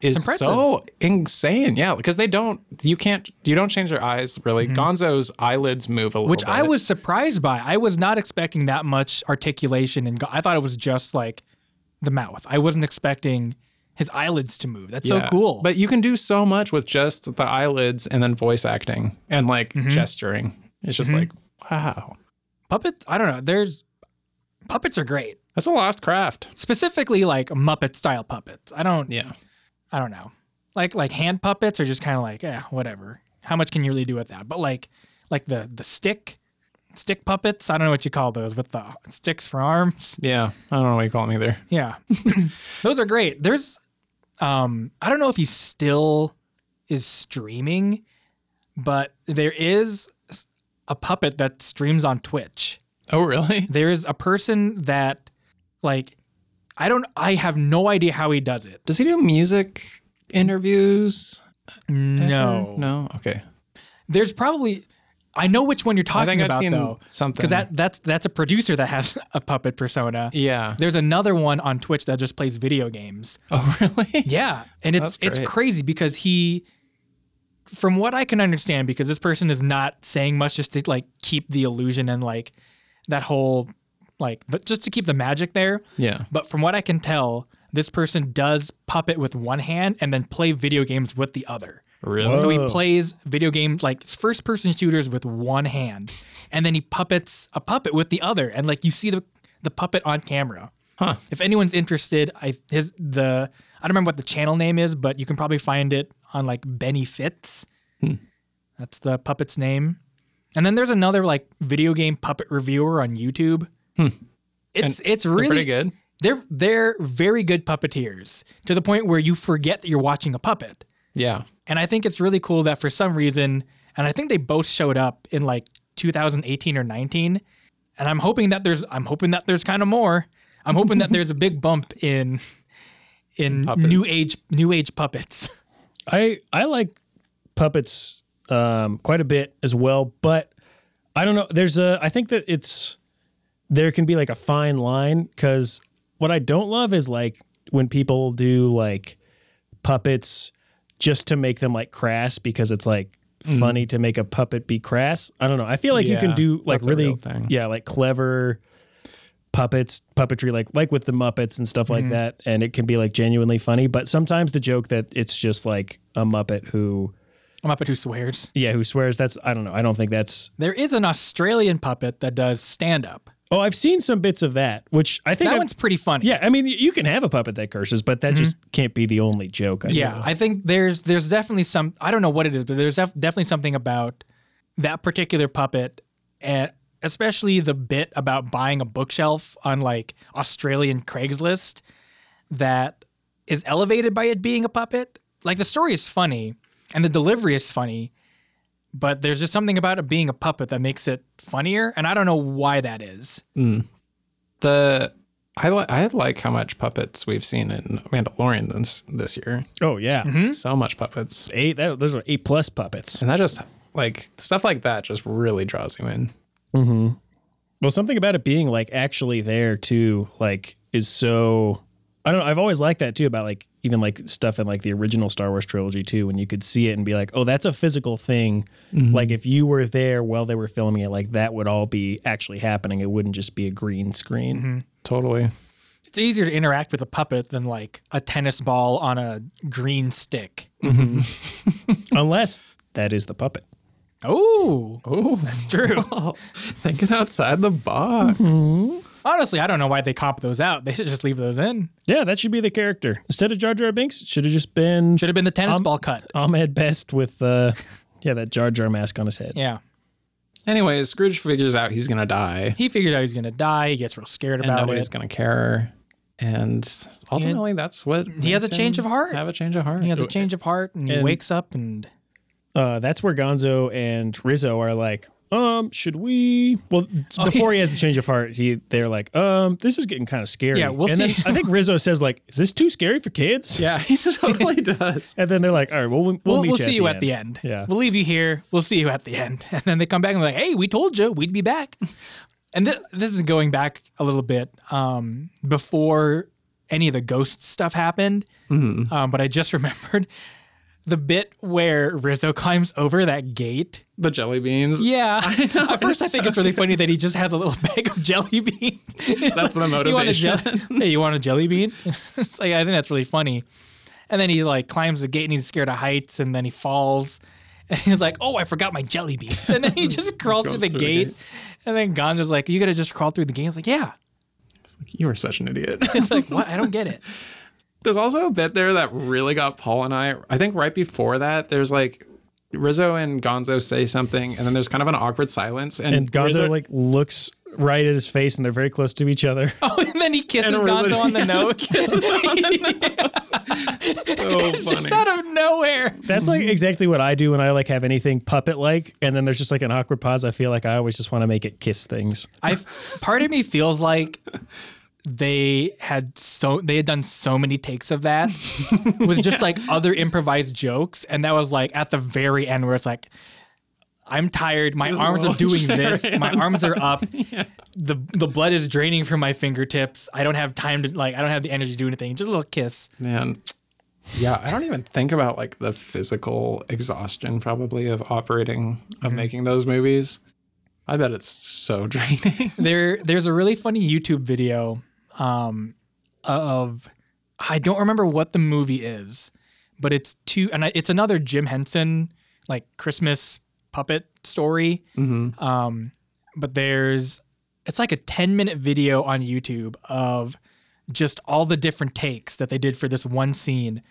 Speaker 3: is
Speaker 1: Impressive.
Speaker 3: so insane. Yeah, because they don't. You can't. You don't change their eyes really. Gonzo's eyelids move a little.
Speaker 1: Mm-hmm. which I
Speaker 3: bit.
Speaker 1: was surprised by. I was not expecting that much articulation, and go- I thought it was just like the mouth. I wasn't expecting his eyelids to move. That's so
Speaker 3: Yeah.
Speaker 1: cool.
Speaker 3: But you can do so much with just the eyelids and then voice acting and like
Speaker 1: Mm-hmm.
Speaker 3: gesturing. It's just like, wow,
Speaker 1: puppets, I don't know. There's puppets are great,
Speaker 3: that's a lost craft.
Speaker 1: specifically like Muppet style puppets. I don't,
Speaker 3: Yeah.
Speaker 1: I don't know. Like like hand puppets are just kind of like yeah, whatever. How much can you really do with that? But like like the the stick stick puppets. I don't know what you call those with the sticks for arms.
Speaker 3: Yeah. I don't know what you call them either.
Speaker 1: Yeah. Those are great. There's um I don't know if he still is streaming, but there is s- a puppet that streams on Twitch.
Speaker 3: Oh, really?
Speaker 1: There is a person that like I don't I have no idea how he does it.
Speaker 3: Does he do music interviews?
Speaker 1: No.
Speaker 3: No. Okay.
Speaker 1: There's probably I know which one you're talking
Speaker 3: think I've
Speaker 1: about
Speaker 3: seen
Speaker 1: though,
Speaker 3: something.
Speaker 1: because that that's that's a producer that has a puppet persona.
Speaker 3: Yeah.
Speaker 1: There's another one on Twitch that just plays video games.
Speaker 3: Oh, really?
Speaker 1: Yeah, and it's
Speaker 3: That's
Speaker 1: it's
Speaker 3: great.
Speaker 1: crazy because he, from what I can understand, because this person is not saying much just to like keep the illusion and like that whole like but just to keep the magic there.
Speaker 3: Yeah.
Speaker 1: But from what I can tell, this person does puppet with one hand and then play video games with the other.
Speaker 3: Really?
Speaker 1: So he
Speaker 2: Whoa.
Speaker 1: plays video games like first person shooters with one hand, and then he puppets a puppet with the other, and like you see the the puppet on camera.
Speaker 3: Huh.
Speaker 1: If anyone's interested, I his the I don't remember what the channel name is, but you can probably find it on like Benny Fitz.
Speaker 3: Hmm.
Speaker 1: That's the puppet's name. And then there's another like video game puppet reviewer on YouTube. It's it's really
Speaker 3: Hmm. pretty good.
Speaker 1: They're they're very good puppeteers to the point where you forget that you're watching a puppet.
Speaker 3: Yeah.
Speaker 1: And I think it's really cool that for some reason, and I think they both showed up in like 2018 or 19. And I'm hoping that there's I'm hoping that there's kind of more. I'm hoping that there's a big bump in in
Speaker 3: Puppets.
Speaker 1: new age new age puppets.
Speaker 2: I I like puppets um, quite a bit as well, but I don't know. There's a I think that it's there can be like a fine line because what I don't love is like when people do like puppets just to make them like crass because it's like funny to make a puppet be crass. I don't know. I feel like you
Speaker 3: Mm-hmm. Yeah,
Speaker 2: can do like
Speaker 3: that's a real
Speaker 2: really
Speaker 3: thing.
Speaker 2: yeah like clever puppets puppetry like like with the muppets and stuff
Speaker 3: Mm-hmm.
Speaker 2: like that and it can be like genuinely funny but sometimes the joke that it's just like a muppet who
Speaker 1: A Muppet who swears.
Speaker 2: yeah who swears that's i don't know i don't think that's
Speaker 1: There is an Australian puppet that does stand up.
Speaker 2: oh i've seen some bits of that which i think
Speaker 1: That
Speaker 2: I-
Speaker 1: one's pretty funny.
Speaker 2: yeah i mean y- you can have a puppet that curses but that just can't be the only joke I
Speaker 1: Yeah,
Speaker 2: know.
Speaker 1: I think there's there's definitely some I don't know what it is, but there's def- definitely something about that particular puppet, and especially the bit about buying a bookshelf on like Australian Craigslist that is elevated by it being a puppet. Like the story is funny and the delivery is funny, but there's just something about it being a puppet that makes it funnier, and I don't know why that is.
Speaker 3: The I li- I like how much puppets we've seen in Mandalorian this this year.
Speaker 2: oh yeah
Speaker 3: So much puppets.
Speaker 2: eight that, those are eight plus puppets
Speaker 3: Hmm? And that just like stuff like that just really draws you in.
Speaker 2: Well, something about it being like actually there too, like is so. I don't know. I've always liked that too about like even like stuff in like the original Star Wars trilogy too, when you could see it and be like, oh, that's a physical thing. Like if you were there while they were filming it, like that would all be actually happening. It wouldn't just be a green screen.
Speaker 3: Totally.
Speaker 1: It's easier to interact with a puppet than like a tennis ball on a green stick.
Speaker 2: Unless that is the puppet.
Speaker 1: Oh, oh, that's true.
Speaker 3: Thinking outside the box. Mm-hmm.
Speaker 1: Honestly, I don't know why they comp those out. They should just leave those in.
Speaker 2: Yeah, that should be the character. Instead of Jar Jar Binks, it should have just been
Speaker 1: Should have been the tennis
Speaker 2: Um,
Speaker 1: ball cut.
Speaker 2: Ahmed Best with uh yeah, that Jar Jar mask on his head.
Speaker 1: Yeah,
Speaker 3: Anyways, Scrooge figures out he's gonna die.
Speaker 1: he figures out he's gonna die. He gets real scared
Speaker 3: and
Speaker 1: about
Speaker 3: nobody's
Speaker 1: it.
Speaker 3: gonna care. And ultimately, that's what
Speaker 1: He has a
Speaker 3: makes
Speaker 1: change
Speaker 3: him
Speaker 1: of heart.
Speaker 3: Have a change of heart.
Speaker 1: he has a change of heart and, he
Speaker 2: And-
Speaker 1: wakes up and
Speaker 2: uh, that's where Gonzo and Rizzo are like, um, should we? Well, it's
Speaker 1: Oh,
Speaker 2: before he has the change of heart, he they're like, um, this is getting kind of scary.
Speaker 1: Yeah, we'll
Speaker 2: and Then
Speaker 1: see.
Speaker 2: I think Rizzo says like, is this too scary for kids?
Speaker 3: yeah, he totally does.
Speaker 2: And then they're like, all right, well, we'll,
Speaker 1: we'll,
Speaker 2: meet
Speaker 1: we'll see you
Speaker 2: the
Speaker 1: at the end.
Speaker 2: Yeah.
Speaker 1: we'll leave you here. We'll see you at the end. And then they come back and they're like, "Hey, we told you we'd be back." and th- this is going back a little bit um, before any of the ghost stuff happened. Um, but I just remembered the bit where Rizzo climbs over that gate.
Speaker 3: The jelly beans.
Speaker 1: Yeah. At first, I think it's really funny that he just has a little bag of jelly beans.
Speaker 3: That's the
Speaker 1: You want a
Speaker 3: motivation.
Speaker 1: jel- hey, you want a jelly bean? it's like, I think that's really funny. And then he like climbs the gate and he's scared of heights and then he falls. And he's like, oh, I forgot my jelly beans. And then he just crawls through,
Speaker 3: Goes
Speaker 1: the,
Speaker 3: through the
Speaker 1: gate.
Speaker 3: gate.
Speaker 1: And then Gonzo's like, you got to just crawl through the gate. He's like, yeah.
Speaker 3: You are such an idiot.
Speaker 1: It's like, what? I don't get it.
Speaker 3: there's also a bit there that really got Paul and I. I think right before that, there's like Rizzo and Gonzo say something, and then there's kind of an awkward silence, and,
Speaker 2: And Gonzo
Speaker 3: Rizzo,
Speaker 2: like looks right at his face, and they're very close to each other.
Speaker 1: Oh, and then he kisses
Speaker 3: And Rizzo-
Speaker 1: Gonzo on the
Speaker 3: yeah,
Speaker 1: nose.
Speaker 3: just kisses him on the nose. so
Speaker 1: It's
Speaker 3: funny.
Speaker 1: just out of nowhere.
Speaker 2: That's like exactly what I do when I like have anything puppet like, and then there's just like an awkward pause. I feel like I always just want to make it kiss things.
Speaker 1: I part of me feels like they had so they had done so many takes of that with just like other improvised jokes and that was like at the very end where it's like I'm tired. My
Speaker 3: was a
Speaker 1: arms are
Speaker 3: little
Speaker 1: doing this.
Speaker 3: cherry
Speaker 1: My
Speaker 3: on
Speaker 1: arms are up. The the blood is draining from my fingertips. I don't have time to like. I don't have the energy to do anything. Just a little kiss.
Speaker 3: Man. Yeah, I don't even think about like the physical exhaustion probably of operating
Speaker 1: Mm-hmm.
Speaker 3: of making those movies. I bet it's so draining.
Speaker 1: there there's a really funny YouTube video um of I don't remember what the movie is, but it's two and I, it's another Jim Henson like Christmas puppet story. Um but there's it's like a 10 minute video on YouTube of just all the different takes that they did for this one scene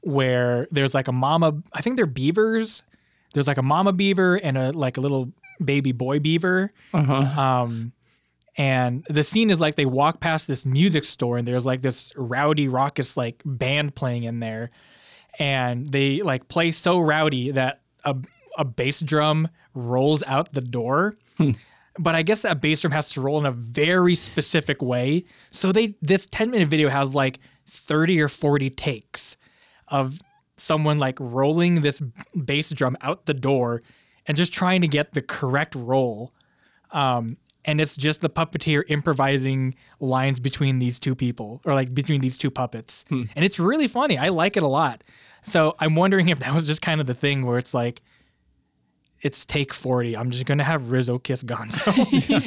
Speaker 1: where there's like a mama I think they're beavers. There's like a mama beaver and a like a little baby boy beaver and the scene is like they walk past this music store and there's like this rowdy raucous like band playing in there and they like play so rowdy that a, a bass drum rolls out the door but i guess that bass drum has to roll in a very specific way so they this 10 minute video has like 30 or 40 takes of someone like rolling this bass drum out the door and just trying to get the correct roll Um, and it's just the puppeteer improvising lines between these two people or like between these two puppets and it's really funny i like it a lot so i'm wondering if that was just kind of the thing where it's like it's take 40 i'm just gonna have rizzo kiss gonzo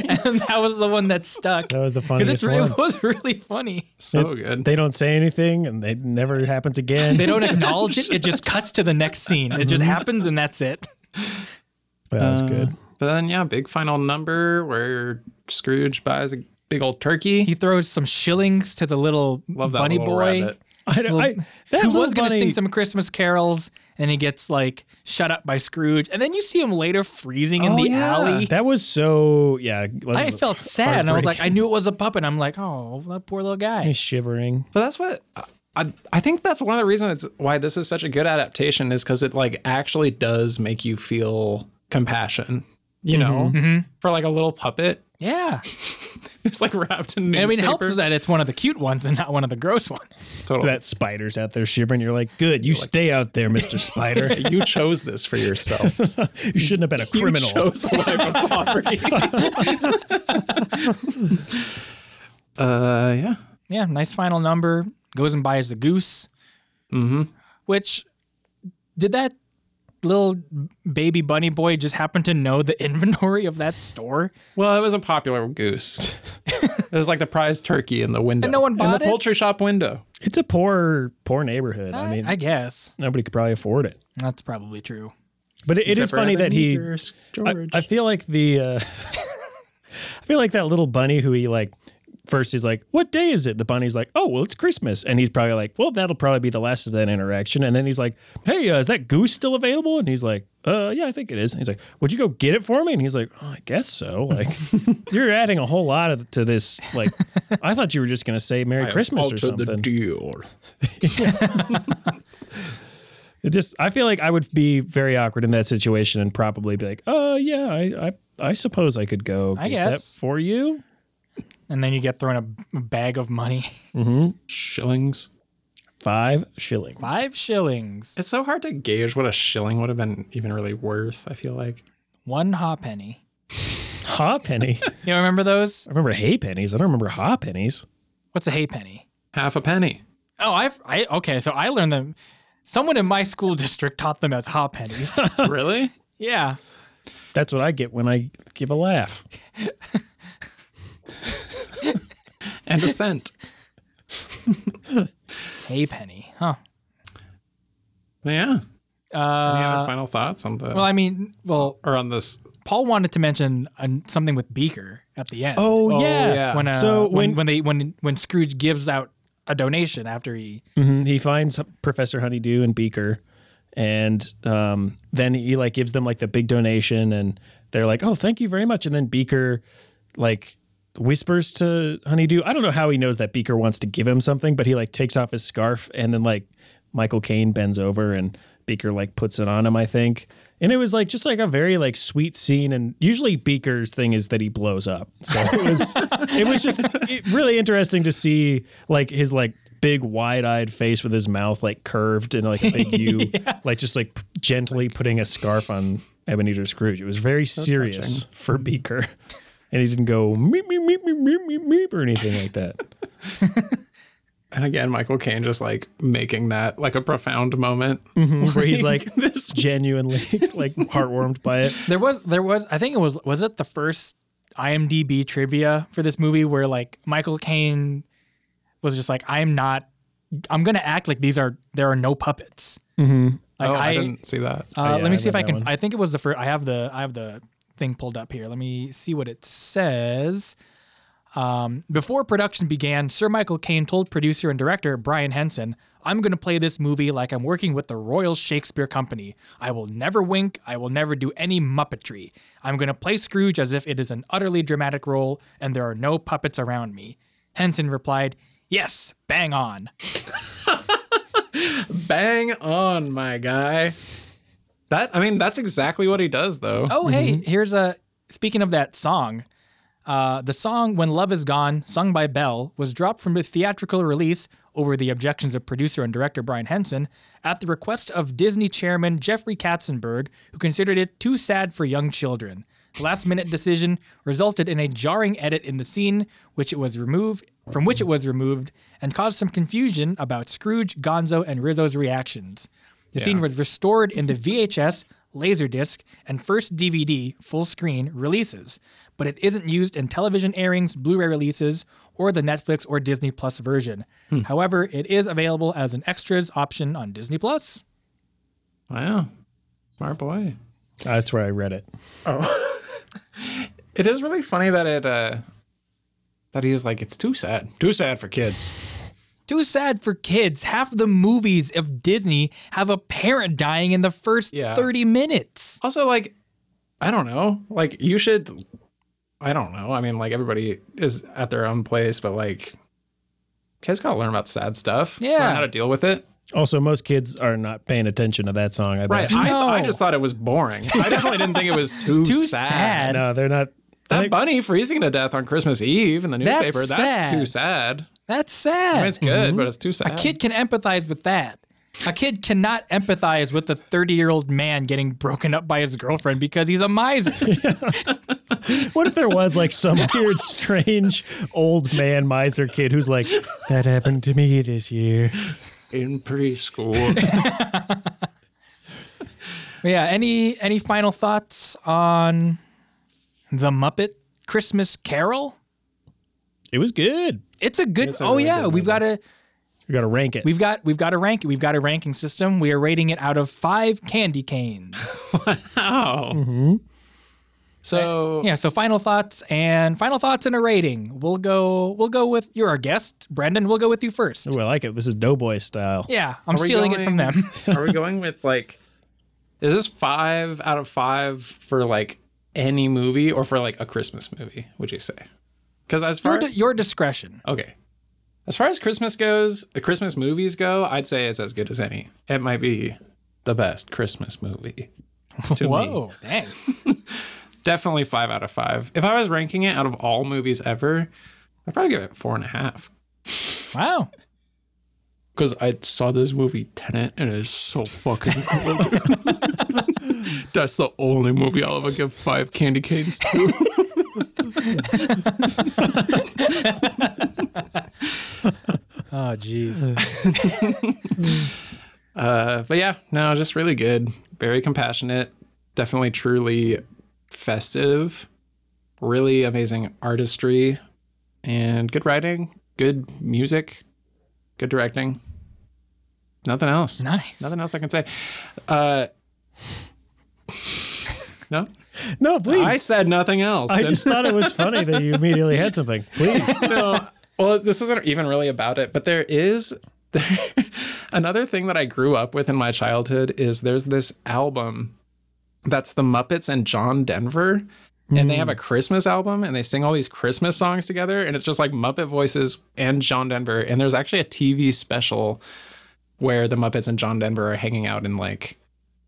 Speaker 1: and that was the one that stuck
Speaker 2: That was the
Speaker 1: because it's
Speaker 2: funniest
Speaker 1: re-
Speaker 2: one.
Speaker 1: it was really funny
Speaker 3: so good.
Speaker 2: They don't say anything, and it never happens again.
Speaker 1: they don't acknowledge it it just cuts to the next scene it just happens and that's it
Speaker 2: But that was
Speaker 3: Uh,
Speaker 2: good.
Speaker 3: But then yeah, big final number where Scrooge buys a big old turkey.
Speaker 1: he throws some shillings to the little
Speaker 3: Love that
Speaker 1: bunny
Speaker 3: little
Speaker 1: boy
Speaker 3: rabbit.
Speaker 2: I, don't- I, that
Speaker 1: who
Speaker 2: little
Speaker 1: was going to
Speaker 2: bunny-
Speaker 1: sing some Christmas carols, and he gets like shut up by Scrooge, and then you see him later freezing in
Speaker 3: Oh,
Speaker 1: the
Speaker 3: yeah.
Speaker 1: alley.
Speaker 2: That was so yeah.
Speaker 1: I felt sad, and I was like, I
Speaker 2: heartbreaking.
Speaker 1: knew it was a puppet. I'm like, oh, that poor little guy.
Speaker 2: shivering.
Speaker 3: But that's what I, I think that's one of the reasons it's why this is such a good adaptation is because it like actually does make you feel compassion, you know,
Speaker 1: Mm-hmm.
Speaker 3: for like a little puppet.
Speaker 1: Yeah,
Speaker 3: It's like wrapped in
Speaker 1: and
Speaker 3: newspaper.
Speaker 1: I mean, it helps that it's one of the cute ones and not one of the gross ones.
Speaker 3: Totally.
Speaker 2: That spider's out there shivering. Oh. You're like, good. You stay out there, Mister Spider.
Speaker 3: you chose this for yourself.
Speaker 2: you shouldn't have been a
Speaker 3: You
Speaker 2: criminal.
Speaker 3: chose a life of poverty. uh, yeah.
Speaker 1: Yeah, nice final number. Goes and buys the goose, mm-hmm. which did that little baby bunny boy just happen to know the inventory of that store?
Speaker 3: Well, it was a popular goose. it was like the prize turkey in the window.
Speaker 1: And no one
Speaker 3: in the
Speaker 1: bought it?
Speaker 3: poultry shop window.
Speaker 2: It's a poor, poor neighborhood. I mean,
Speaker 1: I guess
Speaker 2: nobody could probably afford it.
Speaker 1: that's probably true.
Speaker 2: But it, it is funny that he. I,
Speaker 3: George.
Speaker 2: I feel like the. Uh, I feel like that little bunny who he like. First, he's like, "What day is it?" The bunny's like, "Oh, well, it's Christmas," and he's probably like, "Well, that'll probably be the last of that interaction." And then he's like, "Hey, uh, is that goose still available?" And he's like, "Uh, yeah, I think it is." And he's like, "Would you go get it for me?" And he's like, oh, "I guess so." Like, you're adding a whole lot of, to this. Like, I thought you were just gonna say "Merry Christmas" or something.
Speaker 3: deal.
Speaker 2: It just I feel like I would be very awkward in that situation and probably be like, "Oh yeah, I I, I suppose I could go.
Speaker 1: I
Speaker 2: get that
Speaker 1: guess.
Speaker 2: for you."
Speaker 1: And then you get thrown a b- bag of money.
Speaker 3: Shillings.
Speaker 2: Five shillings.
Speaker 1: Five shillings.
Speaker 3: It's so hard to gauge what a shilling would have been even really worth, I feel like.
Speaker 1: One ha penny.
Speaker 2: Ha penny. I
Speaker 1: You remember those?
Speaker 2: remember hay pennies. I don't remember ha pennies.
Speaker 1: What's a hay penny?
Speaker 3: Half a penny.
Speaker 1: Oh, I've, I, okay, so I learned them. Someone in my school district taught them as ha pennies.
Speaker 3: really?
Speaker 1: yeah.
Speaker 2: That's what I get when I give a laugh.
Speaker 3: And a cent.
Speaker 1: Hay penny. Huh.
Speaker 3: yeah. Any
Speaker 1: Uh,
Speaker 3: other final thoughts on the
Speaker 1: well, I mean, well,
Speaker 3: or on this?
Speaker 1: Paul wanted to mention uh, something with Beaker at the end.
Speaker 2: Oh, yeah.
Speaker 3: yeah.
Speaker 1: When, uh,
Speaker 2: so
Speaker 1: when,
Speaker 2: when-
Speaker 1: when, they, when, when Scrooge gives out a donation after he,
Speaker 2: Mhm. He finds Professor Honeydew and Beaker, and um, then he like gives them like the big donation, and they're like, "Oh, thank you very much." And then Beaker, like, whispers to Honeydew. I don't know how he knows that Beaker wants to give him something, but he like takes off his scarf, and then like Michael Caine bends over, and Beaker like puts it on him. I think. And it was like just like a very like sweet scene, and usually Beaker's thing is that he blows up. So it was it was just it, really interesting to see like his like big wide-eyed face with his mouth like curved and like a big U, like just like p- gently putting a scarf on Ebenezer Scrooge. It was very serious for Beaker, and he didn't go meep meep meep meep meep meep meep or anything like that.
Speaker 3: And again, Michael Caine just like making that like a profound moment.
Speaker 1: Mm,
Speaker 2: Where he's like genuinely like heartwarmed by it.
Speaker 1: There was there was I think it was was it the first IMDb trivia for this movie where like Michael Caine was just like I am not I'm gonna act like these are there are no puppets.
Speaker 2: Mm-hmm.
Speaker 1: Like
Speaker 3: oh, I,
Speaker 1: I,
Speaker 3: didn't see that.
Speaker 1: uh,
Speaker 2: Oh, yeah,
Speaker 1: let me
Speaker 2: I
Speaker 1: see if
Speaker 2: read
Speaker 1: I
Speaker 2: that
Speaker 1: can.
Speaker 2: one.
Speaker 1: I think it was the first. I have the I have the thing pulled up here. Let me see what it says. Um, before production began, Sir Michael Caine told producer and director Brian Henson, "I'm going to play this movie like I'm working with the Royal Shakespeare Company. I will never wink. I will never do any muppetry. I'm going to play Scrooge as if it is an utterly dramatic role, and there are no puppets around me." Henson replied, "Yes, bang on."
Speaker 3: Bang on, my guy. That I mean, that's exactly what he does, though.
Speaker 1: Oh, hey, here's a speaking of that song. Uh, the song When Love Is Gone, sung by Bell, was dropped from the theatrical release over the objections of producer and director Brian Henson at the request of Disney chairman Jeffrey Katzenberg, who considered it too sad for young children. The last minute decision resulted in a jarring edit in the scene, which it was removed from which it was removed, and caused some confusion about Scrooge, Gonzo, and Rizzo's reactions. The scene was restored in the VHS, Laserdisc, and first DVD full screen releases, but it isn't used in television airings, Blu ray releases, or the Netflix or Disney Plus version. However, it is available as an extras option on Disney Plus.
Speaker 3: Wow, smart boy.
Speaker 2: That's where I read it.
Speaker 3: It is really funny that it uh that he is like it's too sad, too sad for kids.
Speaker 1: Too sad for kids. Half the movies of Disney have a parent dying in the first
Speaker 3: Yeah.
Speaker 1: 30 minutes.
Speaker 3: Also, like I don't know, like you should. I don't know. I mean, like everybody is at their own place, but like kids gotta learn about sad stuff.
Speaker 1: Yeah.
Speaker 3: learn how to deal with it.
Speaker 2: Also, most kids are not paying attention to that song. I bet.
Speaker 3: Right. I, I
Speaker 1: No.
Speaker 3: just thought it was boring. I definitely didn't think it was too,
Speaker 1: Too
Speaker 3: sad.
Speaker 1: sad.
Speaker 2: No, they're not. I
Speaker 3: That
Speaker 2: think-
Speaker 3: bunny freezing to death on Christmas Eve in the
Speaker 1: That's
Speaker 3: newspaper, that's,
Speaker 1: sad.
Speaker 3: too sad.
Speaker 1: That's
Speaker 3: I
Speaker 1: sad.
Speaker 3: mean, it's good, but it's too sad.
Speaker 1: A kid can empathize with that. A kid cannot empathize with the 30 year old man getting broken up by his girlfriend because he's a miser.
Speaker 2: What if there was like some weird, strange old man miser kid who's like, that happened to me this year?
Speaker 3: in preschool.
Speaker 1: But yeah, any any final thoughts on The Muppet Christmas Carol?
Speaker 2: It was good.
Speaker 1: It's a good
Speaker 3: a
Speaker 1: Oh
Speaker 3: really
Speaker 1: yeah,
Speaker 3: good
Speaker 1: we've got a
Speaker 2: You got to rank it.
Speaker 1: we've got we've got a rank we've got a ranking system. We are rating it out of 5 candy canes.
Speaker 3: oh. So,
Speaker 1: yeah, so final thoughts and final thoughts and a rating. We'll go we'll go with you're our guest, Brendan. We'll go with you first.
Speaker 2: Ooh, I like it. This is Doughboy style.
Speaker 1: Yeah, I'm
Speaker 3: Are we
Speaker 1: stealing it from
Speaker 3: going-
Speaker 1: them.
Speaker 3: are we going with like, is this five out of five for like any movie or for like a Christmas movie, would you say? Because as far
Speaker 1: Your, di- your discretion.
Speaker 3: Okay. As far as Christmas goes, uh, Christmas movies go, I'd say it's as good as any. It might be the best Christmas movie. To Me.
Speaker 1: Whoa, dang.
Speaker 3: Definitely five out of five. If I was ranking it out of all movies ever, I'd probably give it four and a half.
Speaker 1: Wow.
Speaker 3: Because I saw this movie Tenet and it's so fucking cool. That's the only movie I'll ever give five candy canes to.
Speaker 1: Oh, jeez.
Speaker 3: Uh, but yeah, no, just really good. Very compassionate. Definitely truly festive. Really amazing artistry and good writing, good music, good directing. Nothing else.
Speaker 1: Nice.
Speaker 3: Nothing else I can say. Uh, no,
Speaker 2: No, please.
Speaker 3: I said nothing else.
Speaker 2: I
Speaker 3: Then-
Speaker 2: just thought it was funny that you immediately had something. Please.
Speaker 3: no. Um, Well, this isn't even really about it, but there is another thing that I grew up with in my childhood is there's this album that's the Muppets and John Denver. And they have
Speaker 2: Hmm.
Speaker 3: a Christmas album and they sing all these Christmas songs together. And it's just like Muppet voices and John Denver. And there's actually a TV special where the Muppets and John Denver are hanging out in like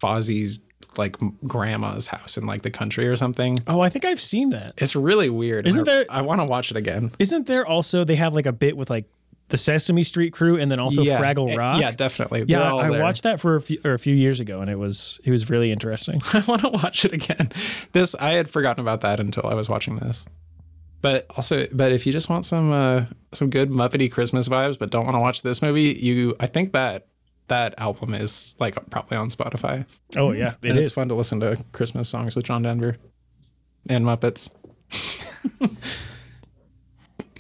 Speaker 3: Fozzie's like grandma's house in like the country or something.
Speaker 2: Oh, I think I've seen that.
Speaker 3: It's really weird.
Speaker 2: Isn't
Speaker 3: And I-
Speaker 2: there-
Speaker 3: I want to watch it again.
Speaker 2: Isn't there also, they have like a bit with like the Sesame Street crew and then also
Speaker 3: yeah,
Speaker 2: Fraggle
Speaker 3: eh,
Speaker 2: Rock.
Speaker 3: Yeah, definitely.
Speaker 2: Yeah,
Speaker 3: They're all
Speaker 2: I, I
Speaker 3: there.
Speaker 2: watched that for a few, or a few years ago, and it was it was really interesting.
Speaker 3: I want to watch it again. This I had forgotten about that until I was watching this. But also, but if you just want some uh, some good Muppety Christmas vibes, but don't want to watch this movie, you I think that that album is like probably on Spotify.
Speaker 2: Oh yeah, it
Speaker 3: and
Speaker 2: is.
Speaker 3: it's fun to listen to Christmas songs with John Denver and Muppets.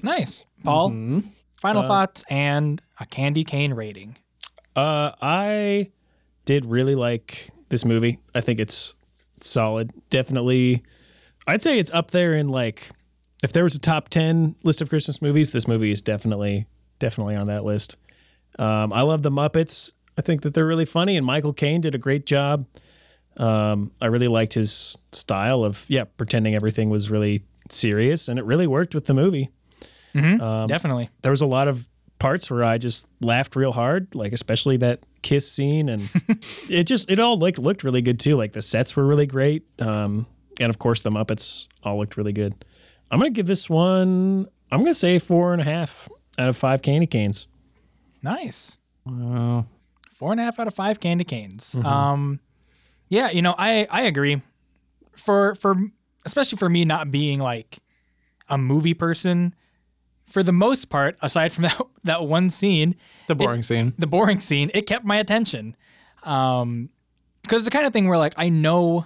Speaker 1: Nice. Paul, final thoughts and a candy cane rating.
Speaker 2: Uh, I did really like this movie. I think it's solid. Definitely, I'd say it's up there in like if there was a top ten list of Christmas movies, this movie is definitely definitely on that list. Um, I love the Muppets. I think that they're really funny, and Michael Caine did a great job. Um, I really liked his style of yeah pretending everything was really serious, and it really worked with the movie
Speaker 1: Definitely.
Speaker 2: there was a lot of parts where I just laughed real hard, like especially that kiss scene, and it just it all like looked really good too. Like the sets were really great, um, and of course the Muppets all looked really good. I'm gonna give this one. I'm gonna say four and a half out of five candy canes.
Speaker 1: Nice. Four and a half out of five candy canes. Um, yeah, you know, I I agree. For for especially for me not being like a movie person, for the most part, aside from that that one scene,
Speaker 3: The boring scene.
Speaker 1: the boring scene, it kept my attention. Um, because it's the kind of thing where like I know,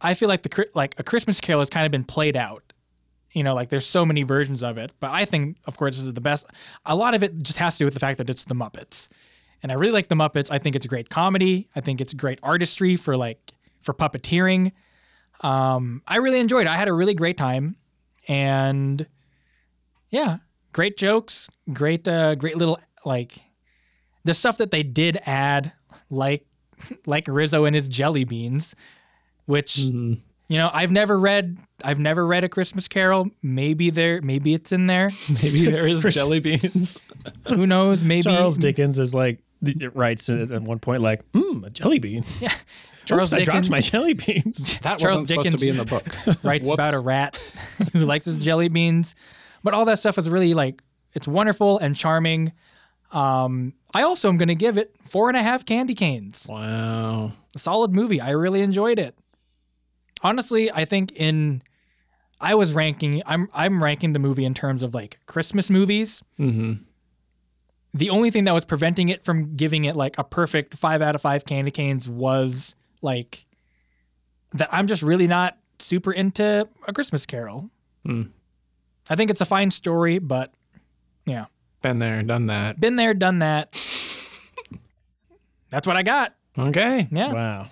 Speaker 1: I feel like the Chri- like a Christmas Carol has kind of been played out. You know, like there's so many versions of it, but I think, of course, this is the best. A lot of it just has to do with the fact that it's the Muppets, and I really like the Muppets. I think it's great comedy. I think it's great artistry for like for puppeteering. Um, I really enjoyed. it. I had a really great time, and yeah, great jokes, great, uh, great little like the stuff that they did add, like like Rizzo and his jelly beans, which
Speaker 2: Mm-hmm.
Speaker 1: you know I've never read. I've never read a Christmas Carol. Maybe there, maybe it's in there.
Speaker 3: Maybe there is jelly beans.
Speaker 1: Who knows? Maybe
Speaker 2: Charles Dickens is like it writes at at one point like, "Hmm, a jelly bean." Yeah,
Speaker 1: Charles
Speaker 2: Charles I
Speaker 1: Dickens-
Speaker 2: dropped my jelly beans.
Speaker 3: That
Speaker 1: Charles
Speaker 3: wasn't supposed to
Speaker 1: Dickens-
Speaker 3: be in the book.
Speaker 1: writes
Speaker 3: Whoops.
Speaker 1: about a rat who likes his jelly beans. But all that stuff is really like it's wonderful and charming. Um, I also am going to give it four and a half candy canes.
Speaker 3: Wow.
Speaker 1: a solid movie. I really enjoyed it. Honestly, I think in I was ranking I'm I'm ranking the movie in terms of like Christmas movies. Mm-hmm. The only thing that was preventing it from giving it like a perfect five out of five candy canes was like that I'm just really not super into a Christmas Carol. I think it's a fine story, but yeah,
Speaker 3: Been there, done that.
Speaker 1: been there, done that. That's what I got.
Speaker 3: Okay.
Speaker 1: Yeah.
Speaker 2: Wow.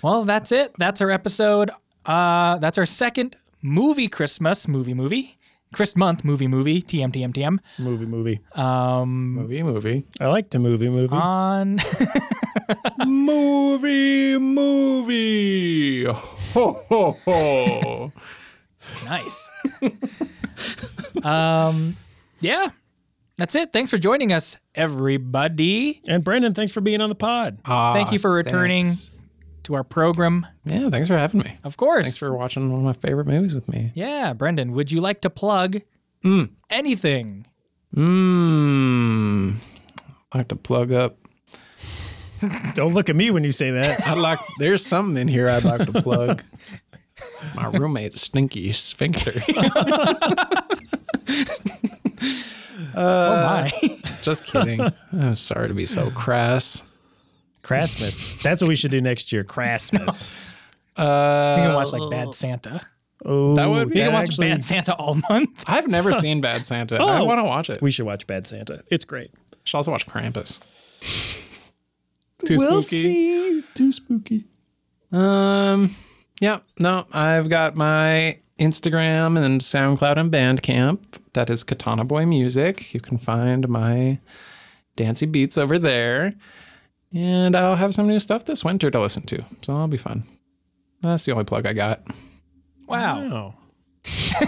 Speaker 1: Well, that's it. That's our episode. Uh, that's our second movie Christmas movie movie. Christ month movie movie TM TM TM
Speaker 2: Movie, movie.
Speaker 3: Movie, movie.
Speaker 2: I liked a movie, movie.
Speaker 3: Uh,
Speaker 1: on
Speaker 3: Movie, movie. Ho, ho, ho.
Speaker 1: nice. um, yeah, that's it. Thanks for joining us, everybody.
Speaker 2: and Brandon, thanks for being on the pod.
Speaker 1: Thank you for returning
Speaker 3: Ah, thanks.
Speaker 1: to our program.
Speaker 3: Yeah, thanks for having me.
Speaker 1: Of course.
Speaker 3: Thanks for watching one of my favorite movies with me.
Speaker 1: yeah, Brendan. Would you like to plug
Speaker 3: Mm.
Speaker 1: anything?
Speaker 3: Mmm. I have to plug up.
Speaker 2: Don't look at me when you say that.
Speaker 3: I like. There's something in here I'd like to plug. My roommate, Stinky Sphincter.
Speaker 1: Oh my.
Speaker 3: Just kidding. I'm sorry to be so crass.
Speaker 2: Christmas. That's what we should do next year. Christmas.
Speaker 1: you
Speaker 3: Uh,
Speaker 1: can watch like Bad Santa.
Speaker 2: Oh,
Speaker 3: That would be-
Speaker 1: You
Speaker 2: that
Speaker 1: can watch
Speaker 2: actually-
Speaker 1: Bad Santa all month.
Speaker 3: I've never seen Bad Santa. I
Speaker 2: Oh.
Speaker 3: want to watch it. We
Speaker 2: We should watch Bad Santa. It's great.
Speaker 3: should also watch Krampus. Too spooky.
Speaker 2: Too spooky.
Speaker 3: Um, yeah, no, I've got my Instagram and SoundCloud and Bandcamp. That is Katana Boy Music. You can find my dancey beats over there. And I'll have some new stuff this winter to listen to. So that'll be fun. That's the only plug I got.
Speaker 1: Wow.
Speaker 2: Oh,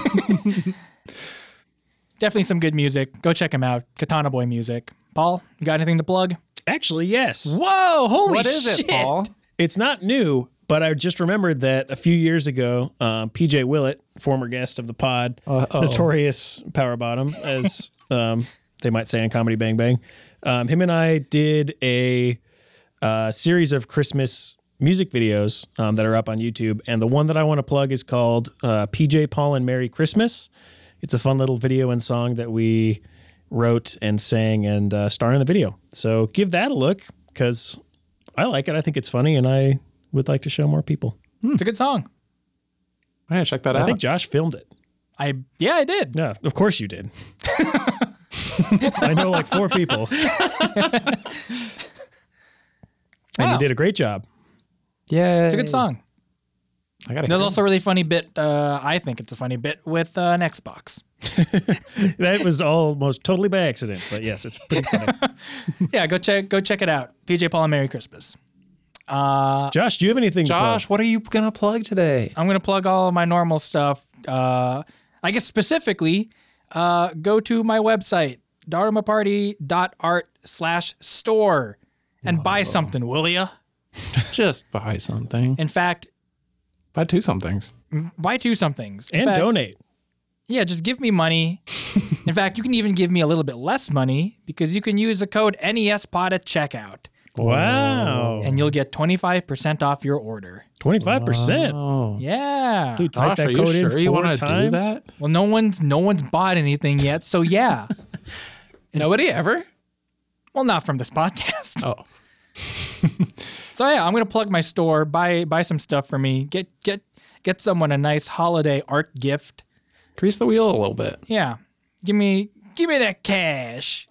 Speaker 1: definitely some good music. Go check him out. Katana Boy Music. Paul, you got anything to plug?
Speaker 2: actually, yes.
Speaker 1: Whoa, holy
Speaker 3: What is it, Paul?
Speaker 2: It's not new, but I just remembered that a few years ago, um, PJ Willett, former guest of the pod, notorious power bottom, as um, they might say in Comedy Bang Bang. Um, him and I did a uh, series of Christmas music videos um, that are up on YouTube. And the one that I want to plug is called uh, PJ Paul and Merry Christmas. It's a fun little video and song that we wrote and sang and uh, starred in the video. So give that a look because I like it. I think it's funny and I would like to show more people.
Speaker 1: It's a good song.
Speaker 3: Yeah, check that out.
Speaker 2: I
Speaker 1: Ah.
Speaker 2: think Josh filmed it.
Speaker 1: I yeah, I did.
Speaker 2: Yeah, of course you did. I know like four people. And
Speaker 1: Wow.
Speaker 2: you did a great job.
Speaker 3: yeah,
Speaker 1: It's a good song.
Speaker 3: I gotta
Speaker 1: There's
Speaker 3: hear
Speaker 1: also a really funny bit. Uh, I think it's a funny bit with uh, an Xbox.
Speaker 2: That was almost totally by accident, but yes, it's pretty funny.
Speaker 1: Yeah, go check go check it out. PJ Paul and Merry Christmas. Ah.
Speaker 2: Josh, do you have anything?
Speaker 3: it.
Speaker 2: to plug?
Speaker 3: Josh, what are you gonna plug today?
Speaker 1: I'm gonna plug all of my normal stuff. Uh, I guess specifically, uh, go to my website dharmaparty.art slash store and buy something, will ya?
Speaker 3: Just buy something.
Speaker 1: In fact,
Speaker 3: Buy two somethings.
Speaker 1: buy two somethings In
Speaker 2: and
Speaker 1: fact,
Speaker 2: donate.
Speaker 1: Yeah, just give me money. In fact, you can even give me a little bit less money because you can use the code NESPOD at checkout
Speaker 2: Wow,
Speaker 1: and you'll get 25% off your order.
Speaker 2: twenty five percent.
Speaker 3: Oh,
Speaker 1: Yeah.
Speaker 2: Dude, type
Speaker 3: Josh,
Speaker 2: that
Speaker 3: are you
Speaker 2: code in
Speaker 3: sure
Speaker 2: four
Speaker 3: you want to do
Speaker 2: times.
Speaker 3: that?
Speaker 1: Well, no one's no one's bought anything yet, so yeah.
Speaker 3: Nobody ever.
Speaker 1: well, not from this podcast.
Speaker 3: Oh,
Speaker 1: So yeah, I'm gonna plug my store, buy buy some stuff for me, get get get someone a nice holiday art gift.
Speaker 3: grease the wheel a little bit.
Speaker 1: Yeah, give me give me that cash.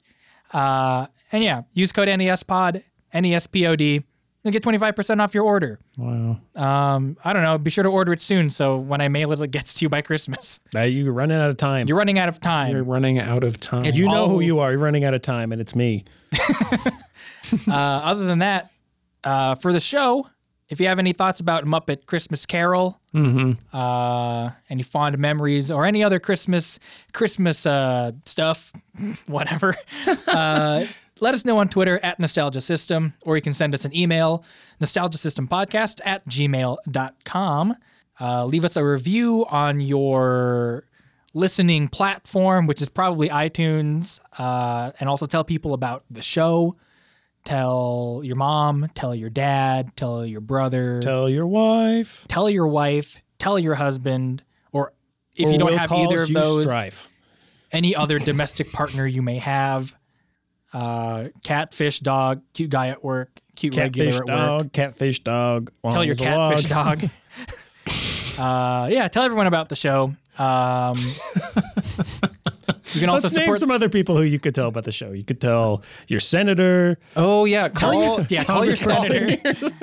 Speaker 1: Uh, and yeah, use code E NESPOD E NESPOD and get 25% off your order.
Speaker 3: Wow.
Speaker 1: Um, I don't know. Be sure to order it soon, so when I mail it, it gets to you by Christmas.
Speaker 2: Now you're running out of time.
Speaker 1: You're running out of
Speaker 3: You're
Speaker 1: time.
Speaker 3: running out of time.
Speaker 2: you know
Speaker 1: all-
Speaker 2: who you are. You're running out of time, and it's me.
Speaker 1: Uh, other than that, uh, for the show, if you have any thoughts about Muppet Christmas Carol, uh, any fond memories or any other Christmas Christmas uh, stuff, whatever, uh, let us know on Twitter at Nostalgia System, or you can send us an email, nostalgiasystempodcast at gmail.com. Uh, leave us a review on your listening platform, which is probably iTunes, uh, and also tell people about the show. Tell your mom, tell your dad, tell your brother
Speaker 2: Tell your wife.
Speaker 1: tell your wife, tell your husband, or if
Speaker 2: or
Speaker 1: you don't
Speaker 2: we'll
Speaker 1: have
Speaker 2: cause
Speaker 1: either of
Speaker 2: you
Speaker 1: those,
Speaker 2: strife.
Speaker 1: any other domestic partner you may have. Uh, catfish dog, cute guy at work, cute
Speaker 2: Catfish
Speaker 1: regular at work.
Speaker 2: dog. Catfish dog.
Speaker 1: Tell your catfish dog. uh, yeah, tell everyone about the show. Um, you can also
Speaker 2: Let's name
Speaker 1: support.
Speaker 2: some other people who you could tell about the show. You could tell your senator.
Speaker 3: Oh yeah,
Speaker 1: Call
Speaker 3: call
Speaker 1: your, yeah, call your senator.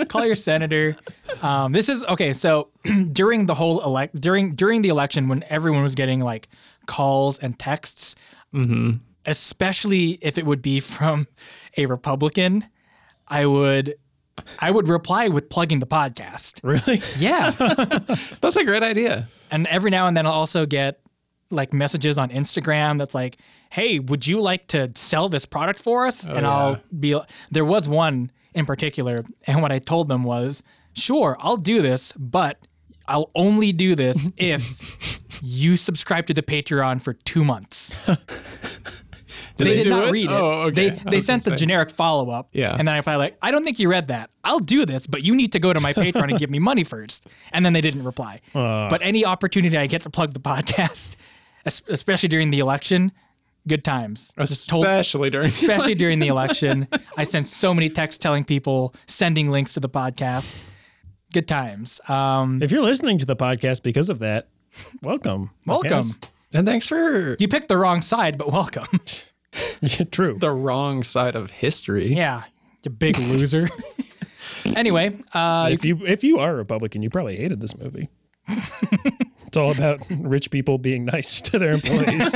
Speaker 1: call your senator. Um, this is okay. So during the whole elect, during during the election, when everyone was getting like calls and texts, especially if it would be from a Republican, I would, I would reply with plugging the podcast.
Speaker 2: Really?
Speaker 1: Yeah,
Speaker 3: That's a great idea.
Speaker 1: and every now and then I'll also get like messages on Instagram that's like, "Hey, would you like to sell this product for us?"
Speaker 3: Oh,
Speaker 1: and I'll be there was one in particular, and what I told them was, "Sure, I'll do this, but I'll only do this if you subscribe to the Patreon for 2 months." they,
Speaker 3: they
Speaker 1: did
Speaker 3: do
Speaker 1: not
Speaker 3: it?
Speaker 1: read it.
Speaker 3: Oh, okay.
Speaker 1: They
Speaker 3: I
Speaker 1: they
Speaker 3: was
Speaker 1: sent the
Speaker 3: gonna say.
Speaker 1: generic follow-up.
Speaker 3: Yeah.
Speaker 1: And then I probably like, "I don't think you read that. I'll do this, but you need to go to my Patreon and give me money first. And then they didn't reply. But any opportunity I get to plug the podcast, es- especially during the election, good times. Just told-
Speaker 3: Especially during.
Speaker 1: especially during the election, I sent so many texts telling people, sending links to the podcast. Good times. Um,
Speaker 2: If you're listening to the podcast because of that, welcome. I
Speaker 1: welcome.
Speaker 2: guess.
Speaker 3: And thanks for
Speaker 1: You picked the wrong side, but welcome.
Speaker 2: Yeah, True.
Speaker 3: the wrong side of history.
Speaker 1: yeah, you big loser. anyway, uh,
Speaker 2: if you if you are a Republican, you probably hated this movie. it's all about rich people being nice to their employees.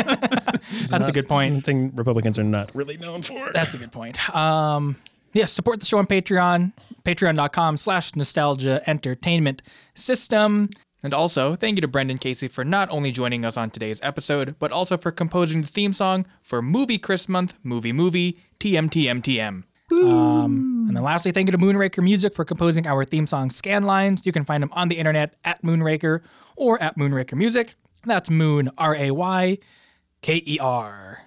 Speaker 1: that's a good point.
Speaker 2: Thing Republicans are not really known for.
Speaker 1: That's a good point. Um, yes, support the show on Patreon, patreon.com slash nostalgia entertainment system. And also, thank you to Brendan Casey for not only joining us on today's episode, but also for composing the theme song for Movie Chris Month, Movie Movie, TMTMTM. Um, and then lastly, thank you to Moonraker Music for composing our theme song Scanlines. You can find them on the internet at Moonraker or at Moonraker Music. That's Moon, R A Y K E R.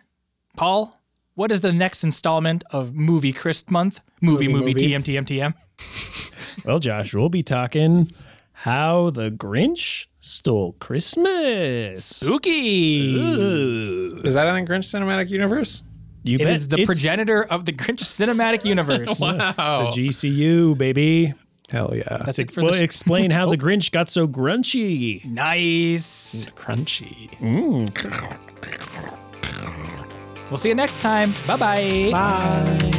Speaker 1: Paul, What is the next installment of Movie Christ Month? Movie, movie,
Speaker 2: Movie, movie.
Speaker 1: TM, TM, TM.
Speaker 2: Well, Josh, we'll be talking how the Grinch stole Christmas.
Speaker 1: Spooky.
Speaker 3: Is that in the Grinch cinematic universe?
Speaker 2: You
Speaker 1: It
Speaker 2: bet.
Speaker 1: is the
Speaker 2: It's
Speaker 1: progenitor of the Grinch cinematic universe.
Speaker 2: The GCU, baby.
Speaker 3: Hell yeah.
Speaker 1: Oh. That's it for
Speaker 2: Well,
Speaker 1: the Oh.
Speaker 2: explain how the Grinch got so grunchy.
Speaker 1: nice.
Speaker 3: crunchy. Mmm,
Speaker 1: We'll see you next time. Bye-bye. Bye.